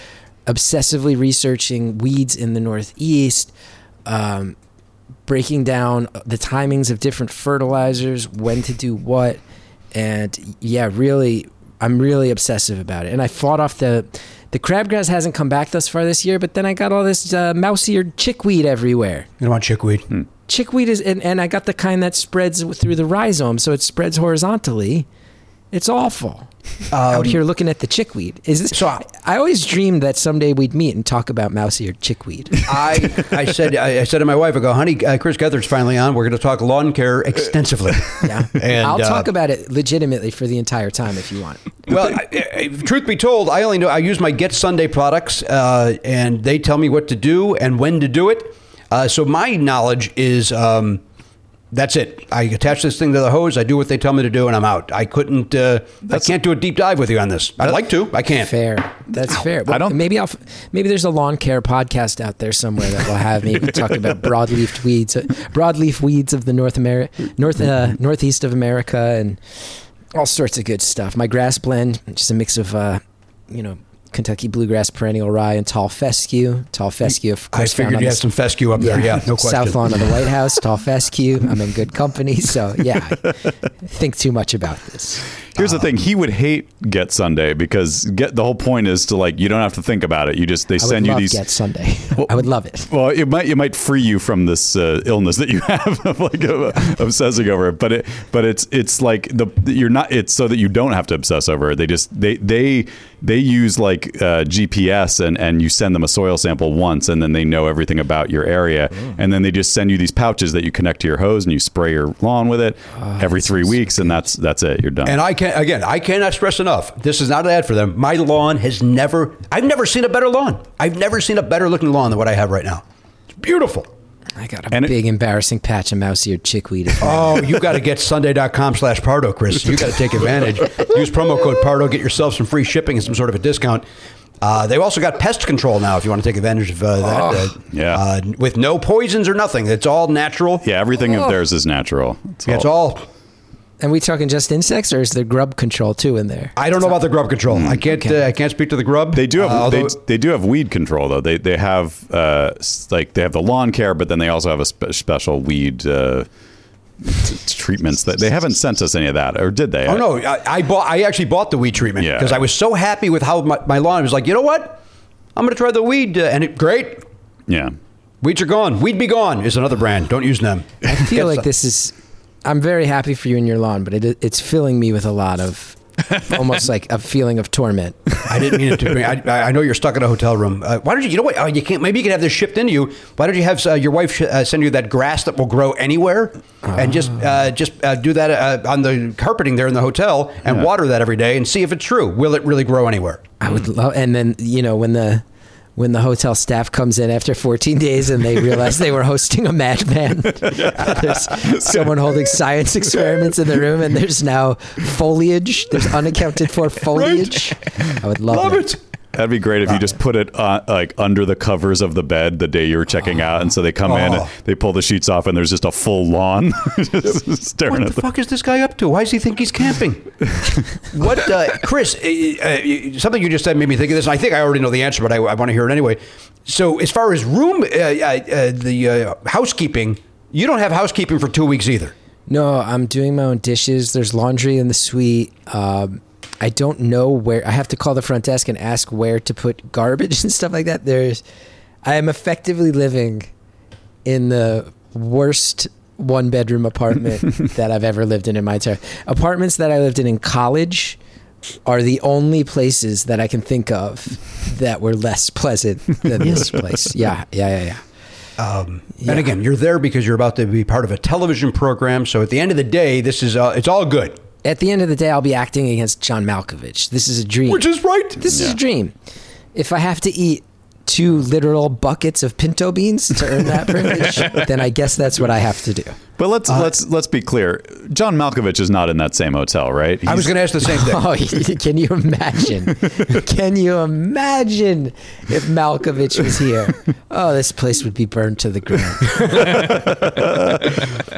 S9: Obsessively researching weeds in the Northeast. Um, breaking down the timings of different fertilizers, when to do what, and yeah, really, I'm really obsessive about it. And I fought off the the crabgrass hasn't come back thus far this year, but then I got all this uh, mouse-eared chickweed everywhere.
S2: You don't want chickweed.
S9: Chickweed is, and, and I got the kind that spreads through the rhizome, so it spreads horizontally. It's awful. Out here looking at the chickweed. Is this,
S2: Um, So I-
S9: I always dreamed that someday we'd meet and talk about mouse-eared chickweed.
S2: I, I said I, I said to my wife, I go, honey, uh, Chris Gethard's finally on. We're going to talk lawn care extensively.
S9: Yeah.
S2: And,
S9: I'll
S2: uh,
S9: talk about it legitimately for the entire time if you want.
S2: Well, I, I, truth be told, I only know I use my Get Sunday products, uh, and they tell me what to do and when to do it. Uh, so my knowledge is um, that's it. I attach this thing to the hose. I do what they tell me to do, and I'm out. I couldn't. Uh, I can't do a deep dive with you on this. I'd like to. I can't.
S9: Fair. That's fair. Well,
S1: don't-
S9: Maybe I'll. f- Maybe there's a lawn care podcast out there somewhere that will have me talk about broadleaf weeds, uh, broadleaf weeds of the North America, North uh, Northeast of America, and all sorts of good stuff. My grass blend, which is a mix of, uh, you know, Kentucky bluegrass perennial rye and tall fescue. Tall fescue, of
S2: I
S9: course. found
S2: figured
S9: on
S2: you
S9: the
S2: had some fescue up there. Yeah, no question.
S9: South lawn of the White House, tall fescue. I'm in good company, so yeah. I think too much about this.
S1: here's the thing: he would hate Get Sunday because get the whole point is to like you don't have to think about it. You just they
S9: I would
S1: send you
S9: love
S1: these
S9: Get Sunday. I would love it.
S1: Well, it might it might free you from this uh, illness that you have of like of, uh, obsessing over it, but it but it's it's like the you're not it's so that you don't have to obsess over it. They just they they they use like uh, GPS and and you send them a soil sample once, and then they know everything about your area,
S2: Hmm.
S1: and then they just send you these pouches that you connect to your hose and you spray your lawn with it
S2: Ah,
S1: every three weeks, and that's that's it. You're done.
S2: And I can again, I cannot stress enough. This is not an ad for them. My lawn has never. I've never seen a better lawn. I've never seen a better looking lawn than what I have right now. It's beautiful.
S9: I got a
S1: And it-
S9: big embarrassing patch of mouse eared chickweed. at home.
S2: Oh, you got to get sunday.com slash Pardo, Chris. You got to take advantage. Use promo code Pardo, get yourself some free shipping and some sort of a discount. Uh, they've also got pest control now if you want to take advantage of uh, that. uh,
S1: Oh, Yeah.
S2: uh, with no poisons or nothing. It's all natural.
S1: yeah, everything of theirs is natural. It's
S2: Oh. It's all.
S9: and we talking just insects, or is there grub control too in there?
S2: I don't know about the grub control. I can't.
S9: okay.
S2: Uh, I can't speak to the grub.
S1: Mm. They do have
S2: Uh, although-
S1: they, they do have weed control though. They they have uh s- like they have the lawn care, but then they also have a spe- special weed uh, t- treatments that they haven't sent us any of that, or did they?
S2: Oh no! I, I bought. I actually bought the weed treatment
S1: Yeah.
S2: because I was so happy with how my, my lawn. I was like, you know what? I'm going to try the weed, uh, and it great.
S1: Yeah.
S2: Weeds are gone. Weed be gone is another brand. Don't use them.
S9: I feel like this is. I'm very happy for you and your lawn, but it, it's filling me with a lot of almost like a feeling of torment.
S2: I didn't mean it to bring. I, I know you're stuck in a hotel room. Uh, why don't you? You know what? Oh, you can't. Maybe you can have this shipped into you. Why don't you have uh, your wife uh, send you that grass that will grow anywhere, and just uh, just uh, do that uh, on the carpeting there in the hotel, and water that every day, and see if it's true. Will it really grow anywhere?
S9: I would love, and then you know when the when the hotel staff comes in after 14 days and they realize they were hosting a madman. there's someone holding science experiments in the room, and there's now foliage. There's unaccounted for foliage. I would love,
S2: Love
S9: that.
S2: it.
S1: That'd be great if you just put it uh, like under the covers of the bed the day you're checking
S2: Uh,
S1: out, and so they come in,
S2: oh.
S1: and they pull the sheets off, and there's just a full lawn just staring
S2: What
S1: at
S2: the
S1: them.
S2: fuck is this guy up to? Why does he think he's camping? what, uh, Chris? Uh, uh, you- something you just said made me think of this. I think I already know the answer, but I, I want to hear it anyway. So, as far as room, uh, uh, uh, the uh, housekeeping, you don't have housekeeping for two weeks either.
S9: No, I'm doing my own dishes. There's laundry in the suite. Um, I don't know where. I have to call the front desk and ask where to put garbage and stuff like that. There's, I am effectively living in the worst one bedroom apartment that I've ever lived in in my entire apartments that I lived in in college are the only places that I can think of that were less pleasant than this place. Yeah, yeah, yeah, yeah.
S2: And again, you're there because you're about to be part of a television program. So, at the end of the day, this is uh, it's all good,
S9: At the end of the day, I'll be acting against John Malkovich. This is a dream.
S2: which is right.
S9: This is a dream. If I have to eat two literal buckets of pinto beans to earn that privilege, then I guess that's what I have to do.
S1: But let's
S2: Uh,
S1: let's let's be clear. John Malkovich is not in that same hotel, right?
S2: I was
S1: He's-
S2: going to ask the same thing.
S9: Oh, can you imagine? Can you imagine if Malkovich was here? Oh, this place would be burned to the ground.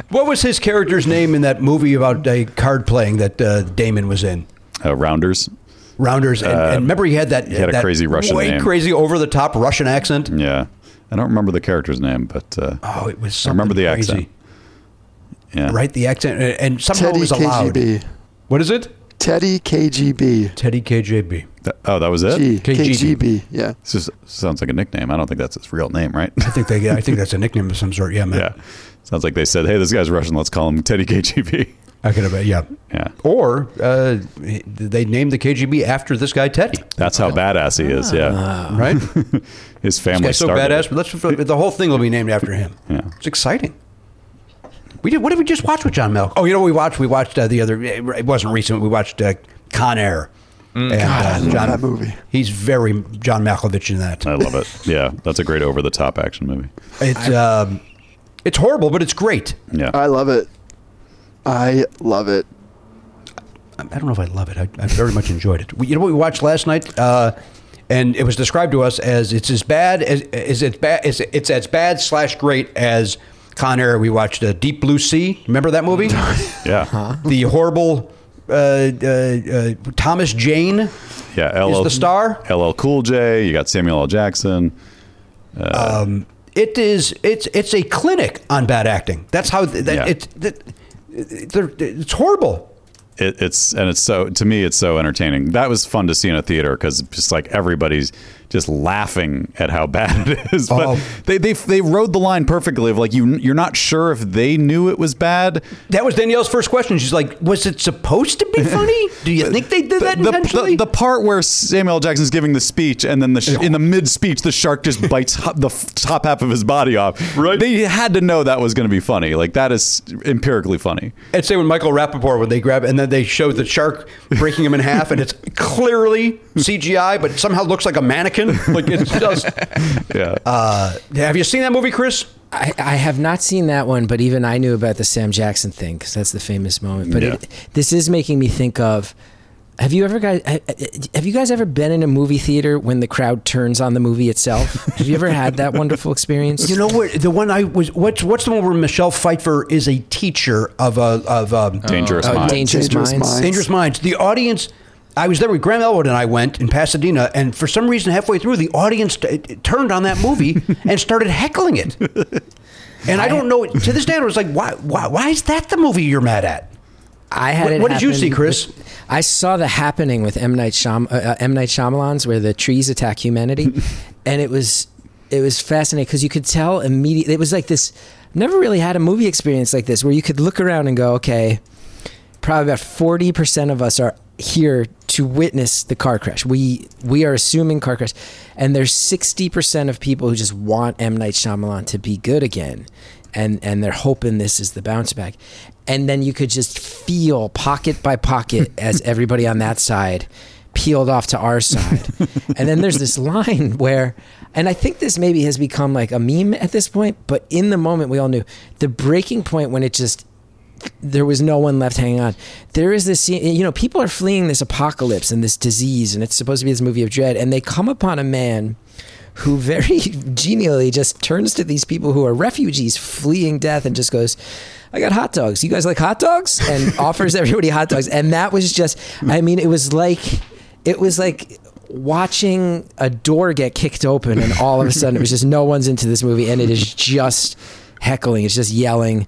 S2: What was his character's name in that movie about uh, card playing that uh, Damon was in?
S1: uh, Rounders.
S2: Rounders, and, and remember he had that he
S1: Uh, had a crazy Russian
S2: way
S1: name.
S2: crazy over the top Russian accent.
S1: Yeah, I don't remember the character's name, but uh,
S2: Oh, it was.
S1: I
S2: Something
S1: remember the
S2: crazy.
S1: accent. Yeah,
S2: right? The accent, and- and somehow
S8: Teddy
S2: it was allowed.
S8: KGB.
S2: What is it?
S8: Teddy KGB.
S2: Teddy KJB.
S1: Th- oh, that was it.
S8: Gee,
S2: KGB.
S8: KGB. Yeah.
S1: This just sounds like a nickname. I don't think that's his real name, right?
S2: I think they, I think that's a nickname of some sort. Yeah, man.
S1: yeah, sounds like they said, "Hey, this guy's Russian. Let's call him Teddy KGB."
S2: I could have. Yeah.
S1: Yeah.
S2: Or uh, they named the KGB after this guy Teddy.
S1: That's how badass he is. Yeah,
S2: Right?
S1: his family
S2: Ah. Guy's so
S1: started.
S2: badass.
S1: it.
S2: But let's, the whole thing will be named after him.
S1: Yeah.
S2: It's exciting. We did. What did we just watch with John Malkovich? Oh, you know what we watched? We watched uh, the other. It wasn't recent. We watched uh, Con Air.
S1: Mm.
S2: and, uh, John,
S8: that movie.
S2: He's very John Malkovich in that.
S1: I love it. Yeah, that's a great over-the-top action movie.
S2: It's um, it's horrible, but it's great.
S1: Yeah,
S8: I love it. I love it.
S2: I I don't know if I love it. I, I very much enjoyed it. We, you know what we watched last night, uh, and it was described to us as it's as bad as is it bad is it's as bad slash great as Con Air. We watched uh, Deep Blue Sea. Remember that movie?
S1: yeah,
S2: the horrible uh, uh, uh, Thomas Jane.
S1: yeah. LL,
S2: the star?
S1: LL Cool J. You got Samuel L. Jackson.
S2: It is it's it's a clinic on bad acting. That's how th- that,
S1: Yeah.
S2: it's that, they're- it's horrible.
S1: it, it's and it's so to me it's so entertaining that was fun to see in a theater because just like everybody's just laughing at how bad it is but
S2: Oh.
S1: they, they they rode the line perfectly of like you you're not sure if they knew it was bad
S2: That was Danielle's first question. She's like, "Was it supposed to be funny? Do you think they did that
S1: the,
S2: intentionally?"
S1: the, the part where Samuel L. Jackson's giving the speech, and then the sh- in the mid speech, the shark just bites ho- the f- top half of his body off. Right? They had to know that was going to be funny. Like that is empirically funny.
S2: I'd say when Michael Rappaport, when they grab and then they show the shark breaking him in half, and it's clearly CGI, but somehow looks like a mannequin. Like it's just.
S1: Yeah.
S2: Uh, have you seen that movie, Chris?
S9: I, I have not seen that one, but even I knew about the Sam Jackson thing because that's the famous moment. But it, this is making me think of. Have you ever guys ha- have you guys ever been in a movie theater when the crowd turns on the movie itself? have you ever had that wonderful experience?
S2: You know what? The one I was. What's what's the one where Michelle Pfeiffer is a teacher of a of um,
S1: Dangerous
S9: Oh,
S1: mind.
S9: Dangerous,
S8: Dangerous
S9: Minds.
S8: Minds.
S2: Dangerous Minds. The audience. I was there with Graham Elwood and I went in Pasadena, and for some reason, halfway through, the audience t- it turned on that movie and started heckling it. And I don't know. To this day, I was like, why, why, why is that the movie you're mad at?
S9: I had
S2: What-
S9: it
S2: what did you
S9: happen
S2: see, Chris?
S9: with- I saw the happening with M Night Shyam, uh, uh, M Night Shyamalan's where the trees attack humanity, and it was it was fascinating because you could tell immediately. It was like this. Never really had a movie experience like this where you could look around and go, okay, probably about forty percent of us are here to witness the car crash. We we are assuming car crash, and there's sixty percent of people who just want M Night Shyamalan to be good again, and and they're hoping this is the bounce back, and then you could just feel pocket by pocket as everybody on that side peeled off to our side, and then there's this line where and I think this maybe has become like a meme at this point, but in the moment we all knew the breaking point when it just there was no one left hanging on. There is this scene, you know, people are fleeing this apocalypse and this disease, and it's supposed to be this movie of dread, and they come upon a man who very genially just turns to these people who are refugees fleeing death and just goes, I got hot dogs. You guys like hot dogs? And offers everybody hot dogs. And that was just, I mean, it was like, it was like, Watching a door get kicked open, and all of a sudden it was just no one's into this movie, and it is just heckling, it's just yelling.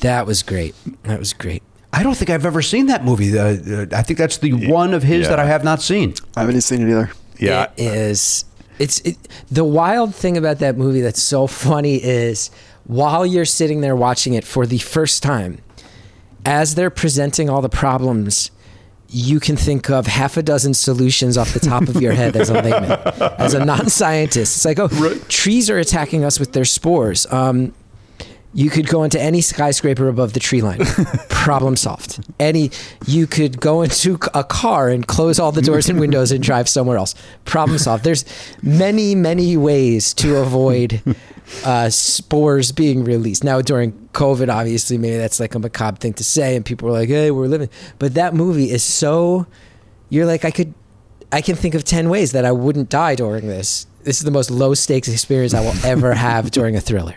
S9: That was great. That was great.
S2: I don't think I've ever seen that movie. Uh, uh, I think that's the one of his
S1: Yeah.
S2: that I have not seen.
S8: I haven't seen it either.
S1: Yeah.
S9: It is. It's it, the wild thing about that movie that's so funny is while you're sitting there watching it for the first time, as they're presenting all the problems, you can think of half a dozen solutions off the top of your head as a layman, as a non-scientist. It's like, oh, trees are attacking us with their spores. Um, you could go into any skyscraper above the tree line. Problem solved. Any you could go into c- a car and close all the doors and windows and drive somewhere else. Problem solved. There's many many ways to avoid uh, spores being released. Now during COVID, obviously, maybe that's like a macabre thing to say, and people are like, "Hey, we're living." But that movie is so. You're like, I could, I can think of ten ways that I wouldn't die during this. This is the most low stakes experience I will ever have during a thriller.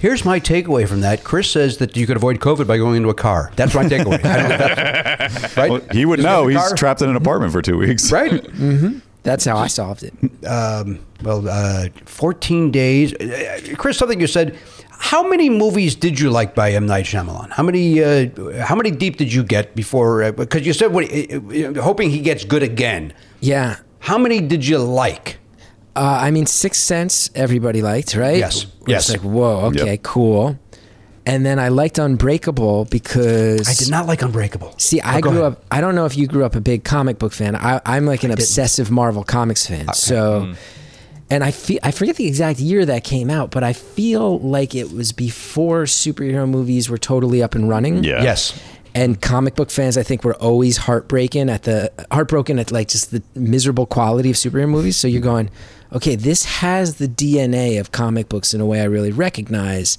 S2: Here's my takeaway from that. Chris says that you could avoid COVID by going into a car. That's my takeaway. I don't know if that's- right?
S1: Well, he would
S2: Just
S1: know.
S2: get in a
S1: He's
S2: car.
S1: trapped in an apartment for two weeks.
S2: Right.
S9: That's how I solved it.
S2: Well, uh, 14 days. Uh, Chris, something you said. How many movies did you like by M. Night Shyamalan? How many? Uh, how many deep did you get before? Because you said what, uh, uh, hoping he gets good again.
S9: Yeah.
S2: How many did you like?
S9: Uh, I mean, Sixth Sense, everybody liked, right?
S2: Yes.
S9: It's
S2: Yes.
S9: like, whoa, okay,
S1: Yep.
S9: cool. And then I liked Unbreakable because.
S2: I did not like Unbreakable.
S9: See, I
S2: go
S9: grew
S2: ahead.
S9: up. I don't know if you grew up a big comic book fan. I, I'm like an obsessive Marvel comics fan. So,
S2: Hmm.
S9: and I feel I forget the exact year that came out, but I feel like it was before superhero movies were totally up and running.
S1: Yeah.
S2: Yes.
S9: and comic book fans i think were always heartbreaking at the heartbroken at like just the miserable quality of superhero movies so you're going okay this has the dna of comic books in a way i really recognize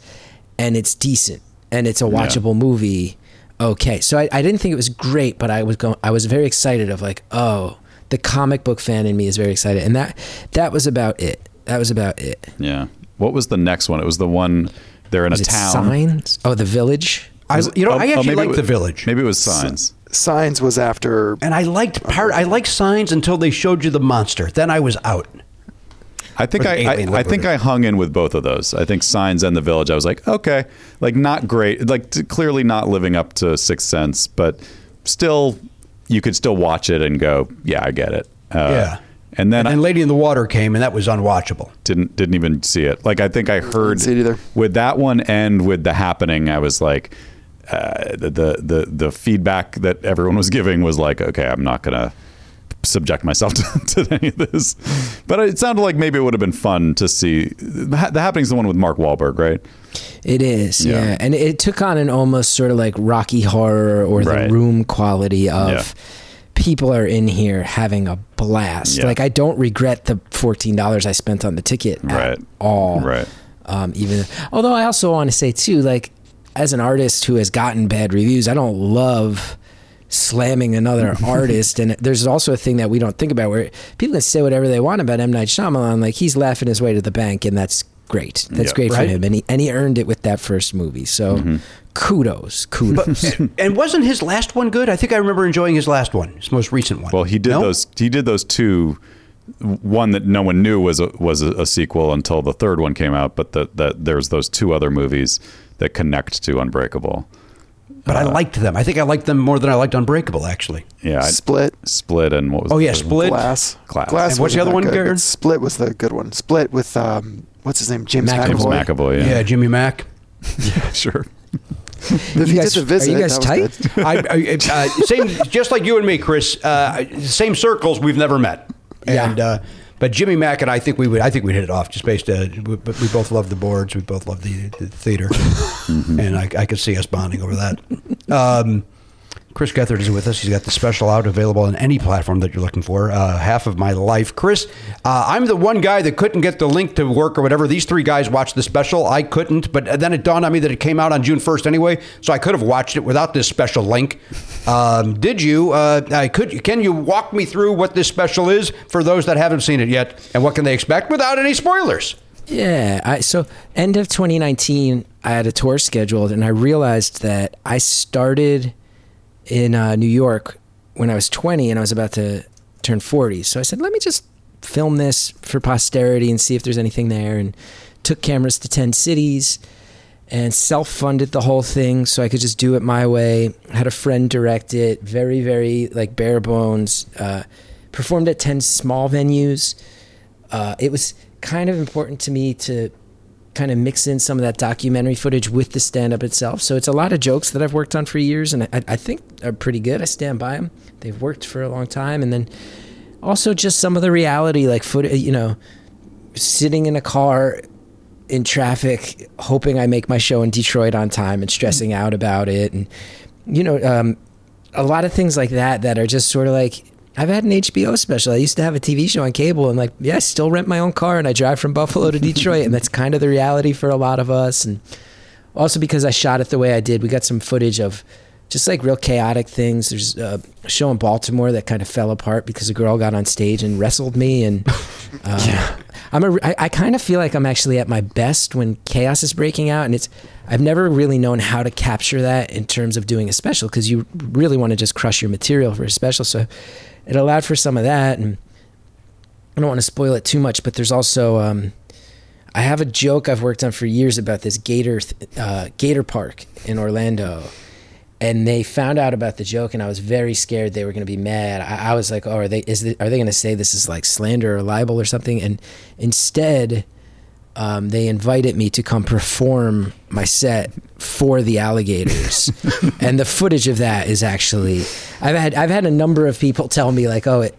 S9: and it's decent and it's a watchable movie okay so I, I didn't think it was great but i was going i was very excited of like oh the comic book fan in me is very excited and that that was about it that was about it
S1: Yeah. What was the next one? It was the one they're in
S9: was
S1: a
S9: it
S1: town.
S9: signs oh the village
S2: I, you know,
S1: Oh, oh,
S2: I actually
S1: maybe it
S2: liked
S1: was-
S2: The Village.
S1: Maybe it was signs.
S8: Signs was after.
S2: And I liked part. I liked signs until they showed you the monster. Then I was out.
S1: I think
S2: Or the
S1: I,
S2: alien,
S1: I, I
S2: whatever
S1: think
S2: it
S1: I hung in with both of those. I think Signs and The Village. I was like, okay, like not great, like t- clearly not living up to Sixth Sense, but still, you could still watch it and go, yeah, I get it. Uh,
S2: Yeah.
S1: And then
S2: And,
S1: I
S2: Lady in the Water came, and that was unwatchable.
S1: didn't didn't even see it. Like I think I heard
S8: see it either.
S1: with that one and with the happening. I was like, uh, the, the the the feedback that everyone was giving was like, okay, I'm not gonna subject myself to, to any of this. But it sounded like maybe it would have been fun to see. The Ha- The happening's the one with Mark Wahlberg, right?
S9: It is,
S1: Yeah.
S9: yeah. And it took on an almost sort of like Rocky Horror or
S1: Right.
S9: the room quality of
S1: Yeah.
S9: people are in here having a blast.
S1: Yeah.
S9: Like, I don't regret the $14 I spent on the ticket
S1: Right.
S9: at all.
S1: Right.
S9: Um, even although I also want to say too, like as an artist who has gotten bad reviews, I don't love slamming another artist. And there's also a thing that we don't think about where people can say whatever they want about M Night Shyamalan. Like he's laughing his way to the bank, and that's great. That's
S1: Yeah.
S9: great
S2: Right.
S9: for him, and he and he earned it with that first movie. So kudos, kudos.
S2: and wasn't his last one good? I think I remember enjoying his last one, his most recent one.
S1: Well, he did
S2: No?
S1: those. He did those two. One that no one knew was a, was a, a sequel until the third one came out. But that that there's those two other movies that connect to Unbreakable.
S2: but
S1: uh,
S2: I liked them. I think I liked them more than I liked Unbreakable, actually.
S1: Yeah. I-
S8: Split.
S1: Split and what was
S2: Oh
S1: the
S2: yeah,
S1: third one?
S2: Split.
S8: Glass.
S1: Glass.
S8: Glass.
S2: And what's the
S8: wasn't
S2: other
S8: that
S2: one,
S8: good,
S2: Garrett?
S8: but Split was the good one. Split with um, what's his name, James
S9: McAvoy.
S1: James
S8: McAvoy.
S1: McAvoy.
S2: Yeah, Jimmy Mack.
S1: sure.
S8: If he
S9: guys-
S8: did the
S9: are you
S8: visit,
S9: guys
S8: that was
S9: tight?
S8: good.
S2: I, I, uh, same, just like you and me, Chris. Uh, same circles. We've never met.
S9: Yeah.
S2: And, uh, but Jimmy Mack and I think we would. I think we'd hit it off just based. Uh, we, but we both love the boards. We both love the, the theater, and I, I could see us bonding over that. Um, Chris Gethard is with us. He's got the special out available on any platform that you're looking for. Uh, half of my life, Chris. Uh, I'm the one guy that couldn't get the link to work or whatever. These three guys watched the special. I couldn't, but then it dawned on me that it came out on June 1st anyway, so I could have watched it without this special link. Um, did you? Uh, I could. Can you walk me through what this special is for those that haven't seen it yet, and what can they expect without any spoilers?
S9: Yeah. I, so end of 2019, I had a tour scheduled, and I realized that I started in uh, New York when I was 20, and I was about to turn 40. So I said, let me just film this for posterity and see if there's anything there. And took cameras to 10 cities and self-funded the whole thing so I could just do it my way. Had a friend direct it, very, very like bare bones. Uh, performed at 10 small venues uh, it was kind of important to me to kind of mix in some of that documentary footage with the stand up itself. So it's a lot of jokes that I've worked on for years and I, I think are pretty good. I stand by them. They've worked for a long time. And then also just some of the reality, like foot, you know, sitting in a car in traffic, hoping I make my show in Detroit on time and stressing out about it. And, you know, um, a lot of things like that that are just sort of like I've had an HBO special. I used to have a TV show on cable, and like, yeah, I still rent my own car and I drive from Buffalo to Detroit, and that's kind of the reality for a lot of us. And also because I shot it the way I did, we got some footage of just like real chaotic things. There's a show in Baltimore that kind of fell apart because a girl got on stage and wrestled me, and uh, I'm a, I, I kind of feel like I'm actually at my best when chaos is breaking out, and it's I've never really known how to capture that in terms of doing a special because you really want to just crush your material for a special. So it allowed for some of that, and I don't want to spoil it too much, but there's also um, I have a joke I've worked on for years about this gator th- uh, gator park in Orlando, and they found out about the joke, and I was very scared they were going to be mad. I, I was like, "Oh, are they is the, are they going to say this is like slander or libel or something?" And instead, um, they invited me to come perform my set for the alligators, and the footage of that is actually I've had I've had a number of people tell me like, "Oh, it."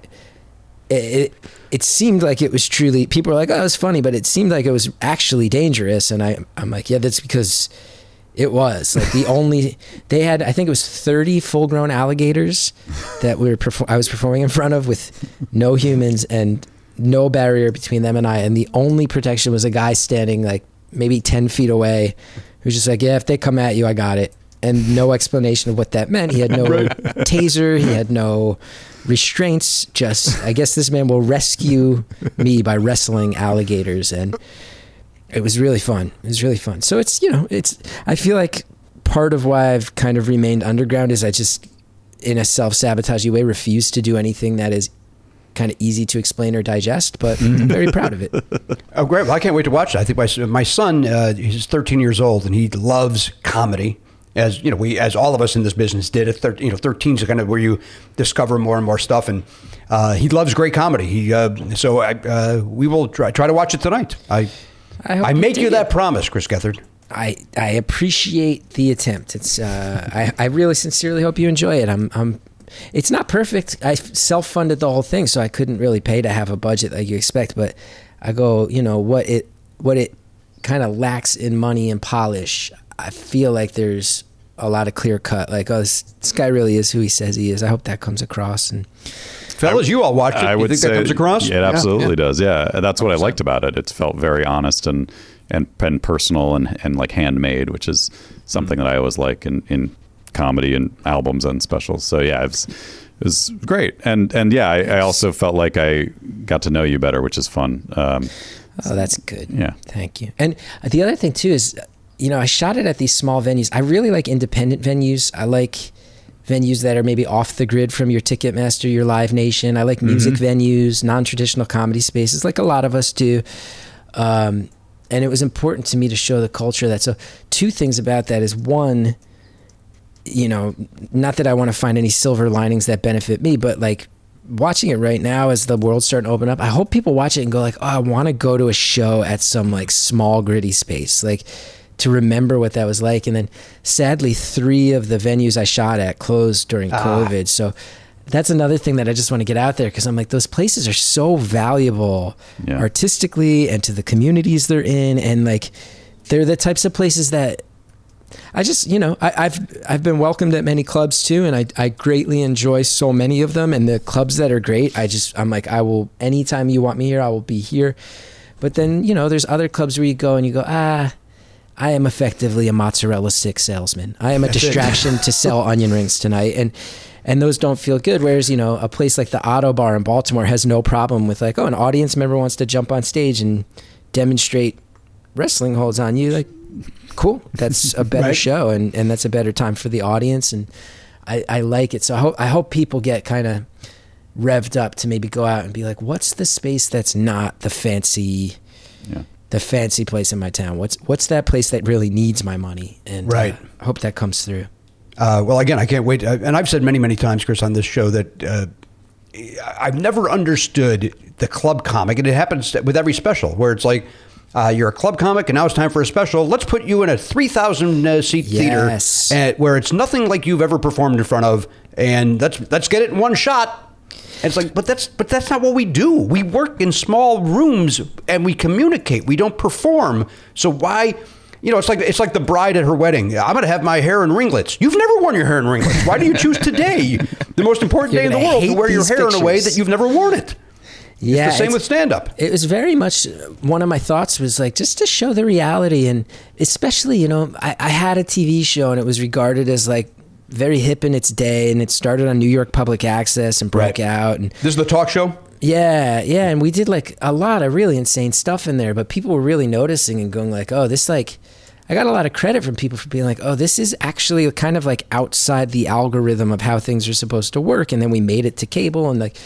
S9: it, it seemed like it was truly people were like oh it was funny but it seemed like it was actually dangerous and I I'm like yeah that's because it was like the only they had I think it was 30 full grown alligators that we were perfor- I was performing in front of with no humans and no barrier between them and I and the only protection was a guy standing like maybe 10 feet away who's just like yeah if they come at you I got it and no explanation of what that meant he had no taser he had no restraints just i guess this man will rescue me by wrestling alligators and it was really fun it was really fun so it's you know it's i feel like part of why i've kind of remained underground is i just in a self-sabotaging way refuse to do anything that is kind of easy to explain or digest but i'm very proud of it
S2: Oh, great. Well, I can't wait to watch it. I think my, my son, uh, he's 13 years old and he loves comedy. As you know, we as all of us in this business did at 13, you know, 13 is kind of where you discover more and more stuff, and uh, he loves great comedy. He uh, so I, uh, we will try try to watch it tonight. I
S9: I
S2: I,
S9: hope you
S2: make
S9: do
S2: you that
S9: it.
S2: promise, Chris Gethard.
S9: I I appreciate the attempt. It's uh, I I really sincerely hope you enjoy it. I'm I'm. It's not perfect. I self funded the whole thing, so I couldn't really pay to have a budget like you expect. But I go, you know what it what it kind of lacks in money and polish. I feel like there's a lot of clear cut. Like oh, this, this guy really is who he says he is. I hope that comes across. And
S2: Fellas, you all watched it.
S1: I
S2: you
S1: would
S2: think
S1: say
S2: that comes across?
S1: It absolutely does. Yeah, that's what I liked about it. It's felt very honest and and, and personal and, and like handmade, which is something that I always like in, in comedy and albums and specials. So yeah, it was, it was great. And and yeah, I, I also felt like I got to know you better, which is fun. Um,
S9: Oh, that's good.
S1: Yeah.
S9: Thank you. And the other thing too is, you know, I shot it at these small venues. I really like independent venues. I like venues that are maybe off the grid from your Ticketmaster, your Live Nation. I like music venues, non-traditional comedy spaces, like a lot of us do. Um, and it was important to me to show the culture of that. So, two things about that is one you know, not that I want to find any silver linings that benefit me, but like watching it right now as the world's starting to open up, I hope people watch it and go like, "Oh, I want to go to a show at some like small gritty space." Like to remember what that was like and then sadly 3 of the venues I shot at closed during COVID. So that's another thing that I just want to get out there cuz I'm like those places are so valuable
S1: Yeah.
S9: artistically and to the communities they're in and like they're the types of places that I just, you know, I, I've I've been welcomed at many clubs too, and I, I greatly enjoy so many of them. And the clubs that are great, I just I'm like I will anytime you want me here, I will be here. But then you know, there's other clubs where you go and you go ah. I am effectively a mozzarella stick salesman. I am a distraction to sell onion rings tonight, and and those don't feel good. Whereas you know, a place like the Auto Bar in Baltimore has no problem with like, oh, an audience member wants to jump on stage and demonstrate wrestling holds on you. Like, cool, that's a better
S2: Right.
S9: show, and and that's a better time for the audience, and I I like it. So I hope I hope people get kind of revved up to maybe go out and be like, what's the space that's not the fancy the fancy place in my town. What's what's that place that really needs my money? And uh,
S2: Right.
S9: I hope that comes through.
S2: Uh, well, again, I can't wait. Uh, And I've said many, many times, Chris, on this show that uh, I've never understood the club comic, and it happens with every special where it's like. Uh, you're a club comic, and now it's time for a special. Let's put you in a 3,000 uh, seat
S9: Yes.
S2: theater at, where it's nothing like you've ever performed in front of, and let's let's get it in one shot. And it's like, but that's but that's not what we do. We work in small rooms and we communicate. We don't perform. So why? You know, it's like it's like the bride at her wedding. I'm going to have my hair in ringlets. You've never worn your hair in ringlets. Why do you choose today, the most important
S9: You're
S2: day in the
S9: gonna
S2: world, to
S9: hate
S2: wear your
S9: these
S2: hair in a way
S9: pictures.
S2: that you've never worn it?
S9: Yeah,
S2: it's the same
S9: it's-
S2: with stand up.
S9: It was very much one of my thoughts was like just to show the reality, and especially you know I, I had a TV show and it was regarded as like very hip in its day, and it started on New York Public Access and broke
S2: Right.
S9: out, and
S2: This is the talk show.
S9: Yeah, yeah, and we did like a lot of really insane stuff in there, but people were really noticing and going like, "Oh, this like I got a lot of credit from people for being like, "Oh, this is actually kind of like outside the algorithm of how things are supposed to work." And then we made it to cable and like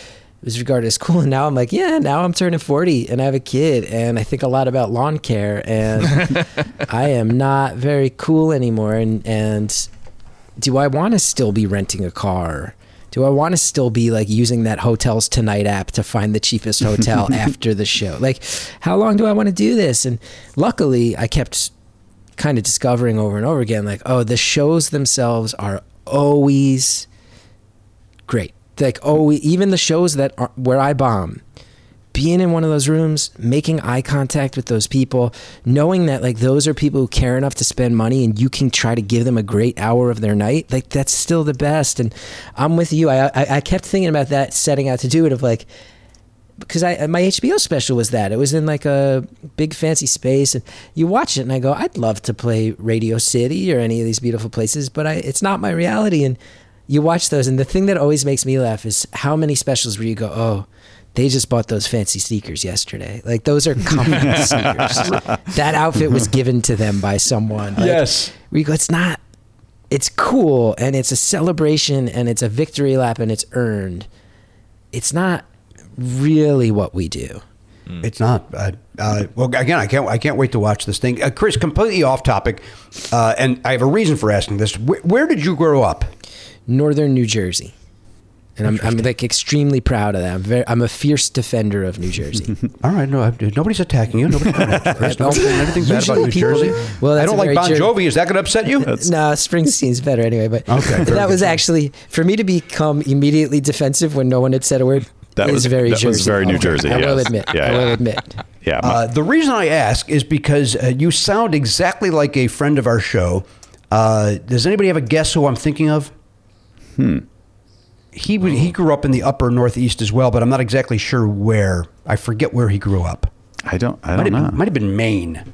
S9: it was regarded as cool and now I'm like, "Yeah, now I'm turning 40 and I have a kid and I think a lot about lawn care and I am not very cool anymore and and do I want to still be renting a car? Do I want to still be like using that hotels tonight app to find the cheapest hotel after the show? Like, how long do I want to do this? And luckily, I kept kind of discovering over and over again, like, oh, the shows themselves are always great. Like, oh, even the shows that are where I bomb, being in one of those rooms, making eye contact with those people, knowing that like those are people who care enough to spend money and you can try to give them a great hour of their night, like that's still the best. And I'm with you. I I, I kept thinking about that setting out to do it of like because I my HBO special was that it was in like a big fancy space and you watch it and I go I'd love to play Radio City or any of these beautiful places but I it's not my reality and you watch those and the thing that always makes me laugh is how many specials where you go oh they just bought those fancy sneakers yesterday like those are company sneakers that outfit was given to them by someone Like,
S2: Yes.
S9: where you go it's not it's cool and it's a celebration and it's a victory lap and it's earned it's not really what we do.
S2: It's not. Uh, uh, well, again, I can't. I can't wait to watch this thing. Uh, Chris, completely off topic, uh, and I have a reason for asking this. Where, where did you grow up?
S9: Northern New Jersey. And I'm, I'm like extremely proud of that. I'm, very, I'm a fierce defender of New Jersey.
S2: All right, no, I, nobody's attacking you. Nobody's Chris, nobody's saying anything bad about
S9: Usually
S2: New
S9: people-
S2: Jersey.
S9: Well,
S2: I
S9: that's
S2: don't
S9: a
S2: like
S9: very
S2: Bon
S9: Jer-
S2: Jovi. Is that going to upset you?
S9: no, Springsteen's better anyway. But
S2: Okay, very
S9: that was
S2: good.
S9: actually for me to become immediately defensive when no one had said a word.
S1: That
S9: is
S1: was-
S9: very
S1: that
S9: Jersey.
S1: was very New
S9: Okay.
S1: Jersey,
S9: I will
S1: yes.
S9: admit.
S1: Yeah,
S9: I will
S1: yeah.
S9: admit.
S1: Yeah, my-
S2: Uh, the reason I ask is because uh, you sound exactly like a friend of our show. Uh, does anybody have a guess who I'm thinking of? Hmm. He was, he grew up in the upper northeast as well, but I'm not exactly sure where. I forget where he grew up.
S1: I don't. I
S2: Might
S1: don't
S2: have,
S1: know.
S2: been, might have been Maine.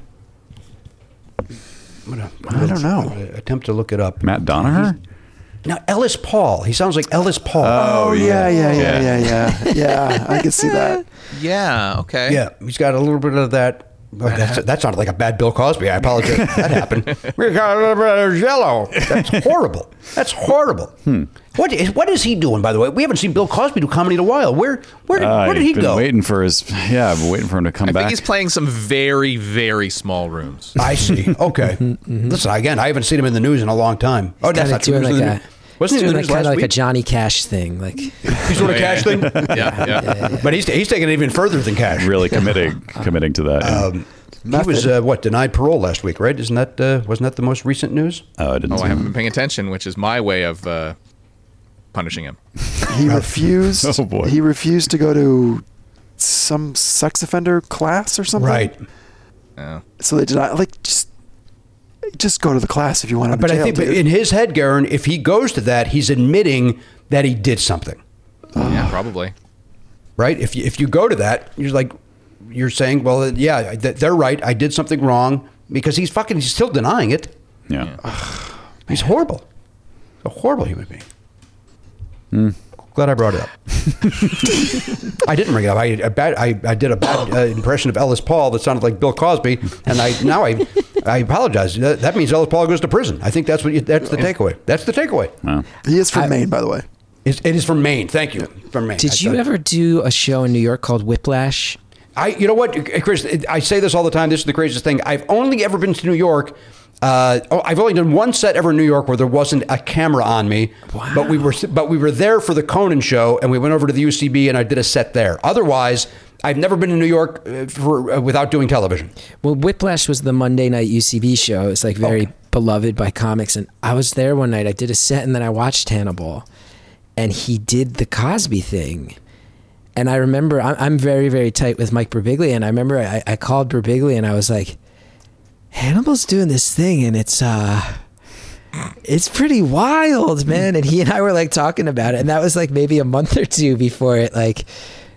S2: I'm gonna- I'm
S8: I don't
S2: gonna
S8: know.
S2: Attempt to look it up.
S1: Matt Donaher.
S2: Now Ellis Paul. He sounds like Ellis Paul.
S8: Oh, yeah, yeah, yeah,
S1: Yeah.
S8: yeah, yeah, yeah. I can see that.
S7: Yeah. Okay.
S2: Yeah, he's got a little bit of that. Oh, that's, that sounded like a bad Bill Cosby. I apologize. that happened. We got a little bit of yellow. That's horrible. That's horrible. What is what is he doing? By the way, we haven't seen Bill Cosby do comedy in a while. Where where did,
S1: Uh,
S2: where did he
S1: I've been
S2: go?
S1: Waiting for his. Yeah, I've been waiting for him to come
S7: I
S1: back.
S7: think he's playing some very, very small rooms.
S2: I see. Okay. Listen, again, I haven't seen him in the news in a long time. Oh, that's
S9: Kind
S2: not
S9: of
S2: true. He was
S9: doing like
S2: in the
S9: a.
S2: news- Wasn't he in
S9: doing
S2: the
S9: like
S2: news
S9: kind of
S2: last
S9: like a
S2: week?
S9: Johnny Cash thing, like
S2: He's doing a cash thing.
S7: Yeah. Yeah.
S2: But he's he's taking it even further than cash.
S1: really committing committing to that. yeah.
S2: He was uh, what denied parole last week, right? Isn't that uh, wasn't that the most recent news?
S1: oh, I didn't.
S7: Oh,
S1: see
S7: I haven't
S1: that.
S7: been paying attention, which is my way of uh, punishing him.
S8: He refused.
S1: Oh, boy.
S8: He refused to go to some sex offender class or something.
S7: Uh,
S2: Right.
S8: So they did not like just. just go to the class if you want to.
S2: But I think but in his head, Garen, if he goes to that, he's admitting that he did something,
S7: yeah, probably.
S2: right? If you, if you go to that, you're like, you're saying, well, uh, yeah, th- they're right. I did something wrong because he's fucking, he's still denying it.
S1: Yeah.
S2: He's horrible. A horrible human being. Glad I brought it up. I didn't bring it up. I, I, bad, I, I did a bad uh, impression of Ellis Paul that sounded like Bill Cosby, and I now I I apologize. That, that means Ellis Paul goes to prison. I think that's what you, that's the takeaway. That's the takeaway.
S8: he is from Maine, by the way.
S2: It's, it is from Maine. Thank you from Maine. I
S9: Did you
S2: thought-
S9: ever do a show in New York called Whiplash?
S2: I, you know what, Chris? I say this all the time. This is the craziest thing. I've only ever been to New York. Uh, oh, I've only done one set ever in New York where there wasn't a camera on me. But we were, but we were there for the Conan show, and we went over to the UCB, and I did a set there. Otherwise, I've never been to New York uh, for uh, without doing television.
S9: Well, Whiplash was the Monday night UCB show. It's like very beloved by comics. And I was there one night. I did a set and then I watched Hannibal. And he did the Cosby thing. And I remember I- I'm very, very tight with Mike Birbiglia. And I remember I, I called Birbiglia and I was like, Hannibal's doing this thing and it's, uh, it's pretty wild, man. And he and I were like talking about it. And that was like maybe a month or two before it, like,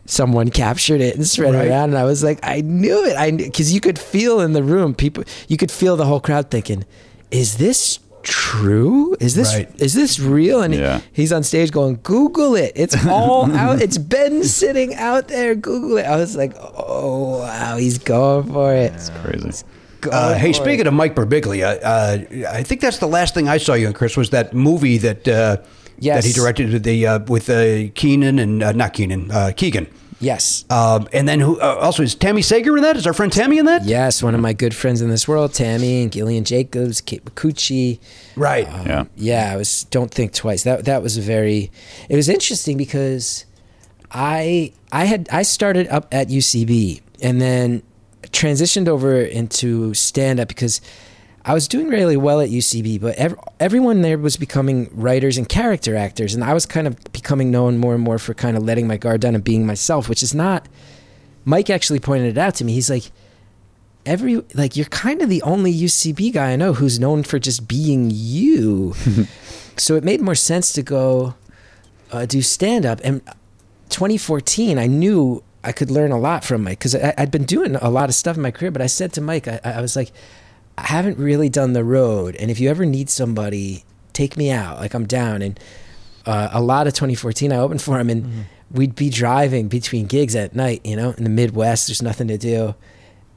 S9: someone captured it and spread it around. And I was like, I knew it. I because you could feel in the room, people, you could feel the whole crowd thinking, is this true? Is this
S2: Right.
S9: is this real? And he-
S1: Yeah.
S9: he's on stage going, Google it. It's all out. It's been sitting out there. Google it. I was like, oh, wow, he's going for it.
S1: Crazy.
S2: Uh, hey, speaking of Mike Birbiglia, uh, I think that's the last thing I saw you in, Chris, was that movie that uh,
S9: Yes.
S2: that he directed the uh, with uh, Keenan and uh, not Keenan uh, Keegan.
S9: Yes.
S2: Um, and then who uh, also is Tammy Sager in that? Is our friend Tammy in that?
S9: Yes, one of my good friends in this world, Tammy and Gillian Jacobs, Kate Micucci.
S2: Right.
S1: Yeah.
S9: yeah, I was don't think twice. That that was a very it was interesting because I I had I started up at UCB and then transitioned over into stand up because I was doing really well at UCB, but ev- everyone there was becoming writers and character actors and I was kind of becoming known more and more for kind of letting my guard down and being myself, which is not Mike actually pointed it out to me. He's like every like you're kind of the only UCB guy I know who's known for just being you. so it made more sense to go uh, do stand up. And 2014, I knew I could learn a lot from Mike because I'd been doing a lot of stuff in my career. But I said to Mike, I, I was like, I haven't really done the road, and if you ever need somebody, take me out. Like I'm down. And uh, a lot of 2014, I opened for him, and we'd be driving between gigs at night. You know, in the Midwest, there's nothing to do,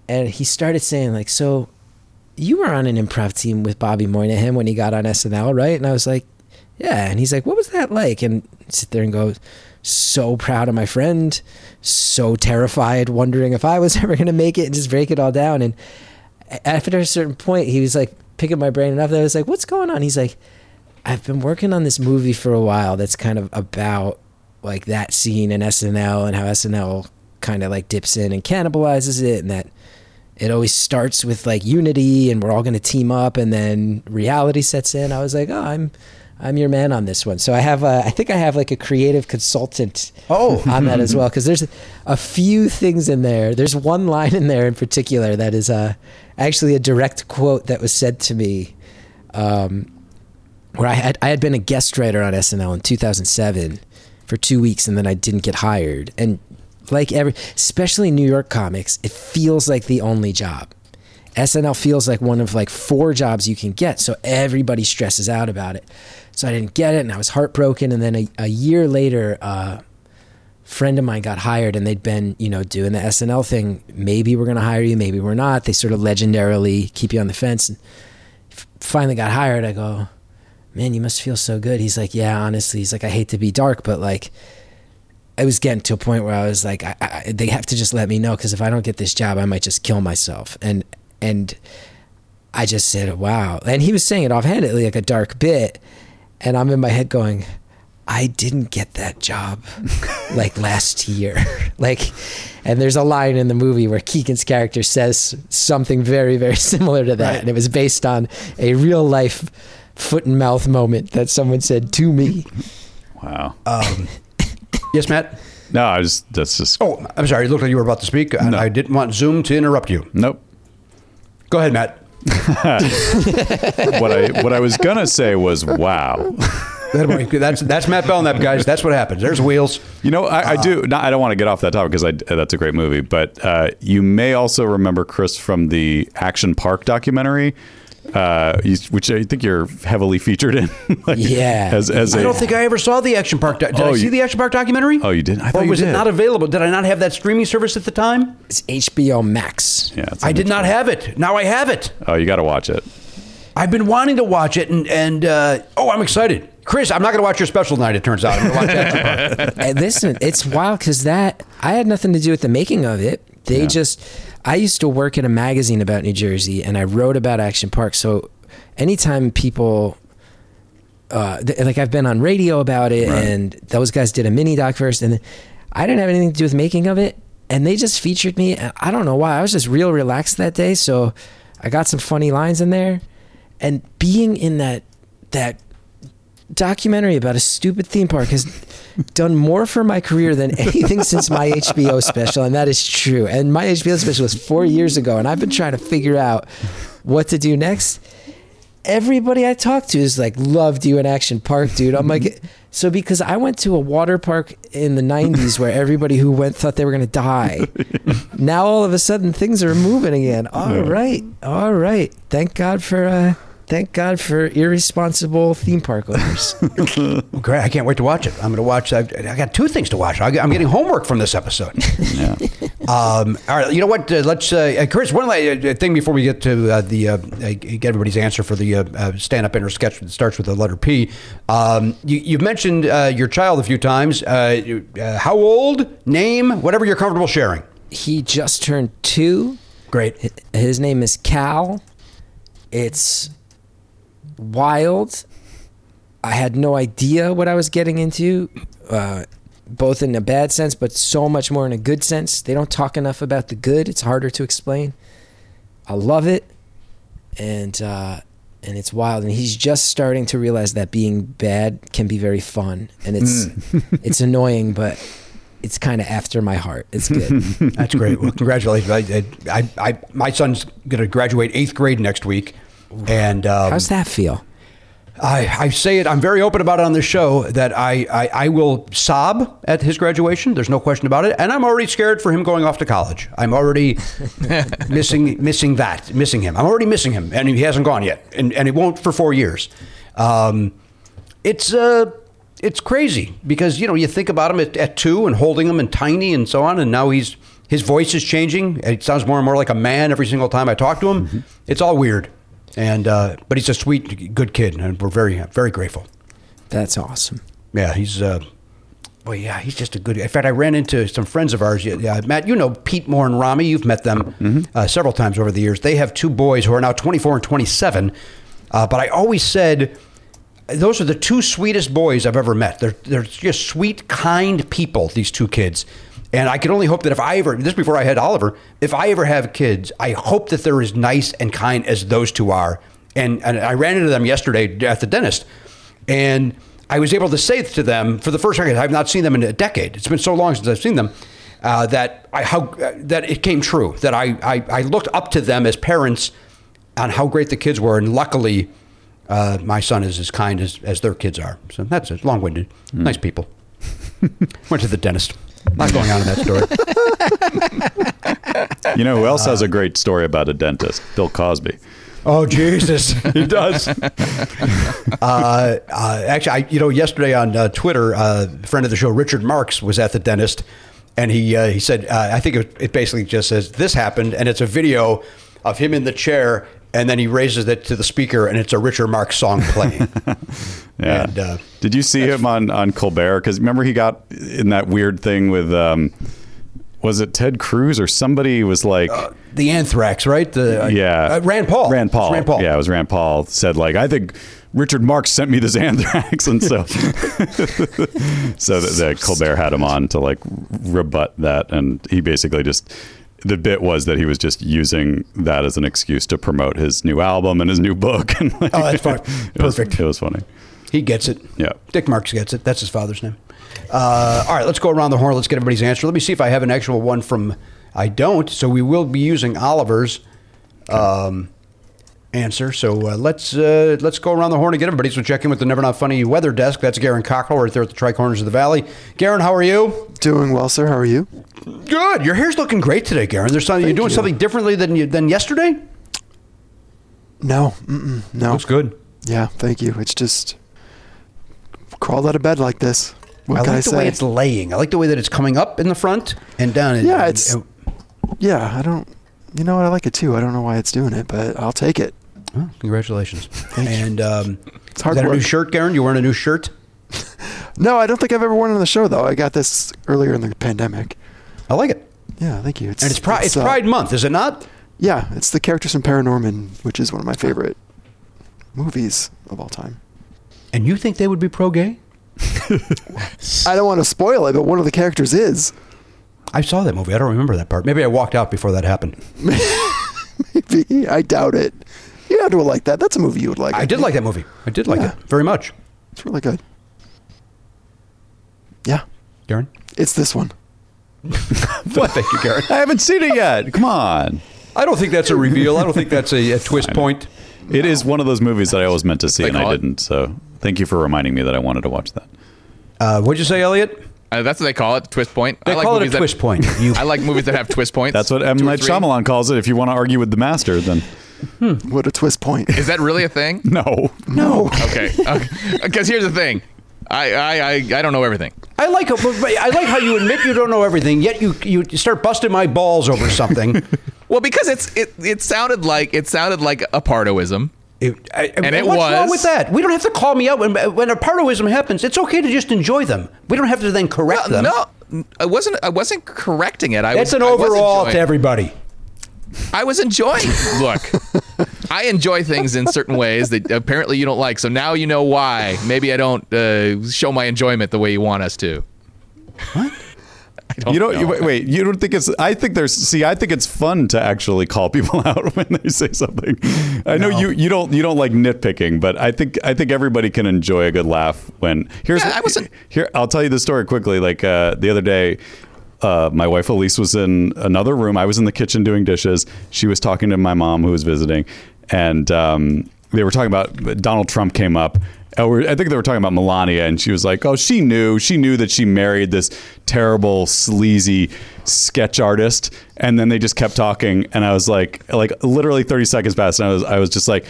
S9: and he started saying like, so you were on an improv team with Bobby Moynihan when he got on SNL, right? And I was like, yeah. And he's like, what was that like? And sit there and go, so proud of my friend, so terrified, wondering if I was ever going to make it and just break it all down. And a- after a certain point, he was like picking my brain enough that I was like, what's going on? He's like, I've been working on this movie for a while that's kind of about like that scene in SNL and how SNL kind of like dips in and cannibalizes it and that it always starts with like unity and we're all going to team up and then reality sets in i was like oh i'm i'm your man on this one so i have a, i think i have like a creative consultant oh on that as well because there's a few things in there there's one line in there in particular that is uh, actually a direct quote that was said to me where I had I had been a guest writer on SNL in 2007 for two weeks, and then I didn't get hired. And like every, especially New York comics, it feels like the only job. SNL feels like one of like four jobs you can get, so everybody stresses out about it. So I didn't get it, and I was heartbroken. And then a, a year later, uh, friend of mine got hired and they'd been, you know, doing the SNL thing. Maybe we're going to hire you, maybe we're not. They sort of legendarily keep you on the fence. And f- finally got hired. I go, man, you must feel so good. He's like, yeah, honestly, he's like, I hate to be dark, but like, I was getting to a point where I was like, I, I, they have to just let me know because if I don't get this job, I might just kill myself. And and I just said, wow. And he was saying it offhandedly, like a dark bit, and I'm in my head going. I didn't get that job like last year. like, and there's a line in the movie where Keegan's character says something very, very similar to that. And it was based on a real life foot and mouth moment that someone said to me.
S1: Wow.
S2: Yes, Matt.
S1: no, I just that's just
S2: Oh, I'm sorry. It looked like you were about to speak, and I didn't want Zoom to interrupt you.
S1: nope.
S2: Go ahead, Matt.
S1: what I what I was gonna say was wow.
S2: That- that's that's Matt Belknap, guys. That's what happens. There's wheels.
S1: You know, I, I do. Not, I don't want to get off that topic because that's a great movie. But uh, you may also remember Chris from the Action Park documentary, uh, you- which I think you're heavily featured in. like,
S9: Yeah.
S1: As, as
S2: I
S1: a-
S2: don't think I ever saw the Action Park. doc- Did
S1: Oh,
S2: I see
S1: you-
S2: the Action Park documentary?
S1: Oh, you didn't? I thought
S2: or
S1: you
S2: was
S1: did.
S2: it not available? Did I not have that streaming service at the time?
S9: It's HBO Max.
S1: Yeah, it's
S2: I
S1: on
S2: did not
S1: Netflix.
S2: have it. Now I have it.
S1: Oh, you got to watch it.
S2: I've been wanting to watch it, and and uh, oh, I'm excited, Chris. I'm not going to watch your special tonight. It turns out I'm going to watch Action Park.
S9: And listen, it's wild because that I had nothing to do with the making of it. They just, I used to work in a magazine about New Jersey, and I wrote about Action Park. So, anytime people, uh, th- like I've been on radio about it, and those guys did a mini doc first, and then I didn't have anything to do with the making of it, and they just featured me. and I don't know why. I was just real relaxed that day, so I got some funny lines in there, and being in that that documentary about a stupid theme park has done more for my career than anything since my HBO special, and that is true. And my HBO special was four years ago, and I've been trying to figure out what to do next. Everybody I talk to is like, loved you in Action Park, dude. I'm like, so because I went to a water park in the 90s where everybody who went thought they were going to die. now all of a sudden things are moving again. All right. All right. Thank God for, uh, thank God for irresponsible theme park owners.
S2: Great! I can't wait to watch it. I'm going to watch. I've, I got two things to watch. I, am getting homework from this episode. um, all right. You know what? Uh, let's, uh, uh, Chris. One last uh, thing before we get to uh, the uh, uh, get everybody's answer for the uh, uh, stand-up inner sketch that starts with the letter P. Um, you, you've mentioned uh, your child a few times. Uh, you- uh, how old? Name? Whatever you're comfortable sharing.
S9: he just turned two.
S2: Great.
S9: His name is Cal. It's wild. I had no idea what I was getting into, uh, both in a bad sense, but so much more in a good sense. They don't talk enough about the good. It's harder to explain. I love it, and uh, and it's wild. And he's just starting to realize that being bad can be very fun, and it's it's annoying, but it's kind of after my heart. It's good.
S2: That's great. Well, congratulations. I, I, I, I, my son's going to graduate eighth grade next week. And um,
S9: How's that feel?
S2: I, I say it, I'm very open about it on the show that I, I, I will sob at his graduation. There's no question about it. And I'm already scared for him going off to college. I'm already missing missing that, missing him. I'm already missing him. And he hasn't gone yet. And, and he won't for four years. Um, it's, uh, it's crazy because, you know, you think about him at, at two and holding him and tiny and so on. And now he's his voice is changing. It sounds more and more like a man every single time I talk to him. It's all weird. And uh, but he's a sweet, good kid, and we're very, very grateful.
S9: That's awesome.
S2: Yeah, he's. Uh, well, yeah, he's just a good. In fact, I ran into some friends of ours. Yeah, yeah, Matt, you know Pete Moore and Rami. You've met them uh, several times over the years. They have two boys who are now 24 and 27. Uh, but I always said those are the two sweetest boys I've ever met. They're they're just sweet, kind people. These two kids. And I can only hope that if I ever, this is before I had Oliver, if I ever have kids, I hope that they're as nice and kind as those two are. And, and I ran into them yesterday at the dentist. And I was able to say to them for the first time, I've not seen them in a decade. It's been so long since I've seen them uh, that I how uh, that it came true that I, I I looked up to them as parents on how great the kids were, and luckily, uh, my son is as kind as as their kids are. So that's it. Long winded, nice people. Went to the dentist. A lot going on in that story.
S1: You know who else has a great story about a dentist? Bill Cosby.
S2: oh Jesus.
S1: He does.
S2: uh, uh, actually, I, you know, yesterday on uh, Twitter, uh, a friend of the show, Richard Marks, was at the dentist, and he uh, he said, uh, I think it, it basically just says this happened, and it's a video of him in the chair, and then he raises it to the speaker, and it's a Richard Marks song playing.
S1: Yeah.
S2: And, uh,
S1: Did you see him on on Colbert? Because remember he got in that weird thing with um, was it Ted Cruz or somebody was like.
S2: the anthrax, right? The uh,
S1: yeah,
S2: uh, Rand Paul.
S1: Rand Paul.
S2: It's Rand Paul.
S1: Yeah, it was Rand Paul said like I think Richard Marx sent me this anthrax, and so so that, that Colbert had him on to like rebut that, and he basically just the bit was that he was just using that as an excuse to promote his new album and his new book. And like,
S2: Oh, that's fun.
S1: it was-
S2: Perfect.
S1: it was funny.
S2: He gets it.
S1: Yeah.
S2: Dick Marks gets it. That's his father's name. Uh, all right, let's go around the horn. Let's get everybody's answer. Let me see if I have an actual one from. I don't. So we will be using Oliver's. Um, answer. So uh, let's uh, let's go around the horn again, everybody. So check in with the Never Not Funny Weather Desk. That's Garen Cockrell right there at the Tri Corners of the Valley. Garen, how are you?
S8: Doing well, sir. How are you?
S2: Good. Your hair's looking great today, Garen. There's something you're doing something differently than you, than yesterday.
S8: No, mm-mm, no.
S2: Looks good.
S8: Yeah, thank you. It's just crawled out of bed like this. What
S2: I
S8: can
S2: like
S8: I
S2: the
S8: say?
S2: way it's laying. I like the way that it's coming up in the front and down. in-
S8: Yeah, it's- yeah, I don't. You know what? I like it too. I don't know why it's doing it, but I'll take it.
S2: Oh, congratulations. and um, it's
S8: hard
S2: is that a new
S8: work.
S2: shirt, Garen? You wearing a new shirt?
S8: No, I don't think I've ever worn it on the show though. I got this earlier in the pandemic.
S2: I like it.
S8: Yeah, thank you. It's,
S2: And it's, pri- it's,
S8: uh,
S2: Pride Month, is it not?
S8: Yeah, it's the characters from Paranorman, which is one of my favorite movies of all time.
S2: And you think they would be pro gay?
S8: I don't want to spoil it, but one of the characters is.
S2: I saw that movie. I don't remember that part. Maybe I walked out before that happened.
S8: I doubt it. You had to like that. That's a movie you would like.
S2: I did
S8: think.
S2: like that movie. I did like
S8: Yeah.
S2: it very much.
S8: It's really good. Yeah,
S2: Garen?
S8: it's this one.
S2: What? Thank you, Garen.
S1: I haven't seen it yet. Come on.
S2: I don't think that's a reveal. I don't think that's a, a twist point.
S1: It is one of those movies that I always meant to see
S7: They
S1: and I
S7: call it.
S1: didn't. So thank you for reminding me that I wanted to watch that.
S2: Uh, what'd you say, Elliot?
S7: Uh, that's what they call it, twist point.
S2: They call it a
S7: movies that-
S2: twist point. You,
S7: I like movies that have twist points.
S1: That's what M.
S7: Two or
S1: Night
S7: three.
S1: Shyamalan calls it. If you want to argue with the master, then
S8: What a twist point.
S7: Is that really a thing?
S1: no.
S8: No.
S7: Okay. Because here's the thing. I, I, I, I don't know everything.
S2: I like but- but I like how you admit you don't know everything, yet you you start busting my balls over something.
S7: Well, because it's it, it sounded like it sounded like a pardoism.
S2: It, I,
S7: And it
S2: what's wrong
S7: was.
S2: with that? We don't have to call me out when when a pardoism happens. It's okay to just enjoy them. We don't have to then correct them.
S7: No, I wasn't. I wasn't correcting it. I
S2: it's
S7: was,
S2: an
S7: I was
S2: overall
S7: enjoying-
S2: to everybody.
S7: I was enjoying. Look, I enjoy things in certain ways that apparently you don't like. So now you know why. Maybe I don't uh, show my enjoyment the way you want us to. What? I don't
S1: You don't.
S7: know.
S1: you- wait, wait, you don't think it's? I think there's. See, I think it's fun to actually call people out when they say something. I know you. You don't. You don't like nitpicking, but I think. I think everybody can enjoy a good laugh when. Here's.
S7: Yeah, I wasn't-
S1: Here, I'll tell you the story quickly. Like uh, the other day. Uh, my wife Elise was in another room. I was in the kitchen doing dishes. She was talking to my mom, who was visiting, and um, they were talking about Donald Trump came up. Oh, we're- I think they were talking about Melania, and she was like, "Oh, she knew. She knew that she married this terrible, sleazy sketch artist." And then they just kept talking, and I was like, like literally thirty seconds passed, and I was, I was just like.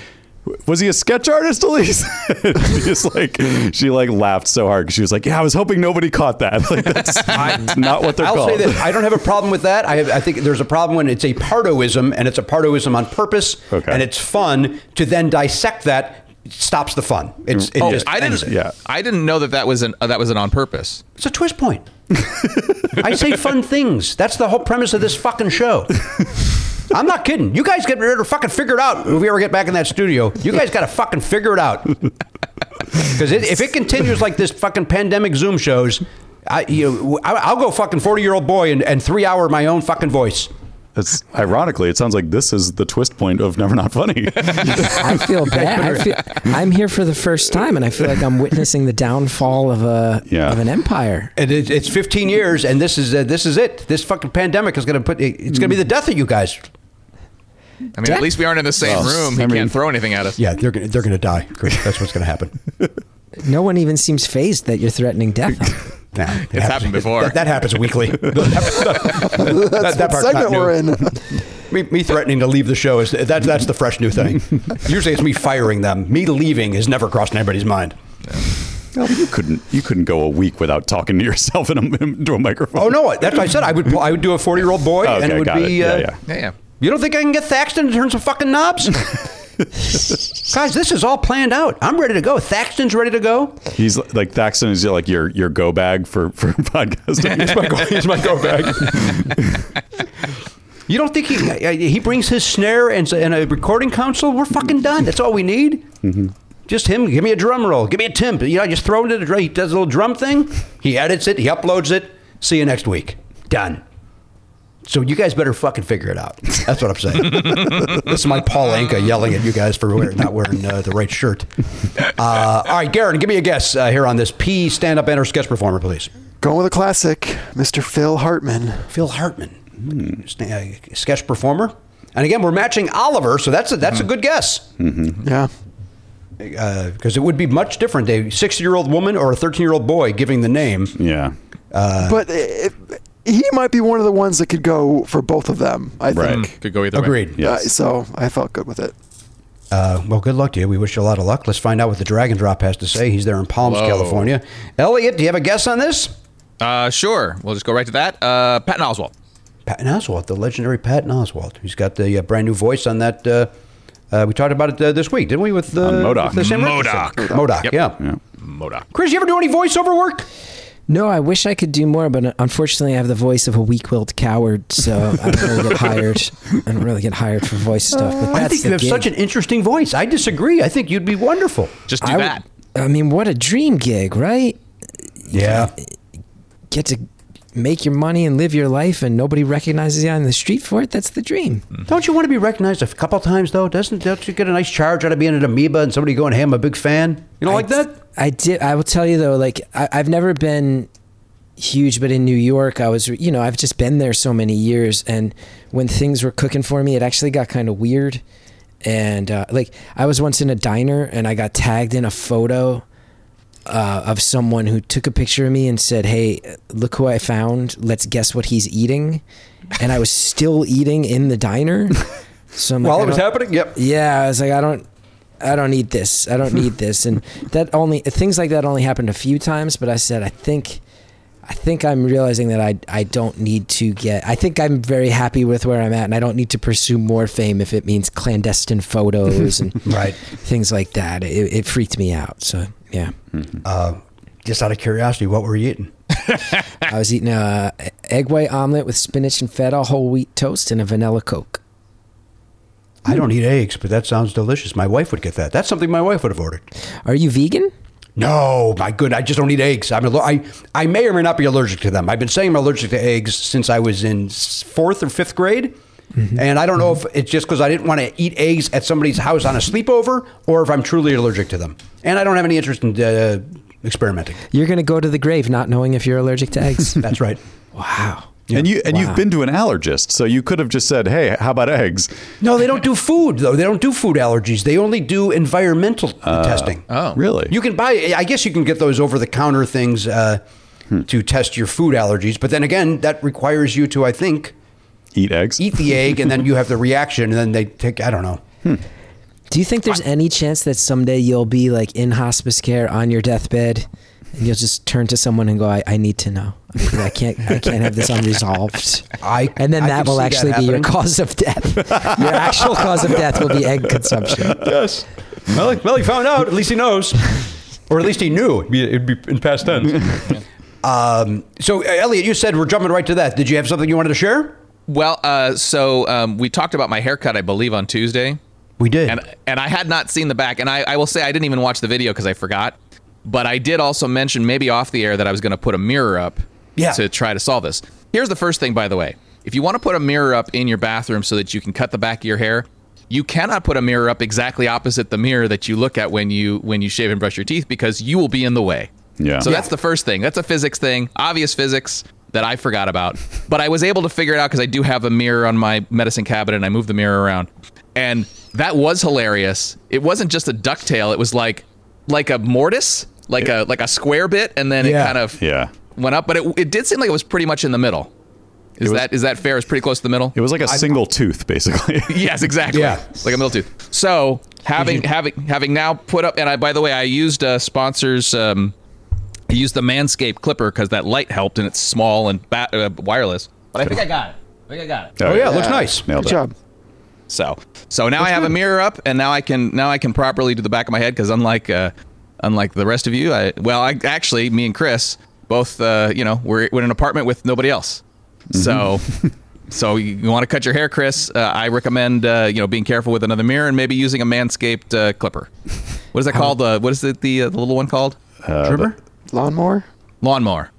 S1: Was he a sketch artist, Elise? she just like she like laughed so hard 'cause she was like, "Yeah, I was hoping nobody caught that. Like that's not what they're
S2: I'll
S1: called."
S2: say that I don't have a problem with that. I, have, I think there's a problem when it's a pardoism and it's a pardoism on purpose
S1: Okay.
S2: and it's fun to then dissect that stops the fun. It's it
S7: Oh,
S2: just
S7: I
S2: ends
S7: didn't.
S2: it.
S1: Yeah.
S7: I didn't know that that was an uh, that was an on purpose.
S2: It's a twist point. I say fun things. That's the whole premise of this fucking show. I'm not kidding. You guys get ready to fucking figure it out if we ever get back in that studio. You guys got to fucking figure it out. Because it, if it continues like this fucking pandemic Zoom shows, I, you know, I, I'll go fucking 40 year old boy and, and three hour my own fucking voice.
S1: It's ironically, it sounds like this is the twist point of Never Not Funny.
S9: I feel bad. I feel, I'm here for the first time, and I feel like I'm witnessing the downfall of a
S1: Yeah.
S9: of an empire.
S2: And it, it's 15 years, and this is uh, this is it. This fucking pandemic is gonna put it's gonna be the death of you guys.
S7: I mean, at least we aren't in the same
S1: Well,
S7: room. He
S1: I mean-
S7: can't throw anything at us.
S2: Yeah, they're gonna they're gonna die. That's what's gonna happen.
S9: No one even seems phased that you're threatening death.
S2: No, it
S7: It's happened before.
S2: That, that happens weekly. that,
S8: That's
S2: that
S8: what
S2: part's
S8: segment
S2: not new.
S8: we're in.
S2: Me, me threatening to leave the show is that, that's the fresh new thing. Usually it's me firing them. Me leaving has never crossed anybody's mind.
S1: you couldn't you couldn't go a week without talking to yourself in a, into a microphone.
S2: Oh no, that's what I said. I would I would do a forty year old boy,
S1: Oh,
S2: and
S1: okay,
S2: it would
S1: got it.
S2: be
S1: Yeah,
S2: uh,
S1: yeah.
S7: Yeah, yeah.
S2: You don't think I can get Thaxton to turn some fucking knobs? Guys, this is all planned out. I'm ready to go. Thaxton's ready to go.
S1: He's li- like Thaxton is like your your go bag for for podcasting.
S2: He's my go, he's my go bag. you don't think he uh, he brings his snare and, s- and a recording console? We're fucking done. That's all we need. Just him. Give me a drum roll. Give me a timp. You know, just throw into the drum. He does a little drum thing. He edits it. He uploads it. See you next week. Done. So you guys better fucking figure it out. That's what I'm saying. this is my Paul Anka yelling at you guys for wearing, not wearing uh, the right shirt. Uh, all right, Garen, give me a guess uh, here on this P stand-up and or sketch performer, please.
S8: Going with a classic, Mr. Phil Hartman.
S2: Phil Hartman, sna- uh, sketch performer. And again, we're matching Oliver, so that's a, that's a good guess
S8: Yeah.
S2: because it would be much different a 60 year old woman or a 13 year old boy giving the name.
S1: Yeah.
S8: but it, he might be one of the ones that could go for both of them, I
S1: Right.
S8: think.
S7: Could go either way.
S2: Mm. Agreed.
S8: Uh,
S1: Yes.
S8: so I felt good with it.
S2: Uh, well, good luck to you. We wish you a lot of luck. Let's find out what the Dragon Drop has to say. He's there in Palms,
S7: Whoa.
S2: California. Elliot, do you have a guess on this?
S7: Uh, sure. We'll just go right to that. Uh, Patton Oswald.
S2: Patton Oswalt, the legendary Patton Oswalt, who's got the uh, brand new voice on that. Uh, uh, we talked about it uh, this week, didn't we? With uh,
S1: On Modoc.
S2: with the Sam Richardson?
S7: Modoc.
S2: Modoc,
S7: Yep.
S2: yeah.
S7: Modoc.
S2: Chris, you ever do any voiceover work?
S9: No, I wish I could do more, but uh, unfortunately, I have the voice of a weak-willed coward, so I don't really get hired. I don't really get hired for voice stuff. But that's
S2: I think
S9: the
S2: you have
S9: gig.
S2: such an interesting voice. I disagree. I think you'd be wonderful.
S7: Just do
S9: I, would-
S7: that.
S9: I mean, what a dream gig, right?
S2: Yeah.
S9: Get to make your money and live your life, and nobody recognizes you on the street for it. That's the dream.
S2: Don't you want to be recognized a couple times though? Doesn't don't you get a nice charge out of being an amoeba and somebody going, "Hey, I'm a big fan." You don't like that?
S9: I did. I will tell you though, like I, I've never been huge, but in New York, I was. You know, I've just been there so many years, and when things were cooking for me, it actually got kind of weird. And uh, like I was once in a diner, and I got tagged in a photo uh, of someone who took a picture of me and said, "Hey, look who I found. Let's guess what he's eating." And I was still eating in the diner. So I'm like, I don't-
S2: happening, yep.
S9: yeah, I was like, I don't, I don't need this. I don't need this. And that only things like that only happened a few times. But I said, I think, I think I'm realizing that I I don't need to get. I think I'm very happy with where I'm at, and I don't need to pursue more fame if it means clandestine photos and
S2: Right.
S9: things like that. It, it freaked me out. So yeah,
S2: Uh, Just out of curiosity, what were you eating?
S9: I was eating a egg white omelet with spinach and feta, whole wheat toast, and a vanilla coke.
S2: I don't eat eggs, but that sounds delicious. My wife would get that. That's something my wife would have ordered.
S9: Are you vegan?
S2: No, my good. I just don't eat eggs. I'm aller- I, I may or may not be allergic to them. I've been saying I'm allergic to eggs since I was in s- fourth or fifth grade. And I don't know if it's just because I didn't want to eat eggs at somebody's house on a sleepover or if I'm truly allergic to them. And I don't have any interest in uh, experimenting.
S9: You're gonna go to the grave not knowing if you're allergic to eggs.
S2: That's right.
S9: wow.
S1: And you and
S9: Wow.
S1: you've been to an allergist, so you could have just said, "Hey, how about eggs?"
S2: No, they don't do food, though. They don't do food allergies. They only do environmental testing.
S7: Oh.
S1: Really?
S2: You can buy. I guess you can get those over-the-counter things uh, to test your food allergies. But then again, that requires you to, I think,
S1: eat eggs.
S2: eat the egg, and then you have the reaction, and then they take. I don't know.
S9: Do you think there's any chance that someday you'll be like in hospice care on your deathbed and you'll just turn to someone and go, I, I need to know. I I can't I can't have this unresolved.
S2: I-
S9: and then
S2: I can
S9: that will
S2: see that
S9: actually be your
S2: happening.
S9: cause of death. your actual cause of death will be egg consumption.
S2: Yes. Well, he- well, he found out. At least he knows, or at least he knew. It'd be, it'd be in past tense. um, so, uh, Elliot, you said we're jumping right to that. Did you have something you wanted to share?
S7: Well, uh, so um, we talked about my haircut, I believe, on Tuesday,
S2: We did.
S7: and and I had not seen the back, and I, I will say I didn't even watch the video because I forgot, but I did also mention maybe off the air that I was going to put a mirror up,
S2: Yeah.
S7: to try to solve this. Here's the first thing, by the way, if you want to put a mirror up in your bathroom so that you can cut the back of your hair, you cannot put a mirror up exactly opposite the mirror that you look at when you when you shave and brush your teeth because you will be in the way.
S1: Yeah.
S7: So
S1: Yeah.
S7: that's the first thing. That's a physics thing, obvious physics that I forgot about. But I was able to figure it out because I do have a mirror on my medicine cabinet and I moved the mirror around. And that was hilarious. It wasn't just a ducktail, it was like like a mortise, like a like a square bit, and then
S2: Yeah.
S7: it kind of
S1: Yeah.
S7: went up. But it, it did seem like it was pretty much in the middle. Is
S1: was-
S7: that is that fair? It's pretty close to the middle.
S1: It was like a single tooth, basically.
S7: Yes, exactly.
S2: Yeah.
S7: like a middle tooth. So having having having now put up, and I by the way, I used uh, sponsors. Um, I used the Manscaped clipper because that light helped, and it's small and ba- uh, wireless. But I think I got it. I think I got it.
S2: oh yeah, it looks nice.
S1: Nailed
S8: Good
S1: it.
S8: job.
S7: So so now I have a mirror up, and now I can now I can properly do the back of my head because unlike uh, unlike the rest of you, I well, I actually me and Chris both uh, you know we're, we're in an apartment with nobody else, so. So you, want to cut your hair, Chris? Uh, I recommend uh, you know being careful with another mirror and maybe using a manscaped uh, clipper. What is that called? Uh, what is it? The, uh, the little one called
S2: Trimmer?
S8: Lawnmower?
S7: lawnmower.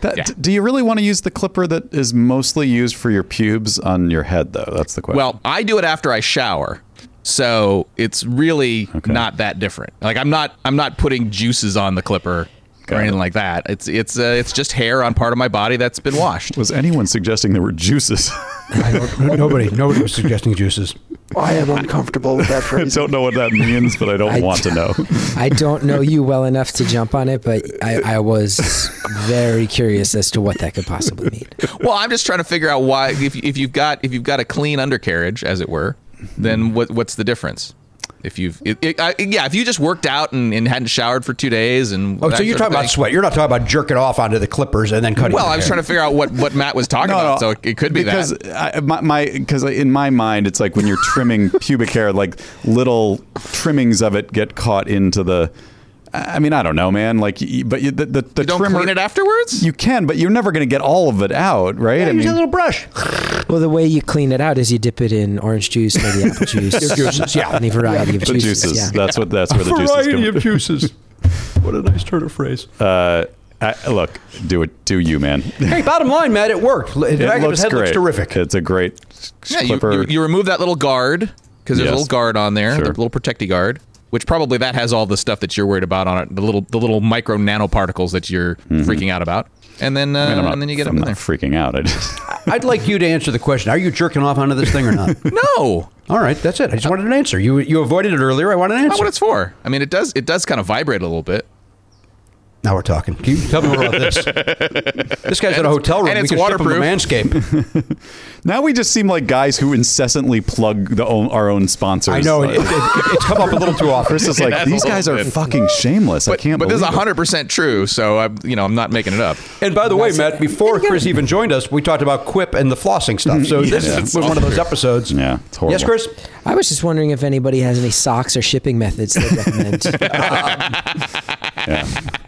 S1: That,
S7: Yeah.
S1: Do you really want to use the clipper that is mostly used for your pubes on your head, though? That's the question.
S7: Well, I do it after I shower, so it's really not that different. Like I'm not I'm not putting juices on the clipper
S1: Got
S7: or anything
S1: it.
S7: like that. It's it's uh, it's just hair on part of my body that's been washed.
S1: was anyone suggesting there were juices?
S2: I don't, nobody, nobody was suggesting juices.
S8: I am uncomfortable with that
S1: I
S8: phrase.
S1: don't know what that means, but I don't
S9: I-
S1: want to know.
S9: I don't know you well enough to jump on it, but I, I was very curious as to what that could possibly mean.
S7: Well, I'm just trying to figure out why if if you've got if you've got a clean undercarriage, as it were,
S2: Mm-hmm.
S7: then what what's the difference? If you've it, it, I, yeah, if you just worked out and, and hadn't showered for two days and
S2: Oh,
S7: that
S2: so you're
S7: sort of
S2: talking about
S7: thing.
S2: sweat. You're not talking about jerking off onto the clippers and then cutting.
S7: Well,
S2: your
S7: I was
S2: hair.
S7: trying to figure out what, what Matt was talking about, so it, it could be
S1: because
S7: that.
S1: I, my- my because in my mind it's like when you're trimming pubic hair, like little trimmings of it get caught into the. I mean, I don't know, man. Like, y- but you, the the, the
S7: You don't
S1: trimmer,
S7: clean it afterwards.
S1: You can, but you're never going to get all of it out, right? I
S2: Use a
S1: mean,
S2: little brush.
S9: Well, the way you clean it out is you dip it in orange juice, maybe apple juice,
S2: juices, yeah.
S9: any variety of
S1: the
S9: juices.
S1: juices.
S9: yeah.
S1: That's what. That's where the juices come. from.
S2: juices. What a nice turn of phrase.
S1: Uh, I, look, do it. Do you, man?
S2: hey, bottom line, Matt, it worked. It,
S1: It
S2: back of
S1: looks
S2: his head
S1: great.
S2: looks terrific.
S1: It's a great
S7: Yeah, you,
S1: clipper.
S7: you, you remove that little guard because there's
S1: Yes.
S7: a little guard on there,
S1: Sure.
S7: the little protective guard, which probably that has all the stuff that you're worried about on it, the little the little micro nanoparticles that you're freaking out about, and then
S1: Mm-hmm.
S7: uh,
S1: I mean, I'm not,
S7: and then you get
S1: I'm
S7: them in
S1: not
S7: there.
S1: freaking out. I just.
S2: I'd like you to answer the question. Are you jerking off onto this thing or not?
S7: no,
S2: All right, that's it. I just wanted an answer. You you avoided it earlier. I want an
S7: not
S2: answer.
S7: what it's for. I mean, it does it does kind of vibrate a little bit.
S2: now we're talking. Can you tell me more about this? This guy's at a hotel room.
S7: and
S2: we
S7: it's
S2: can ship him to Manscaped.
S1: Now we just seem like guys who incessantly plug the own, our own sponsors.
S2: I know.
S1: Like,
S2: It, it, it- it's come up a little too often.
S1: Chris is like,
S7: That's
S1: these
S7: a
S1: guys are
S7: little bit.
S1: fucking shameless. I
S7: But,
S1: can't
S7: but this
S1: believe
S7: is
S1: it.
S7: 100 percent true. So I, you know, I'm not making it up.
S2: And by the way, Matt, before Chris even joined us, we talked about Quip and the flossing
S1: Mm-hmm.
S2: stuff. So this
S1: Yeah.
S2: is one of those episodes.
S1: Yeah, it's horrible.
S2: Yes, Chris.
S9: I was just wondering if anybody has any socks or shipping methods they recommend.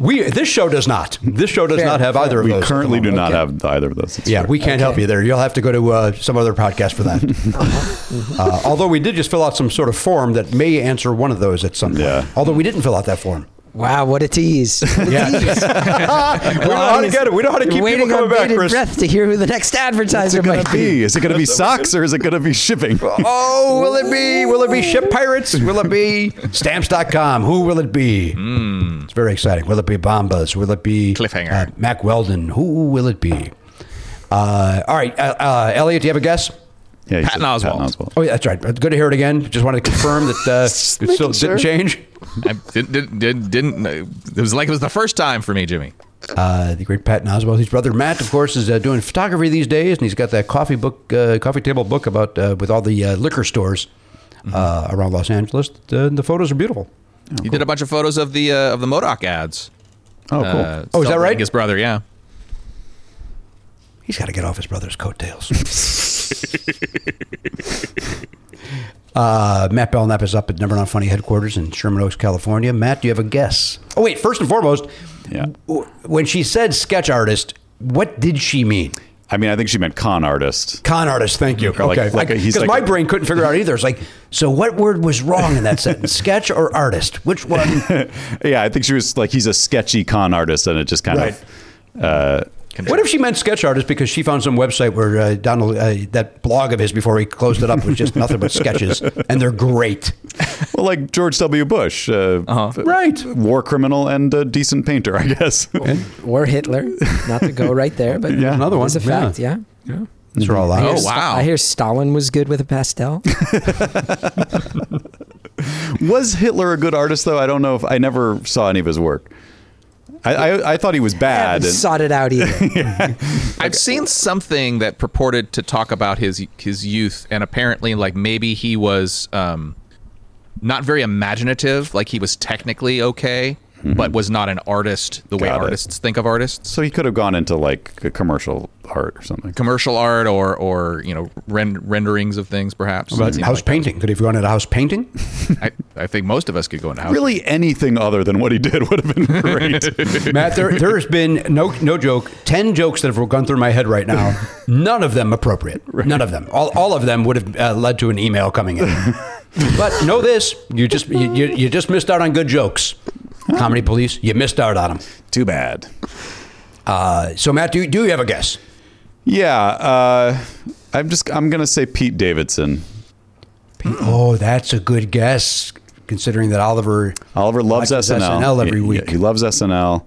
S2: We this show does not. This show does
S9: Fair,
S2: not have
S9: fair.
S2: either of
S1: We
S2: those.
S1: currently do not
S9: Okay.
S1: have either of those. It's
S2: Yeah,
S1: true.
S2: we can't help you there. You'll have to go to uh, some other podcast for that.
S1: Uh-huh.
S2: uh, although we did just fill out some sort of form that may answer one of those at some point.
S1: Yeah.
S2: Although we didn't fill out that form.
S9: wow, what a tease! What a
S2: Yeah.
S9: tease.
S2: we don't know how to get it. We don't know how to keep people
S9: waiting
S2: coming
S9: on
S2: back,
S9: bated
S2: Chris.
S9: breath to hear who the next
S1: What's
S9: advertiser
S1: it gonna
S9: might be.
S1: be? Is it gonna be socks or is it gonna be shipping?
S2: Oh, will it be? Will it be Ship Pirates? Will it be Stamps.com? Who will it be? It's very exciting. Will it be Bombas? Will it be
S7: Cliffhanger.
S2: Uh, Mac Weldon? Who will it be? Uh, all right, uh, uh, Elliot, do you have a guess?
S1: Yeah, you
S7: Patton
S1: said
S7: Oswalt.
S2: Oh, yeah, that's right. Good to hear it again. Just wanted to confirm that uh, it still
S8: making
S2: didn't
S8: sure.
S2: change.
S7: I didn't, didn't, didn't, didn't uh, it was like it was the first time for me, Jimmy.
S1: Oh,
S2: Uh, the great Patton Oswalt. His brother Matt, of course, is uh, doing photography these days, and he's got that coffee book, uh, coffee table book about uh, with all the uh, liquor stores uh, around Los Angeles. Uh, the photos are beautiful.
S7: He did a bunch of photos of the uh, of the Modoc ads.
S1: Oh, cool.
S2: Oh,
S7: Uh,
S2: is that right?
S7: celebrating His brother, yeah.
S2: He's got to get off his brother's coattails. uh, Matt Belknap is up at Never Not Funny headquarters in Sherman Oaks, California. Matt, do you have a guess? Oh, wait. First and foremost,
S1: Yeah.
S2: w- when she said sketch artist, what did she mean?
S1: I mean, I think she meant con artist.
S2: Con artist, thank you.
S1: Or like-
S2: okay,
S1: like a- he's
S2: because
S1: like
S2: my
S1: a-
S2: brain couldn't figure out either. It's like, so what word was wrong in that sentence? Sketch or artist? Which one?
S1: Yeah, I think she was like he's a sketchy con artist, and it just kind
S2: Right.
S1: of. Uh,
S2: What if she meant sketch artist because she found some website where uh, Donald uh, that blog of his before he closed it up was just nothing but sketches and they're great.
S1: well, like George W. Bush, uh,
S7: Uh-huh.
S2: Right.
S1: war criminal and a decent painter, I guess.
S9: Or Hitler, not to go right there, but
S1: Yeah.
S2: Another one.
S9: it's a fact. Yeah.
S2: These are all out.
S9: I hear
S7: Oh,
S9: Sta-
S7: wow.
S9: I hear Stalin was good with a pastel.
S1: Was Hitler a good artist though? I don't know if I never saw any of his work. I I, I thought he was
S9: I
S1: bad.
S9: haven't
S1: and-
S9: sought it out either.
S7: I've seen something that purported to talk about his his youth, and apparently, like maybe he was um, not very imaginative. Like he was technically okay, but was not an artist the way
S1: Got it.
S7: artists think of artists.
S1: so he could have gone into like a commercial art or something.
S7: Commercial art, or or you know, ren- renderings of things, perhaps. It
S2: About Mm-hmm.
S7: seemed
S2: house
S7: like that.
S2: painting. Could have gone into house painting?
S7: I, I think most of us could go into house.
S1: Really, anything other than what he did would have been great.
S2: Matt, there, there has been no no joke, ten jokes that have gone through my head right now. None of them appropriate. None of them. All, all of them would have uh, led to an email coming in. but know this: you just you, you, you just missed out on good jokes. Comedy police, you missed out on them.
S1: Too bad.
S2: Uh, so Matt, do you- do you have a guess?
S1: Yeah, uh, I'm just I'm gonna say Pete Davidson.
S2: Oh, that's a good guess, considering that Oliver.
S1: Oliver loves
S2: Watches
S1: SNL.
S2: SNL every
S1: He-
S2: week.
S1: He loves SNL.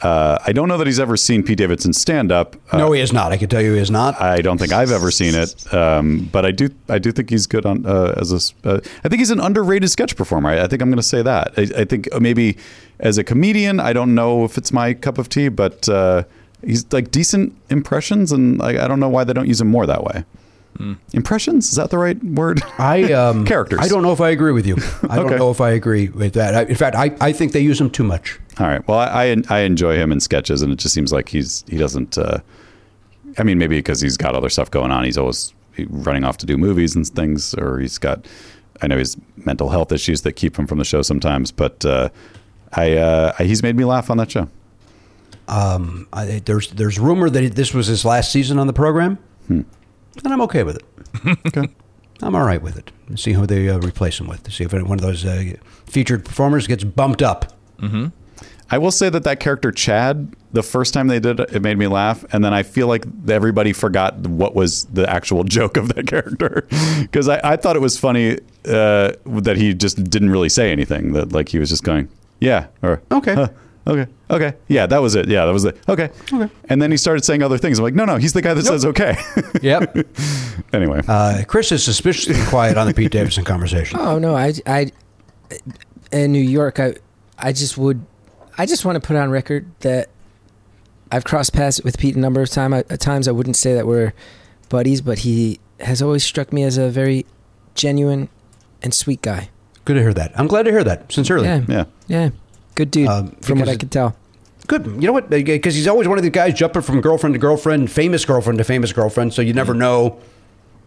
S1: Uh, I don't know that he's ever seen Pete Davidson stand up. Uh,
S2: no, he is not. I can tell you, he is not.
S1: I don't think I've ever seen it, um, but I do. I do think he's good on uh, as a. s- Uh, I think he's an underrated sketch performer. I, I think I'm going to say that. I, I think uh, maybe as a comedian, I don't know if it's my cup of tea, but uh, he's like decent impressions, and like, I don't know why they don't use him more that way. Impressions is that the right word?
S2: I um,
S1: Characters.
S2: I don't know if I agree with you. I don't
S1: Okay.
S2: know if I agree with that. I, in fact, I, I think they use him too much.
S1: All right. Well, I, I I enjoy him in sketches, and it just seems like he's he doesn't. Uh, I mean, maybe because he's got other stuff going on. He's always running off to do movies and things, or he's got. I know he's mental health issues that keep him from the show sometimes, but uh, I uh, he's made me laugh on that show.
S2: I, there's there's rumor that this was his last season on the program, and I'm okay with it. I'm all right with it. Let's see who they uh, replace him with. See if one of those uh, featured performers gets bumped up.
S1: I will say that that character Chad, the first time they did it, it made me laugh, and then I feel like everybody forgot what was the actual joke of that character because I, I thought it was funny uh, that he just didn't really say anything. That like he was just going, yeah, or
S2: Okay.
S1: huh, okay, okay, yeah, that was it, yeah, that was it, okay, okay, and then he started saying other things. I'm like, no, no, he's the guy that says okay.
S2: Yep.
S1: anyway,
S2: uh, Chris is suspiciously quiet on the Pete Davidson conversation.
S9: Oh no, I, I, in New York, I, I just would, I just want to put on record that I've crossed paths with Pete a number of time, I, times. I wouldn't say that we're buddies, but he has always struck me as a very genuine and sweet guy.
S2: Good to hear that. I'm glad to hear that. Sincerely.
S9: Yeah,
S1: yeah,
S9: yeah, good dude.
S2: Um,
S9: from what
S2: because
S9: I could tell,
S2: Good. You know what? Because he's always one of the guys jumping from girlfriend to girlfriend, famous girlfriend to famous girlfriend. So you never know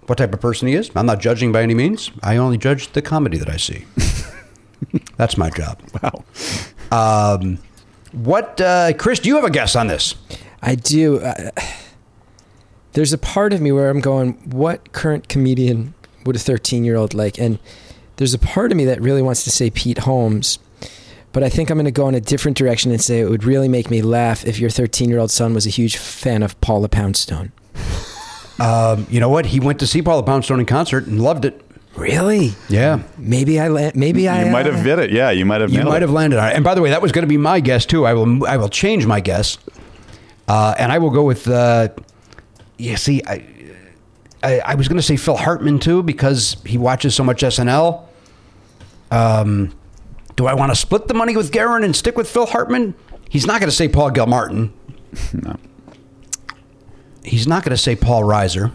S2: what type of person he is. I'm not judging by any means. I only judge the comedy that I see. That's my job.
S1: wow,
S2: Um, what, uh, Chris? Do you have a guess on this?
S9: I do. Uh, there's a part of me where I'm going, what current comedian would a 13 year old like? And there's a part of me that really wants to say Pete Holmes, but I think I'm going to go in a different direction and say it would really make me laugh if your 13 year old son was a huge fan of Paula Poundstone.
S2: Um, you know what? He went to see Paula Poundstone in concert and loved it.
S9: Really?
S2: Yeah.
S9: Maybe I la- maybe I
S1: you might have
S9: uh,
S1: hit it, yeah, you might have,
S2: You
S1: nailed
S2: might
S1: it.
S2: have landed on it. And by the way, that was going to be my guess too. I will I will change my guess, uh, and I will go with. Uh, you see, I, I I was going to say Phil Hartman too because he watches so much SNL. Um, do I want to split the money with Garen and stick with Phil Hartman? He's not going to say Paul Gilmartin. no. He's not going to say Paul Reiser.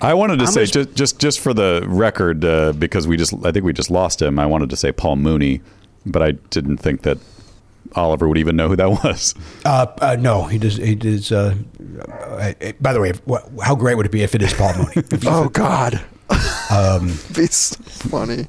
S1: I wanted to
S2: I'm
S1: say
S2: gonna-
S1: just, just just for the record, uh, because we just I think we just lost him. I wanted to say Paul Mooney, but I didn't think that Oliver would even know who that was.
S2: Uh, uh, no, he does. He does. Uh, uh, by the way, wh- how great would it be if it is Paul Mooney? If he-
S8: Oh God. Um, be so funny.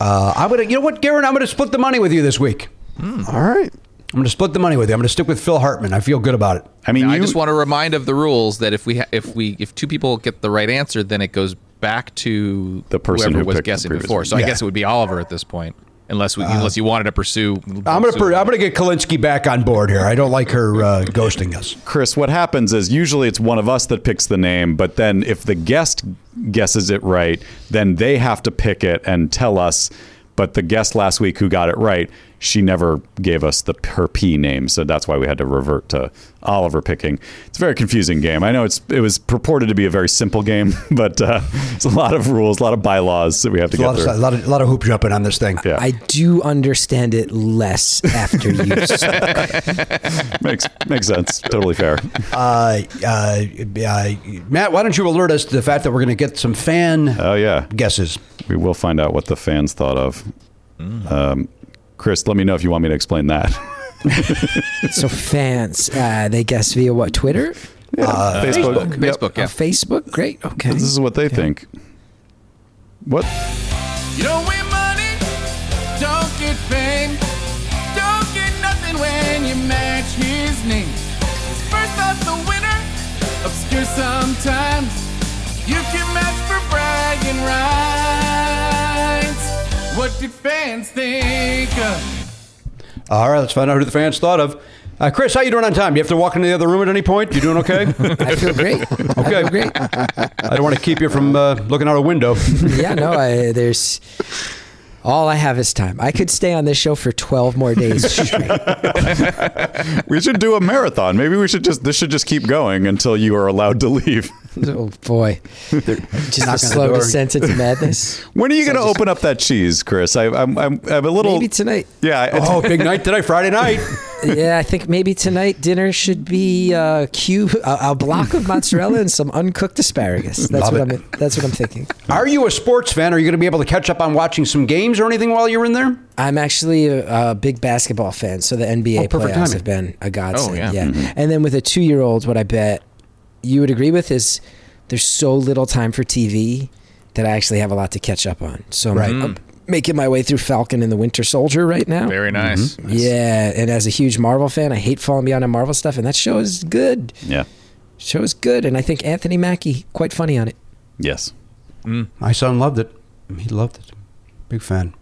S2: Uh, I'm gonna, you know what, Garen, I'm gonna split the money with you this week.
S8: All right.
S2: I'm gonna split the money with you. I'm gonna stick with Phil Hartman. I feel good about it.
S1: I mean,
S7: Now,
S1: you,
S7: I just want to remind of the rules that if we ha- if we if two people get the right answer, then it goes back to
S1: The person
S7: whoever
S1: who
S7: was
S1: picked the
S7: guessing
S1: previous
S7: before.
S1: one.
S7: So
S2: Yeah.
S7: I guess it would be Oliver at this point, unless we, unless you wanted to pursue.
S2: I'm gonna, per- I'm gonna get Kalinsky back on board here. I don't like her uh, ghosting us.
S1: Chris. What happens is usually it's one of us that picks the name, but then if the guest guesses it right, then they have to pick it and tell us. But the guest last week who got it right, she never gave us the her P name, so that's why we had to revert to Oliver picking. It's a very confusing game. I know it's it was purported to be a very simple game, but uh, it's a lot of rules, a lot of bylaws that we have to
S2: A
S1: get
S2: lot, of,
S1: through.
S2: a, lot of, a lot of hoop jumping on this thing.
S1: Yeah,
S9: I do understand it less after you. said-
S1: makes makes sense. Totally fair.
S2: Uh, uh, uh, Matt, why don't you alert us to the fact that we're gonna get some fan
S1: Oh yeah.
S2: guesses?
S1: We will find out what the fans thought of. Um, Chris, let me know if you want me to explain that.
S9: so fans, uh, they guess via what Twitter,
S2: Uh,
S1: Facebook. Yep.
S7: Facebook. Yeah.
S9: Oh, Facebook. Great. Okay.
S1: This is what they think. What?
S3: You don't win money, don't get fame, don't get nothing when you match his name. His first thought's the winner, obscure sometimes. You can match for bragging rights. What did fans think of?
S2: All right, let's find out who the fans thought of. Uh, Chris, how you doing on time? Do you have to walk into the other room at any point? You doing okay?
S9: I feel great. I
S2: Okay.
S9: feel great.
S2: I don't want to keep you from uh, looking out a window.
S9: yeah, no, I, there's All I have is time. I could stay on this show for 12 more days straight.
S1: We should do a marathon. Maybe we should just this should just keep going until you are allowed to leave.
S9: oh, boy. Just the
S2: knocking on the
S9: slow
S2: door.
S9: descent into madness.
S1: When are you going to open up that cheese, Chris? I, I'm, I'm I'm a little
S9: Maybe tonight.
S1: Yeah. I-
S2: Oh, big night today, Friday night.
S9: Yeah, I think maybe tonight dinner should be uh, cube a, a block of mozzarella and some uncooked asparagus. That's
S2: Love
S9: what
S2: it.
S9: I'm. That's what I'm thinking.
S2: Are you a sports fan? Are you going to be able to catch up on watching some games or anything while you're in there?
S9: I'm actually a, a big basketball fan, so the NBA
S2: Oh,
S9: playoffs
S2: perfect timing.
S9: have been a godsend.
S7: Oh, yeah. Mm-hmm.
S9: And then with a two year old, what I bet you would agree with is there's so little time for TV that I actually have a lot to catch up on. So I'm, I'm making my way through Falcon and the Winter Soldier right now.
S7: Very nice.
S1: Mm-hmm.
S9: yeah, and as a huge Marvel fan, I hate falling behind on Marvel stuff, and that show is good.
S1: yeah.
S9: Show is good, and I think Anthony Mackie quite funny on it.
S1: Yes.
S2: My son loved it. He loved it. Big fan.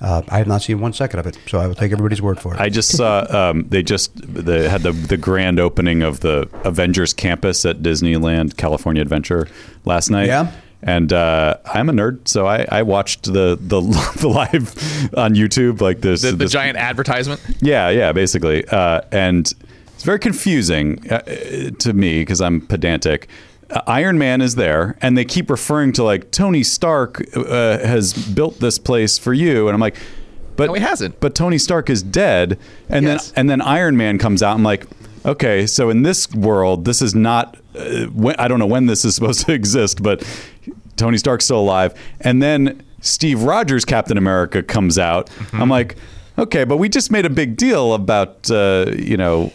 S2: Uh, I have not seen one second of it, so I will take everybody's word for it.
S1: I just saw um, they just they had the the grand opening of the Avengers campus at Disneyland California Adventure last night.
S2: Yeah.
S1: And uh, I'm a nerd, so I, I watched the, the the live on YouTube like this
S7: The, the
S1: this-
S7: giant advertisement.
S1: Yeah, yeah, basically. Uh, and it's very confusing uh, uh, to me because I'm pedantic. Uh, Iron Man is there, and they keep referring to like Tony Stark uh, has built this place for you, and I'm like, but
S7: No, he hasn't.
S1: But Tony Stark is dead, and
S7: Yes.
S1: then and then Iron Man comes out. I'm like, okay, so in this world, this is not. Uh, when, I don't know when this is supposed to exist, but Tony Stark's still alive, and then Steve Rogers, Captain America, comes out.
S7: Mm-hmm.
S1: I'm like. Okay, but we just made a big deal about uh, you know,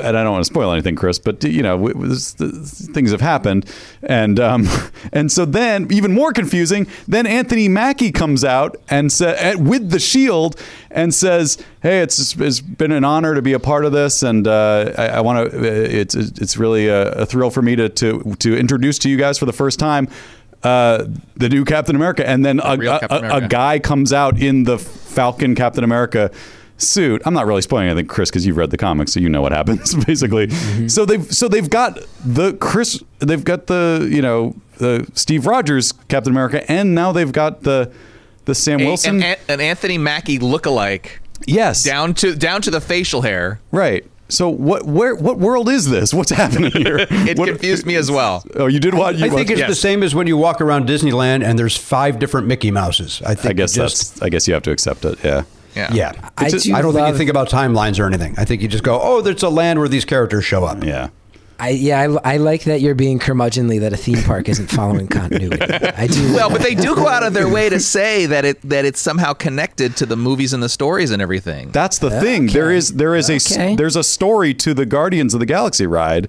S1: and I don't want to spoil anything, Chris, but you know, w- w- this, this, things have happened, and um, and so then even more confusing. Then Anthony Mackie comes out and sa- and- with the shield and says, "Hey, it's it's been an honor to be a part of this, and uh, I, I want to. It's it's really a, a thrill for me to to to introduce to you guys for the first time." Uh, the new Captain America, and then a,
S7: real
S1: a-
S7: Captain
S1: a- a
S7: America.
S1: guy guy comes out in the Falcon Captain America suit. I'm not really spoiling anything, Chris, because you've read the comics, so you know what happens basically.
S2: Mm-hmm.
S1: So they've so they've got the Chris, they've got the you know the Steve Rogers Captain America, and now they've got the the Sam
S7: A-
S1: Wilson.
S7: an, an, an Anthony Mackie lookalike
S1: yes,
S7: down to down to the facial hair.
S1: right. So what where what world is this? What's happening here?
S7: It
S1: What-
S7: confused me as well.
S1: Oh, you did what? You
S2: I think
S1: watched-
S2: it's
S7: yes.
S2: the same as when you walk around Disneyland and there's five different Mickey Mouses. I
S1: I
S2: think
S1: guess
S2: you just,
S1: that's. I guess you have to accept it. Yeah.
S7: Yeah.
S2: yeah.
S9: I
S2: It's just-
S9: do
S2: I don't think
S9: love-
S2: you think about timelines or anything. I think you just go, oh, there's a land where these characters show up.
S1: Yeah.
S9: I yeah, I, I like that you're being curmudgeonly that a theme park isn't following continuity. I do.
S7: Well, but they do go out of their way to say that it that it's somehow connected to the movies and the stories and everything.
S1: That's the thing. There is there is a s-
S9: Okay.
S1: there's a story to the Guardians of the Galaxy ride,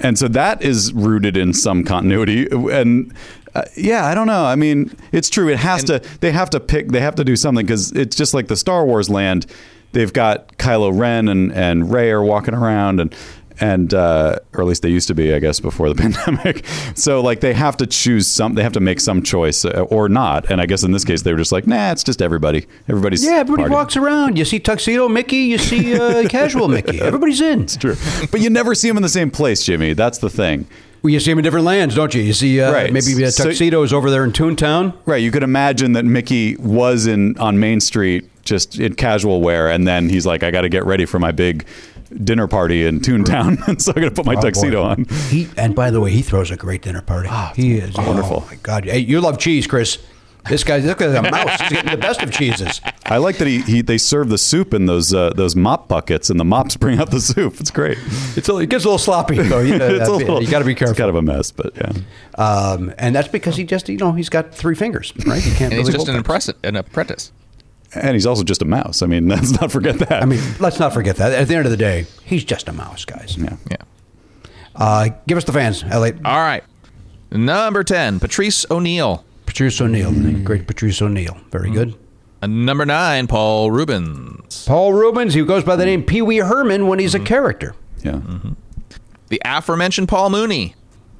S1: and so that is rooted in some continuity. And uh, yeah, I don't know. I mean, it's true. It has to. They have to pick. They have to do something because it's just like the Star Wars land. They've got Kylo Ren and and Ray are walking around and. And uh, or at least they used to be, I guess, before the pandemic. So like they have to choose some, they have to make some choice uh, or not. And I guess in this case they were just like, nah, it's just everybody. Everybody's
S2: Yeah, everybody
S1: partying.
S2: walks around. You see tuxedo Mickey, you see uh, casual Mickey. Everybody's in. It's true.
S1: but you never see them in the same place, Jimmy. That's the thing.
S2: Well, you see them in different lands, don't you? You see uh,
S1: Right.
S2: maybe uh,
S1: So-
S2: tuxedos over there in Toontown.
S1: Right. You could imagine that Mickey was in on Main Street just in casual wear, and then he's like, I got to get ready for my big dinner party in Toontown. and so I'm going to put my
S2: Oh, boy.
S1: tuxedo on.
S2: He and by the way, he throws a great dinner party. he is
S1: wonderful.
S2: Oh my God, hey, you love cheese, Chris. This guy, look at a mouse. He's getting the best of cheeses.
S1: I like that he, he they serve the soup in those uh, those mop buckets, and the mops bring out the soup. It's great.
S2: It's a, it gets a little sloppy. So you,
S1: it's
S2: you got to be
S1: it's
S2: careful.
S1: kind of a mess, but yeah.
S2: um, and that's because he just, you know, he's got three fingers, right? He can't.
S7: and he's
S2: really
S7: just
S2: hold
S7: an,
S2: them.
S7: impress- an apprentice.
S1: And he's also just a mouse. I mean, let's not forget that.
S2: I mean, let's not forget that. At the end of the day, he's just a mouse, guys.
S1: yeah.
S7: Yeah.
S2: Uh, give us the fans, LA.
S7: All right. Number 10, Patrice O'Neill.
S2: Patrice O'Neill, the great Patrice O'Neill. Very
S7: Mm-hmm.
S2: good.
S7: And number 9, Paul Rubens.
S2: Paul Rubens, he goes by the name Pee Wee Herman when he's
S7: Mm-hmm.
S2: a character.
S1: Yeah.
S2: mm-hmm.
S7: The aforementioned Paul Mooney.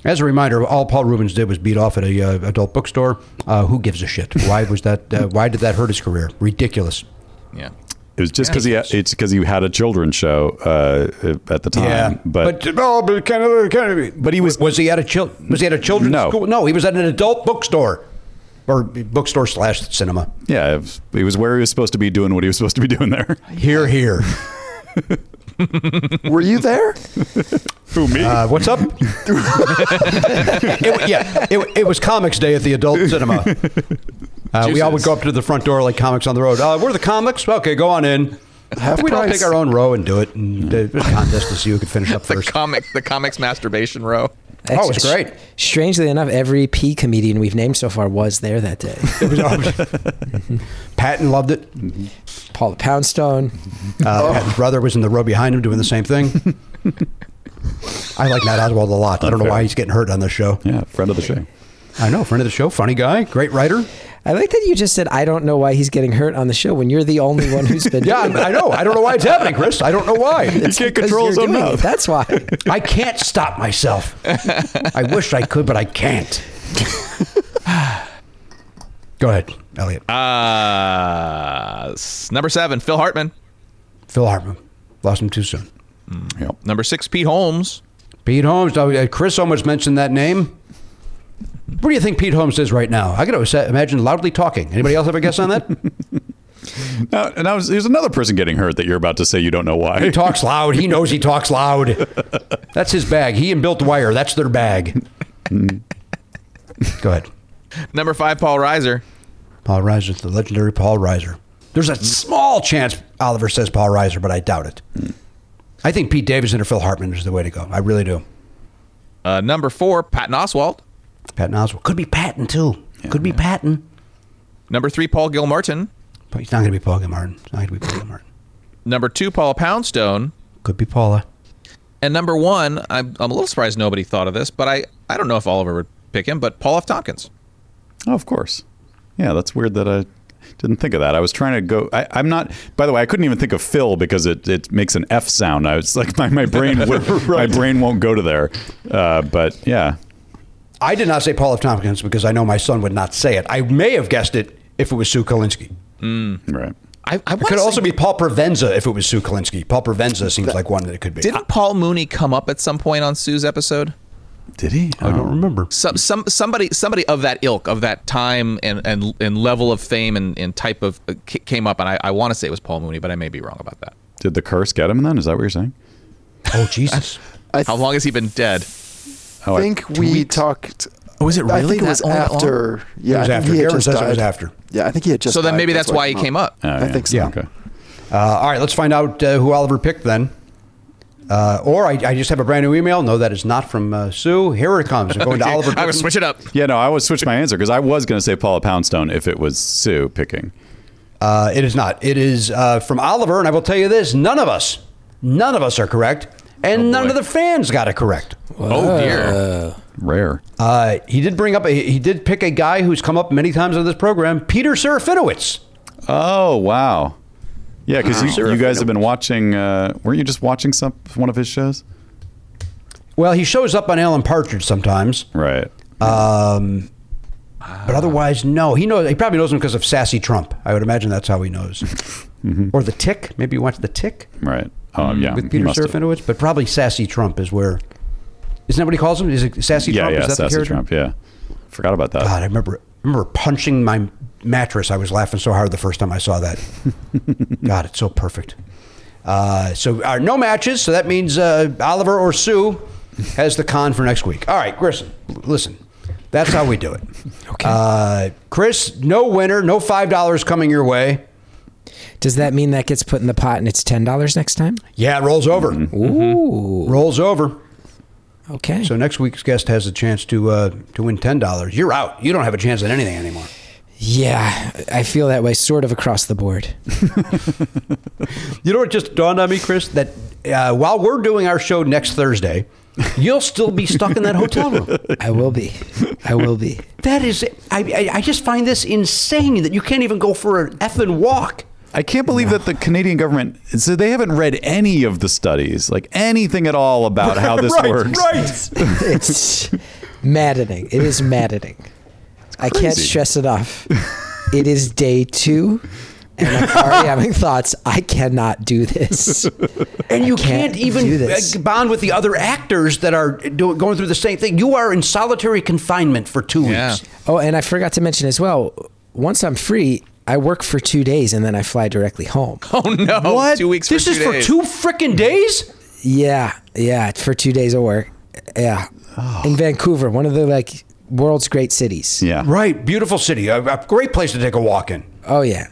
S2: As a reminder, all Paul Rubens did was beat off at a uh, adult bookstore. Uh, who gives a shit? Why was that? Uh, why did that hurt his career? Ridiculous.
S7: Yeah.
S1: It was just because he had, it's because he had a children's show uh, at the time.
S2: but but, oh, but kind of, kind of,
S1: But he was-
S2: was he at a child was he at a children's
S1: No.
S2: school? No, he was at an adult bookstore. or bookstore slash cinema.
S1: Yeah, it was- he was where he was supposed to be doing what he was supposed to be doing there.
S2: Here, here.
S8: Were you there?
S1: Who me?
S2: Uh, what's up? It wa- yeah, it, it was Comics Day at the Adult Cinema. Uh, we all would
S7: Juices.
S2: go up to the front door like comics on the road. Uh, we're the comics. Okay, go on in.
S8: Half
S2: We'd all
S8: price.
S2: pick our own row and do it. And uh, it was a contest to see who could finish up
S7: The
S2: first.
S7: comic, the comics masturbation row.
S2: Oh, it's great.
S9: Strangely enough, every P comedian we've named so far was there that day.
S2: It was all- Patton loved it.
S9: Paula Poundstone.
S2: Uh, Patton's brother was in the row behind him doing the same thing. I like Matt Oswald a lot. I don't know why he's getting hurt on this show.
S1: yeah, friend of the show.
S2: I know, friend of the show, funny guy, great writer.
S9: I like that you just said, I don't know why he's getting hurt on the show when you're the only one who's been
S2: Yeah,
S9: doing
S2: I I know. I don't know why it's happening, Chris. I don't know why.
S1: He can't
S9: because
S1: control
S9: you're
S1: his own
S9: doing it.
S1: mouth.
S9: That's why.
S2: I can't stop myself. I wish I could, but I can't. Go ahead, Elliot.
S7: Uh, s- number seven, Phil Hartman.
S2: Phil Hartman. Lost him too soon.
S1: Yep.
S7: Number six, Pete Holmes.
S2: Pete Holmes. oh, yeah, Chris almost mentioned that name. What do you think Pete Holmes is right now? I could always sa- imagine loudly talking. Anybody else have a guess on that?
S1: Now, and I was, there's another person getting hurt that you're about to say you don't know why.
S2: He talks loud. He knows he talks loud. That's his bag. He and Bill Dwyer. That's their bag. Go ahead.
S7: Number five, Paul Reiser.
S2: Paul Reiser, the legendary Paul Reiser. There's a small chance Oliver says Paul Reiser, but I doubt it. I think Pete Davidson or Phil Hartman is the way to go. I really do.
S7: Uh, number four, Patton Oswald.
S2: Patton Oswald. Could be Patton, too. Could be Patton.
S7: Number three, Paul Gilmartin.
S2: But he's not going to be Paul Gilmartin. It's not going to be Paul Gilmartin.
S7: Number two, Paula Poundstone.
S2: Could be Paula.
S7: And number one, I'm, I'm a little surprised nobody thought of this, but I, I don't know if Oliver would pick him, but Paul F. Tompkins.
S1: Oh, of course. Yeah, that's weird that I didn't think of that. I was trying to go. I, I'm not. By the way, I couldn't even think of Phil because it, it makes an F sound. I was like, my my brain would, my brain won't go to there. Uh, but yeah,
S2: I did not say Paul F. Tompkins because I know my son would not say it. I may have guessed it if it was Sue Kalinsky.
S1: right.
S7: I, I
S2: It could also be Paul Provenza if it was Sue Kalinsky. Paul Provenza seems like one that it could be.
S7: Didn't Paul Mooney come up at some point on Sue's episode?
S1: Did he?
S2: I don't remember.
S7: Some, some somebody somebody of that ilk of that time and and, and level of fame and, and type of uh, ca- came up and I, I want to say it was Paul Mooney but I may be wrong about that.
S1: Did the curse get him? Then is that what you're saying?
S2: Oh, Jesus.
S8: I
S7: How long has he been dead?
S1: Oh,
S8: I think we talked.
S7: Oh, is it
S8: I
S7: really
S8: think
S7: that
S8: it was
S7: long- that long?
S8: after. Yeah,
S2: It was
S8: I think
S2: after.
S8: he had
S2: Garen
S8: just
S2: says it was
S8: died.
S2: after.
S8: Yeah, I think he had just.
S7: So then
S8: died.
S7: maybe that's why he came up.
S1: Oh,
S8: I
S1: yeah.
S8: think so.
S2: Yeah.
S1: Okay.
S2: Uh, all right, let's find out uh, who Oliver picked then. Uh, or I, I just have a brand new email. No, that is not from uh, Sue. Here it comes. I'm going to Oliver.
S7: I would
S2: Pickens.
S7: switch it up.
S1: Yeah, no, I would switch my answer because I was going to say Paula Poundstone if it was Sue picking.
S2: Uh, it is not. It is uh, from Oliver, and I will tell you this: none of us, none of us are correct, and none
S7: Oh, boy.
S2: of the fans got it correct.
S7: Oh dear.
S1: Rare.
S2: Uh, he did bring up. A, he did pick a guy who's come up many times on this program, Peter Serafinowicz.
S1: Oh wow. Yeah, because you, you guys have been watching. Uh, weren't you just watching some one of his shows?
S2: Well, he shows up on Alan Partridge sometimes,
S1: Right.
S2: um, but otherwise, no. He knows. He probably knows him because of Sassy Trump. I would imagine that's how he knows. Or the Tick. Maybe you watch the Tick.
S1: Right. Oh yeah. Mm-hmm. he
S2: with Peter
S1: must have.
S2: Serafinowicz, but probably Sassy Trump is where. Isn't that what he calls him? Is it Sassy
S1: Yeah,
S2: Trump?
S1: yeah,
S2: is that the
S1: Sassy
S2: character?
S1: Trump. Yeah, forgot about that.
S2: God, I remember. I remember punching my mattress. I was laughing so hard the first time I saw that. God, it's so perfect. Uh, so uh, no matches. So that means uh, Oliver or Sue has the con for next week. All right, Chris, listen. That's how we do it. okay. Uh, Chris, no winner, no five dollars coming your way.
S9: Does that mean that gets put in the pot and it's ten dollars next time?
S2: Yeah, it rolls over.
S9: Mm-hmm. Ooh.
S2: Rolls over.
S9: Okay.
S2: So next week's guest has a chance to uh, to win ten dollars. You're out. You don't have a chance at anything anymore.
S9: yeah, I feel that way sort of across the board.
S2: You know what just dawned on me, Chris? That uh, while we're doing our show next Thursday, you'll still be stuck in that hotel room.
S9: I will be. I will be.
S2: That is, I, I, I just find this insane that you can't even go for an effing walk.
S1: I can't believe that the Canadian government. So they haven't read any of the studies, like anything at all about how this
S2: right,
S1: works.
S2: Right.
S9: It's maddening. It is maddening. I can't
S1: crazy.
S9: stress it enough. It is day two and I'm already having thoughts. I cannot do this.
S2: And you
S9: can't
S2: can't, even
S9: do this.
S2: uh, bond with the other actors that are do, going through the same thing. You are in solitary confinement for two
S7: Yeah.
S2: weeks.
S9: Oh, and I forgot to mention as well. Once I'm free, I work for two days and then I fly directly home.
S7: Oh no!
S2: What?
S7: Two weeks.
S2: This
S7: for
S2: is
S7: two days.
S2: for two freaking days.
S9: Yeah, yeah, for two days of work. Yeah, in Vancouver, one of the like world's great cities.
S1: Yeah.
S2: Right, beautiful city, a, a great place to take a walk in.
S9: Oh yeah.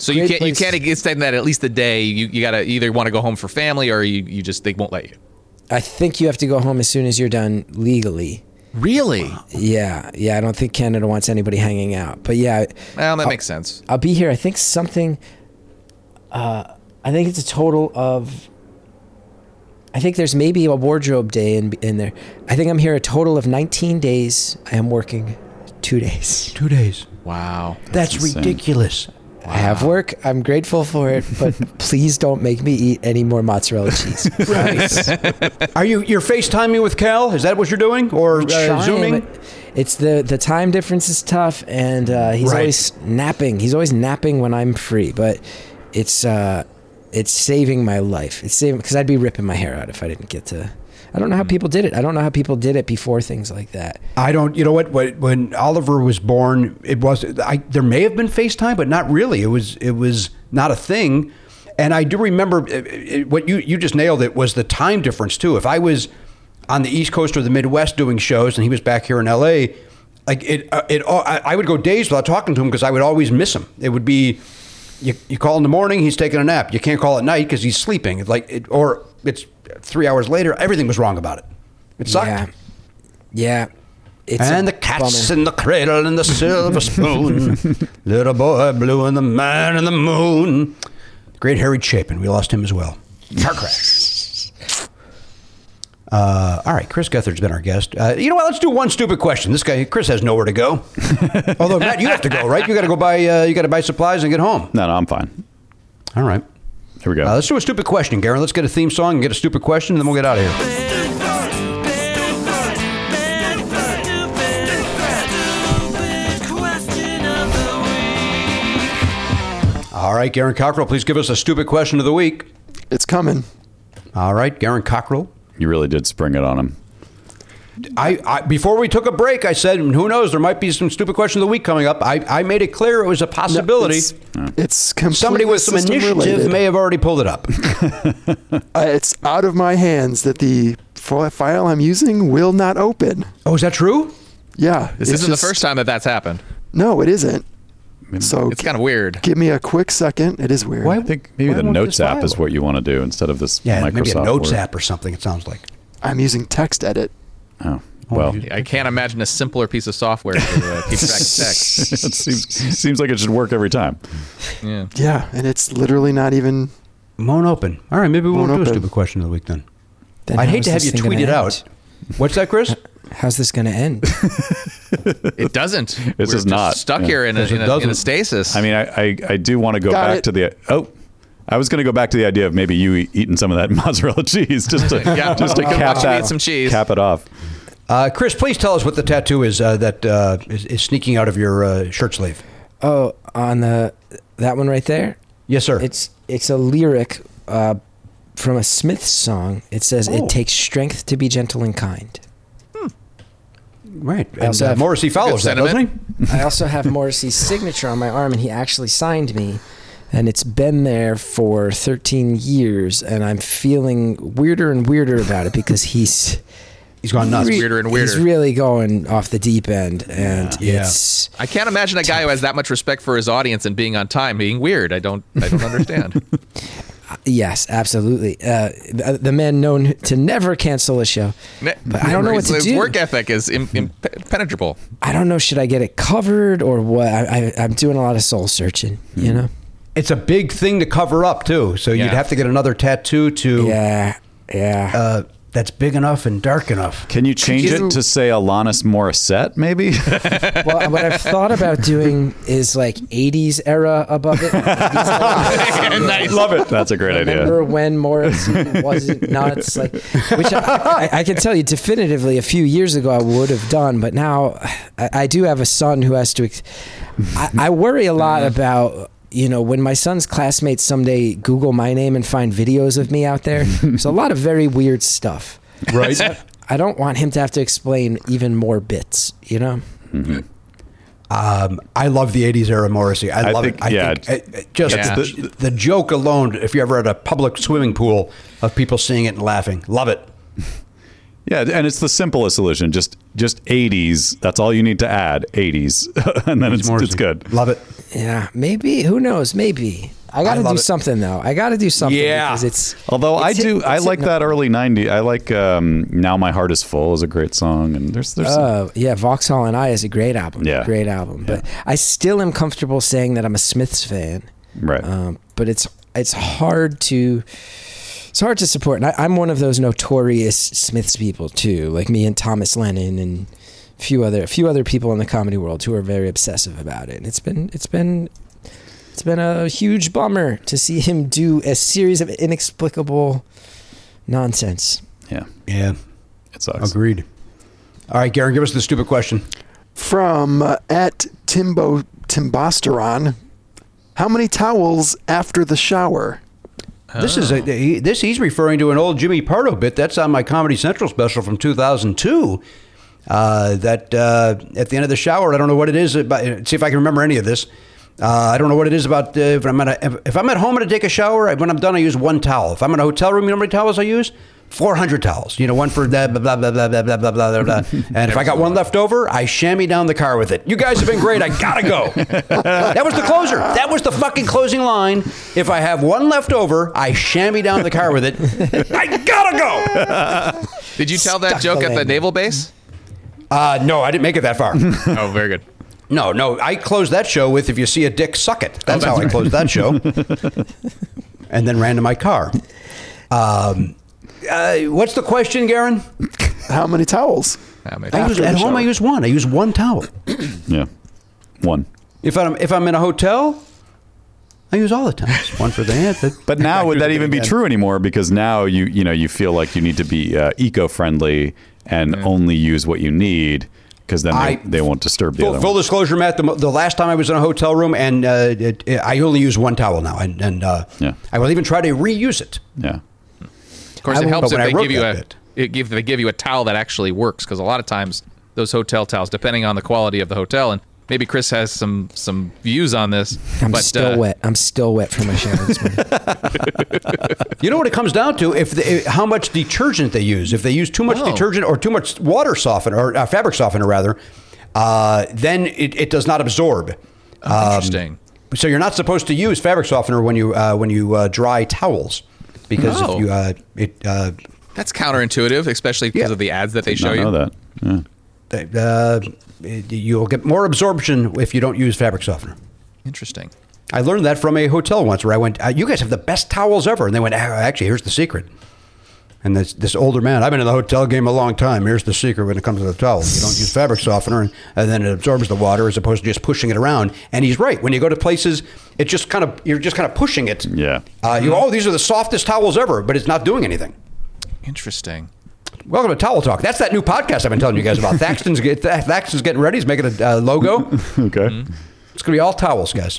S7: So you
S9: Great
S7: can't
S9: place.
S7: you can't extend that at least a day. You you gotta either want to go home for family or you, you just they won't let you.
S9: I think you have to go home as soon as you're done legally.
S7: Really?
S9: Yeah, yeah. I don't think Canada wants anybody hanging out. But yeah,
S7: Well, that makes sense.
S9: I'll be here. I think something. Uh, I think it's a total of. I think there's maybe a wardrobe day in in there. I think I'm here a total of 19 days. I am working two days.
S2: Two days.
S7: Wow.
S2: That's ridiculous.
S9: I have work. I'm grateful for it, but please don't make me eat any more mozzarella cheese. Please.
S2: Are you you're FaceTiming with Cal? Is that what you're doing, or uh,
S9: Trying,
S2: zooming?
S9: but It's the the time difference is tough, and uh, he's
S2: Right.
S9: always napping. He's always napping when I'm free, but it's uh, it's saving my life. It's saving because I'd be ripping my hair out if I didn't get to. I don't know how
S2: Mm.
S9: people did it. I don't know how people did it before things like that.
S2: I don't. You know what? When, when Oliver was born, it was. I there may have been FaceTime, but not really. It was. It was not a thing. And I do remember uh, uh, what you you just nailed. It was the time difference too. If I was on the East Coast or the Midwest doing shows, and he was back here in L.A., like it uh, it all- I I would go days without talking to him because I would always miss him. It would be. You, you call in the morning, he's taking a nap. You can't call at night because he's sleeping. It's like, it, or it's three hours later. Everything was wrong about it. It sucked
S9: Yeah, yeah. It's a
S2: and the cats
S9: bummer.
S2: in the cradle and the silver spoon. Little boy blue and the man in the moon. Great Harry Chapin. We lost him as well. Car crash. Uh, all right, Chris Gethard's been our guest. Uh, you know what? Let's do one stupid question. This guy, Chris, has nowhere to go. Although Matt, you have to go, right? You got to go buy. Uh, you got to buy supplies and get home.
S1: No, no, I'm fine.
S2: All right.
S1: Here we go.
S2: Uh, let's do a stupid question, Garen. Let's get a theme song and get a stupid question, and then we'll get out of here. All right, Garen Cockrell, please give us a stupid question of the week.
S8: It's coming.
S2: All right, Garen Cockrell,
S1: you really did spring it on him.
S2: I, I before we took a break, I said, who knows? There might be some stupid question of the week coming up. I, I made it clear it was a possibility.
S8: It's, it's completely
S2: Somebody with some
S8: system
S2: initiative
S8: related.
S2: may have already pulled it up.
S8: Uh, it's out of my hands that the fi- file I'm using will not open.
S2: oh, is that true?
S8: Yeah,
S7: This
S8: it's
S7: isn't
S8: just-
S7: the first time that that's happened.
S8: No, it isn't. So
S7: It's kind of weird.
S8: give me a quick second. It is weird.
S1: I think maybe
S2: why
S1: the
S2: won't
S1: Notes
S2: this
S1: app is
S2: file-
S1: what you want to do instead of this
S2: Yeah,
S1: Microsoft.
S2: maybe a notes
S1: Word.
S2: app or something. It sounds like.
S8: I'm using text edit.
S1: Oh, well,
S7: I can't imagine a simpler piece of software to uh, keep track of sex.
S1: it seems, seems like it should work every time.
S8: Yeah, and it's literally not even.
S2: Won't open. All right, maybe we won't,
S8: Won't
S2: do a
S8: open.
S2: stupid question of the week then.
S9: Then
S2: I'd
S9: how
S2: hate
S9: is
S2: to have
S9: this
S2: you
S9: thing
S2: tweet
S9: gonna
S2: it
S9: end?
S2: out. What's that, Chris?
S9: How's this going to end?
S7: It doesn't. We're
S1: is
S7: just
S1: not.
S7: stuck
S1: Yeah.
S7: here in a,
S2: Because it
S7: in, a, in
S2: doesn't.
S7: a stasis.
S1: I mean, I, I, I do want to go
S8: Got
S1: back
S8: it.
S1: to the. Oh, I was going to go back to the idea of maybe you e- eating some of that mozzarella cheese just to,
S7: Yeah,
S1: just to
S7: why don't
S1: cap
S7: you
S1: that,
S7: eat some cheese?
S1: cap it off.
S2: Uh, Chris, please tell us what the tattoo is uh, that uh, is, is sneaking out of your uh, shirt sleeve.
S9: oh, on the that one right there.
S2: Yes, sir.
S9: It's it's a lyric uh, from a Smith song. It says,
S2: Oh.
S9: "It takes strength to be gentle and kind."
S2: right. And
S9: also
S2: uh,
S9: have-
S2: Morrissey follows that, doesn't he?
S7: sentiment.
S9: I also have Morrissey's signature on my arm, and he actually signed me. And it's been there for 13 years, and I'm feeling weirder and weirder about it because he's
S2: He's gone nuts.
S7: Re- weirder and weirder.
S9: He's really going off the deep end, and
S2: Yeah.
S9: it's
S7: I can't imagine a guy who has that much respect for his audience and being on time being weird. I don't. I don't understand.
S9: yes, absolutely. Uh, the, the man known to never cancel a show. But I don't know what to
S7: his,
S9: do.
S7: work ethic is im- impenetrable.
S9: I don't know. Should I get it covered or what? I, I, I'm doing a lot of soul searching, you know?
S2: It's a big thing to cover up too, so
S7: Yeah.
S2: you'd have to get another tattoo to
S9: Yeah. Yeah.
S2: uh, that's big enough and dark enough.
S1: Can you change
S8: you-
S1: it to say Alanis Morissette, maybe?
S9: well, what I've thought about doing is like 80s era above it. 80s era.
S7: nice.
S1: Love it. That's a great
S9: Remember
S1: idea.
S9: when Morrissey wasn't nuts? Like, which I, I, I can tell you definitively a few years ago I would have done, but now I, I do have a son who has to. Ex- I, I worry a lot about you know, when my son's classmates someday Google my name and find videos of me out there, there's a lot of very weird stuff.
S2: Right.
S9: I don't want him to have to explain even more bits, you know?
S2: Um, I love the '80s era Morrissey. I,
S1: I
S2: love
S1: think-
S2: it. I
S1: yeah,
S2: think, uh, uh, just
S7: yeah.
S2: The, the joke alone. If you're ever at a public swimming pool of people seeing it and laughing, love it.
S1: Yeah, and it's the simplest solution. Just just 80s. That's all you need to add. 80s, and then it's, it's
S2: Morrissey.
S1: good.
S2: Love it.
S9: Yeah, maybe. Who knows? Maybe. I got to
S2: love
S9: do
S2: it.
S9: something, though. I got to do something.
S2: Yeah.
S9: Because it's.
S1: Although I
S9: it's hit-
S1: do, I
S9: it's
S1: like
S9: hitting
S1: that early '90s. I like um, "Now My Heart Is Full" is a great song, and there's there's some-
S9: Uh, yeah, Vauxhall and I is a great album.
S1: Yeah.
S9: Great album. But I still am comfortable saying that I'm a Smiths fan.
S1: right.
S9: Um, but it's it's hard to it's hard to support. And I, I'm one of those notorious Smiths people too, like me and Thomas Lennon and a few other a few other people in the comedy world who are very obsessive about it. And it's been it's been it's been a huge bummer to see him do a series of inexplicable nonsense.
S1: yeah,
S2: Yeah,
S1: it sucks.
S2: agreed. All right, Garen, give us the stupid question.
S8: From uh, at Timbo Timbosteron, how many towels after the shower?
S2: This is a, he- this he's referring to an old Jimmy Pardo bit that's on my Comedy Central special from 2002. Uh, that uh, at the end of the shower, I don't know what it is. About, see if I can remember any of this. Uh, I don't know what it is about uh, if I'm at a, if I'm at home and I take a shower. I- When I'm done, I use one towel. If I'm in a hotel room, you know how many towels I use? Four hundred towels. You know, one for blah blah blah blah blah blah blah blah blah. blah. And if I got one left over, I chamois down the car with it. You guys have been great. I gotta go. that was the closer. That was the fucking closing line. If I have one left over, I chamois down the car with it. I gotta go.
S7: Did you tell that
S9: Stuck
S7: joke
S9: the
S7: at the
S9: landing.
S7: naval base?
S2: Uh, no, I didn't make it that far.
S7: Oh, very good.
S2: No, no, I closed that show with "If you see a dick, suck it." That's, how I closed that show, and then ran to my car. Um, uh, what's the question, Garen?
S8: How many towels?
S7: That made
S2: I use,
S8: After
S2: at
S8: the
S2: home, I
S8: shower.
S2: use one. I use one towel.
S1: Yeah, one.
S2: If I'm if I'm in a hotel, I use all the towels. One for the hand. the-
S1: But now would that even be true anymore? Because now you you know you feel like you need to be uh, eco-friendly and only use what you need, because then
S2: I-
S1: they, they won't disturb the
S2: Full,
S1: other
S2: full
S1: one.
S2: disclosure, Matt. The, mo- the last time I was in a hotel room, and uh, it, it- I only use one towel now, and, and uh,
S1: Yeah.
S2: I will even try to reuse it.
S1: Yeah,
S7: Of course,
S2: I
S7: it
S2: will-
S7: helps
S2: but
S7: if
S2: when I
S7: they
S2: wrote
S7: give you
S2: that
S7: a
S2: bit-
S7: it give they give you a towel that actually works because a lot of times those hotel towels, depending on the quality of the hotel, and maybe Chris has some some views on this.
S9: I'm
S7: but,
S9: still
S7: uh,
S9: wet. I'm still wet from my shower this morning.
S2: You know what it comes down to? If, the, if how much detergent they use. If they use too much
S7: Oh.
S2: detergent or too much water softener or uh, fabric softener rather, uh, then it, it does not absorb. Um,
S7: Interesting.
S2: So you're not supposed to use fabric softener when you uh, when you uh, dry towels because
S7: Oh.
S2: if you uh, it uh,
S7: That's counterintuitive, especially because
S2: Yeah.
S7: of the ads that they
S1: I
S7: show you.
S1: know that. Yeah.
S2: uh, it- you'll get more absorption if you don't use fabric softener.
S7: Interesting.
S2: I learned that from a hotel once where I went, uh, "You guys have the best towels ever," and they went, "Ah, "Actually, here's the secret." And this this older man, I've been in the hotel game a long time. Here's the secret when it comes to the towels: you don't use fabric softener, and, and then it absorbs the water as opposed to just pushing it around. And he's right. When you go to places, it just kind of you're just kind of pushing it.
S1: Yeah.
S2: Uh, you oh, these are the softest towels ever, but it's not doing anything.
S7: Interesting.
S2: Welcome to Towel Talk. That's that new podcast I've been telling you guys about. Thaxton's get, Thaxton's getting ready. He's making a uh, logo.
S1: Okay.
S2: It's gonna be all towels, guys.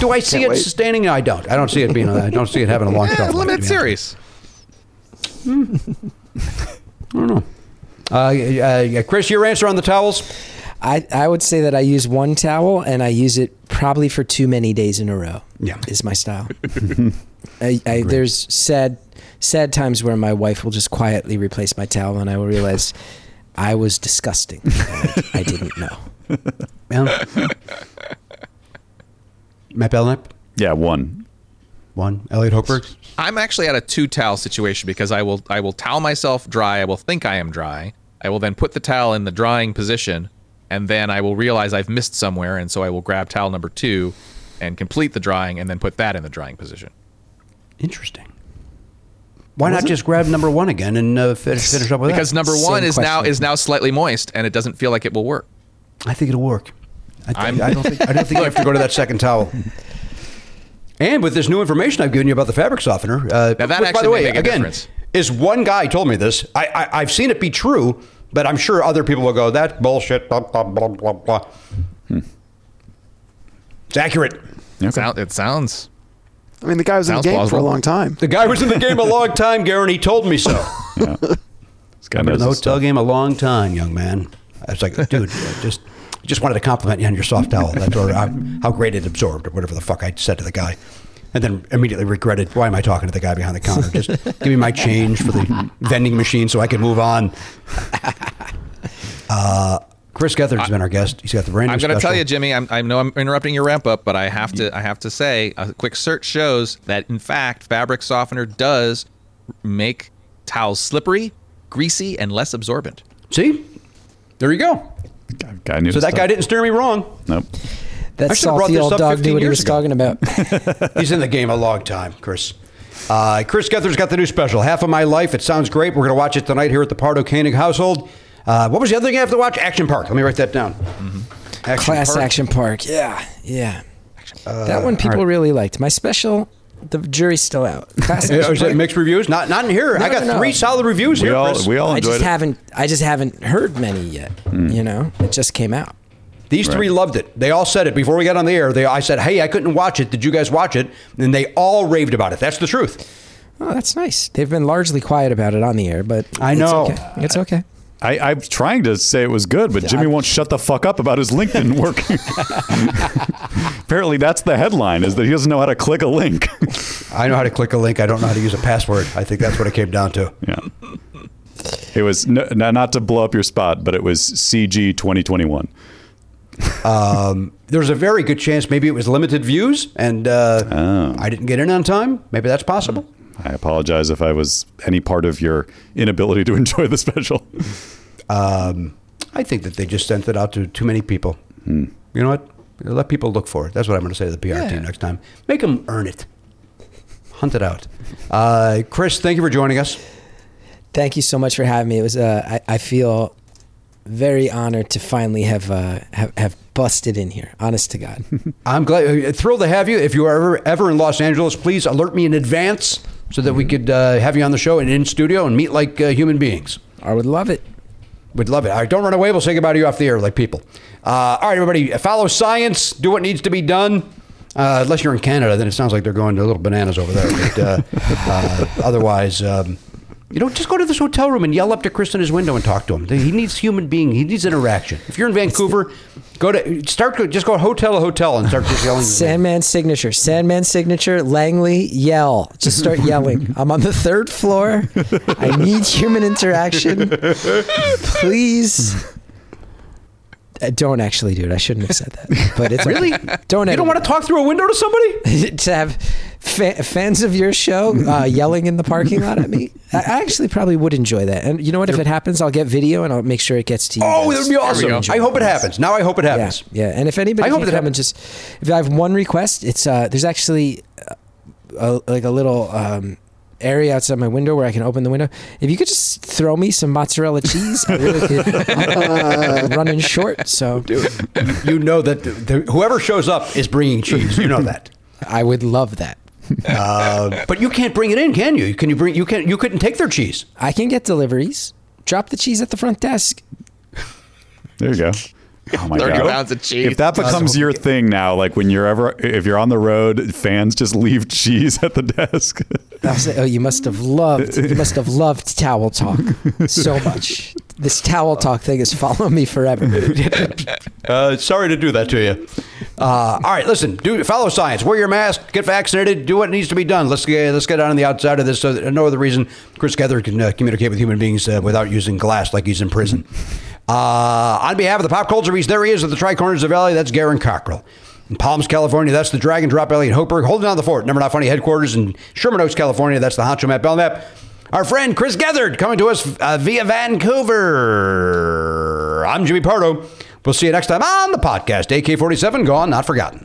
S2: Do I see it
S8: wait.
S2: sustaining? I don't. I don't see it being. uh, I don't see it having a long
S7: Yeah,
S2: shelf life,
S7: limited
S2: to be honest.
S7: series.
S2: Uh, uh, Chris, your answer on the towels?
S9: I, I would say that I use one towel and I use it probably for too many days in a row.
S2: Yeah.
S9: is my style. I, I, there's sad sad times where my wife will just quietly replace my towel and I will realize I was disgusting. and I didn't know.
S2: Yeah. Matt Belknap,
S1: Yeah, one.
S2: one. Elliot Hochberg.
S7: I'm actually at a two towel situation because I will I will towel myself dry. I will think I am dry. I will then put the towel in the drying position, and then I will realize I've missed somewhere, and so I will grab towel number two, and complete the drying, and then put that in the drying position.
S2: Interesting. Why not just grab number one again and uh, finish, finish up with that?
S7: Because number
S9: Same
S7: one is now
S9: question.
S7: is now slightly moist, and it doesn't feel like it will work.
S2: I think it'll work. I,
S7: I'm-
S2: think, I don't think I don't think you have to go to that second towel. And with this new information I've given you about the fabric softener, uh,
S7: Now,
S2: which,
S7: that
S2: by
S7: actually
S2: the
S7: may
S2: way,
S7: make a
S2: again,
S7: difference.
S2: is one guy told me this. I, I I've seen it be true, but I'm sure other people will go
S7: Hmm.
S2: that bullshit. Blah blah blah blah blah. It's accurate.
S7: It, sound, it sounds.
S8: I mean, the guy was in the
S7: Sounds
S8: game for a
S7: plausible.
S8: long time.
S2: The guy was in the game a long time, Garen. He told me so.
S1: This guy
S2: I've been in
S1: knows
S2: the
S1: his
S2: hotel
S1: stuff.
S2: game a long time, young man. I was like, dude, I just just wanted to compliment you on your soft towel. That's or um, how great it absorbed, or whatever the fuck I said to the guy. And then immediately regretted why am I talking to the guy behind the counter? Just give me my change for the vending machine so I can move on. Uh, Chris Gethard's been our guest. He's got the brand new
S7: I'm going to tell
S2: special.
S7: you, Jimmy. I'm, I know I'm interrupting your ramp up, but I have to. I have to say, a quick search shows that in fact, fabric softener does make towels slippery, greasy, and less absorbent.
S2: See, there you go.
S1: Guy- Guy knew
S2: So
S1: his
S2: that
S1: stuff.
S2: guy didn't steer me wrong.
S1: Nope.
S2: I
S9: That
S2: should've brought
S9: salty
S2: this
S9: old
S2: up
S9: dog
S2: 15
S9: knew what he
S2: years
S9: was
S2: ago.
S9: talking about.
S2: He's in the game a long time, Chris. Uh, Chris Gethard's got the new special, Half of My Life. It sounds great. We're going to watch it tonight here at the Pardo Koenig household. Uh, what was the other thing I have to watch? Action Park. Let me write that down. Action
S9: Mm-hmm. Class
S2: Park. Uh,
S9: Action Park. Yeah, yeah. that one people
S2: all right.
S9: really liked. My special, the jury's still out. Class
S2: Yeah,
S9: Action
S2: is that
S9: Park.
S2: mixed reviews? Not not in here. I
S9: No,
S2: got
S9: no, no.
S2: three solid reviews
S1: We
S2: here,
S1: all
S2: Chris.
S1: we all
S9: I
S1: enjoyed
S9: just
S1: it.
S9: haven't. I just haven't heard many yet.
S2: Hmm.
S9: You know, it just came out.
S2: These three loved it. They all said it before we got on the air. They, I said, hey, I couldn't watch it. Did you guys watch it? And they all raved about it. That's the truth.
S9: Oh, that's nice. They've been largely quiet about it on the air, but
S2: I know.
S9: it's okay. It's okay.
S1: I, I'm trying to say it was good, but Jimmy won't shut the fuck up about his LinkedIn work. Apparently, that's the headline: is that he doesn't know how to click a link.
S2: I know how to click a link. I don't know how to use a password. I think that's what it came down to.
S1: yeah. It was no, no- not to blow up your spot, but it was CG 2021.
S2: there's a very good chance maybe it was limited views and uh, I didn't get in on time. Maybe that's possible.
S1: I apologize if I was any part of your inability to enjoy the special.
S2: I think that they just sent it out to too many people. You know what? Let people look for it. That's what I'm going to say to the PR team next time. Make them earn it. Hunt it out. Uh, Chris, thank you for joining us.
S9: Thank you so much for having me. It was. Uh, I, I feel very honored to finally have, uh, have have busted in here. Honest to God.
S2: I'm glad, uh, thrilled to have you. If you are ever, ever in Los Angeles, please alert me in advance so that we could uh, have you on the show and in studio and meet like uh, human beings.
S9: I would love it.
S2: We'd love it. All right, don't run away. We'll say goodbye to you off the air like people. Uh, all right, everybody, follow science. Do what needs to be done. Uh, unless you're in Canada, then it sounds like they're going to little bananas over there. But uh, uh, otherwise, um, you know, just go to this hotel room and yell up to Chris in his window and talk to him. He needs human being. He needs interaction. If you're in Vancouver, go to start go- just go hotel to hotel and start just yelling.
S9: Sandman signature. Sandman signature. Langley yell. Just start yelling. I'm on the third floor. I need human interaction. Please. Uh, Don't actually do it. I shouldn't have said that. But it's really don't.
S2: You don't want to talk through a window to somebody.
S9: to have fa- fans of your show uh, yelling in the parking lot at me. I I actually probably would enjoy that. And you know what? If it happens, I'll get video and I'll make sure it gets to you.
S2: Oh,
S9: guys.
S2: that would be awesome. I hope it happens. Now I hope it
S9: Yeah,
S2: happens.
S9: yeah. And if anybody
S2: I hope
S9: can
S2: that
S9: come and just, if I have one request, it's uh, there's actually uh, a, like a little um, area outside my window where I can open the window. If you could just throw me some mozzarella cheese, I really could. I'm running short, so
S2: you know that the, the, whoever shows up is bringing cheese. You know that.
S9: I would love that.
S2: Uh, but you can't bring it in, can you? Can you bring you can you couldn't take their cheese?
S9: I can get deliveries. Drop the cheese at the front desk.
S1: There you go. Oh my
S7: 30
S1: god!
S7: pounds of cheese.
S1: If that becomes your thing now, like when you're ever if you're on the road, fans just leave cheese at the desk.
S9: I'll say, oh, you must have loved, you must have loved towel talk so much. This towel talk thing has followed me forever.
S2: Uh, sorry to do that to you. Uh, all right, listen. Do follow science. Wear your mask. Get vaccinated. Do what needs to be done. Let's get let's get out on the outside of this. So that, no other reason Chris Gether can uh, communicate with human beings uh, without using glass like he's in prison. Uh, on behalf of the pop culture beast, there he is at the Tri Corners of the Valley. That's Garen Cockrell. In Palms, California, that's the Dragon Drop Elliot Hoper holding down the fort. Number not funny headquarters in Sherman Oaks, California. That's the Honcho Matt Belknap. Our friend Chris Gethard coming to us uh, via Vancouver. I'm Jimmy Pardo. We'll see you next time on the podcast. AK 47, gone, not forgotten.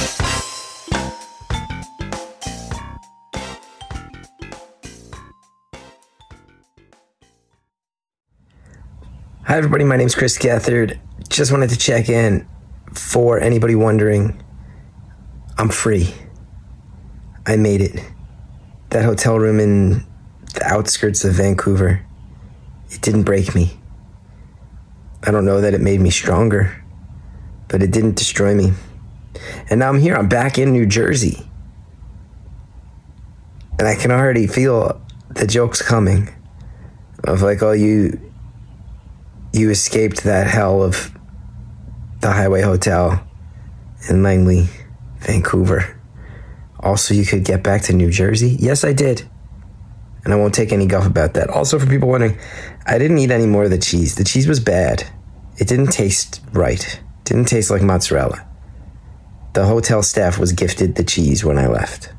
S9: Hi, everybody. My name's Chris Gethard. Just wanted to check in for anybody wondering. I'm free. I made it. That hotel room in the outskirts of Vancouver, it didn't break me. I don't know that it made me stronger, but it didn't destroy me. And now I'm here. I'm back in New Jersey. And I can already feel the jokes coming of like, oh, you you escaped that hell of the Highway Hotel in Langley, Vancouver. Also, you could get back to New Jersey. Yes, I did. And I won't take any guff about that. Also, for people wondering, I didn't eat any more of the cheese. The cheese was bad. It didn't taste right. Didn't taste like mozzarella. The hotel staff was gifted the cheese when I left.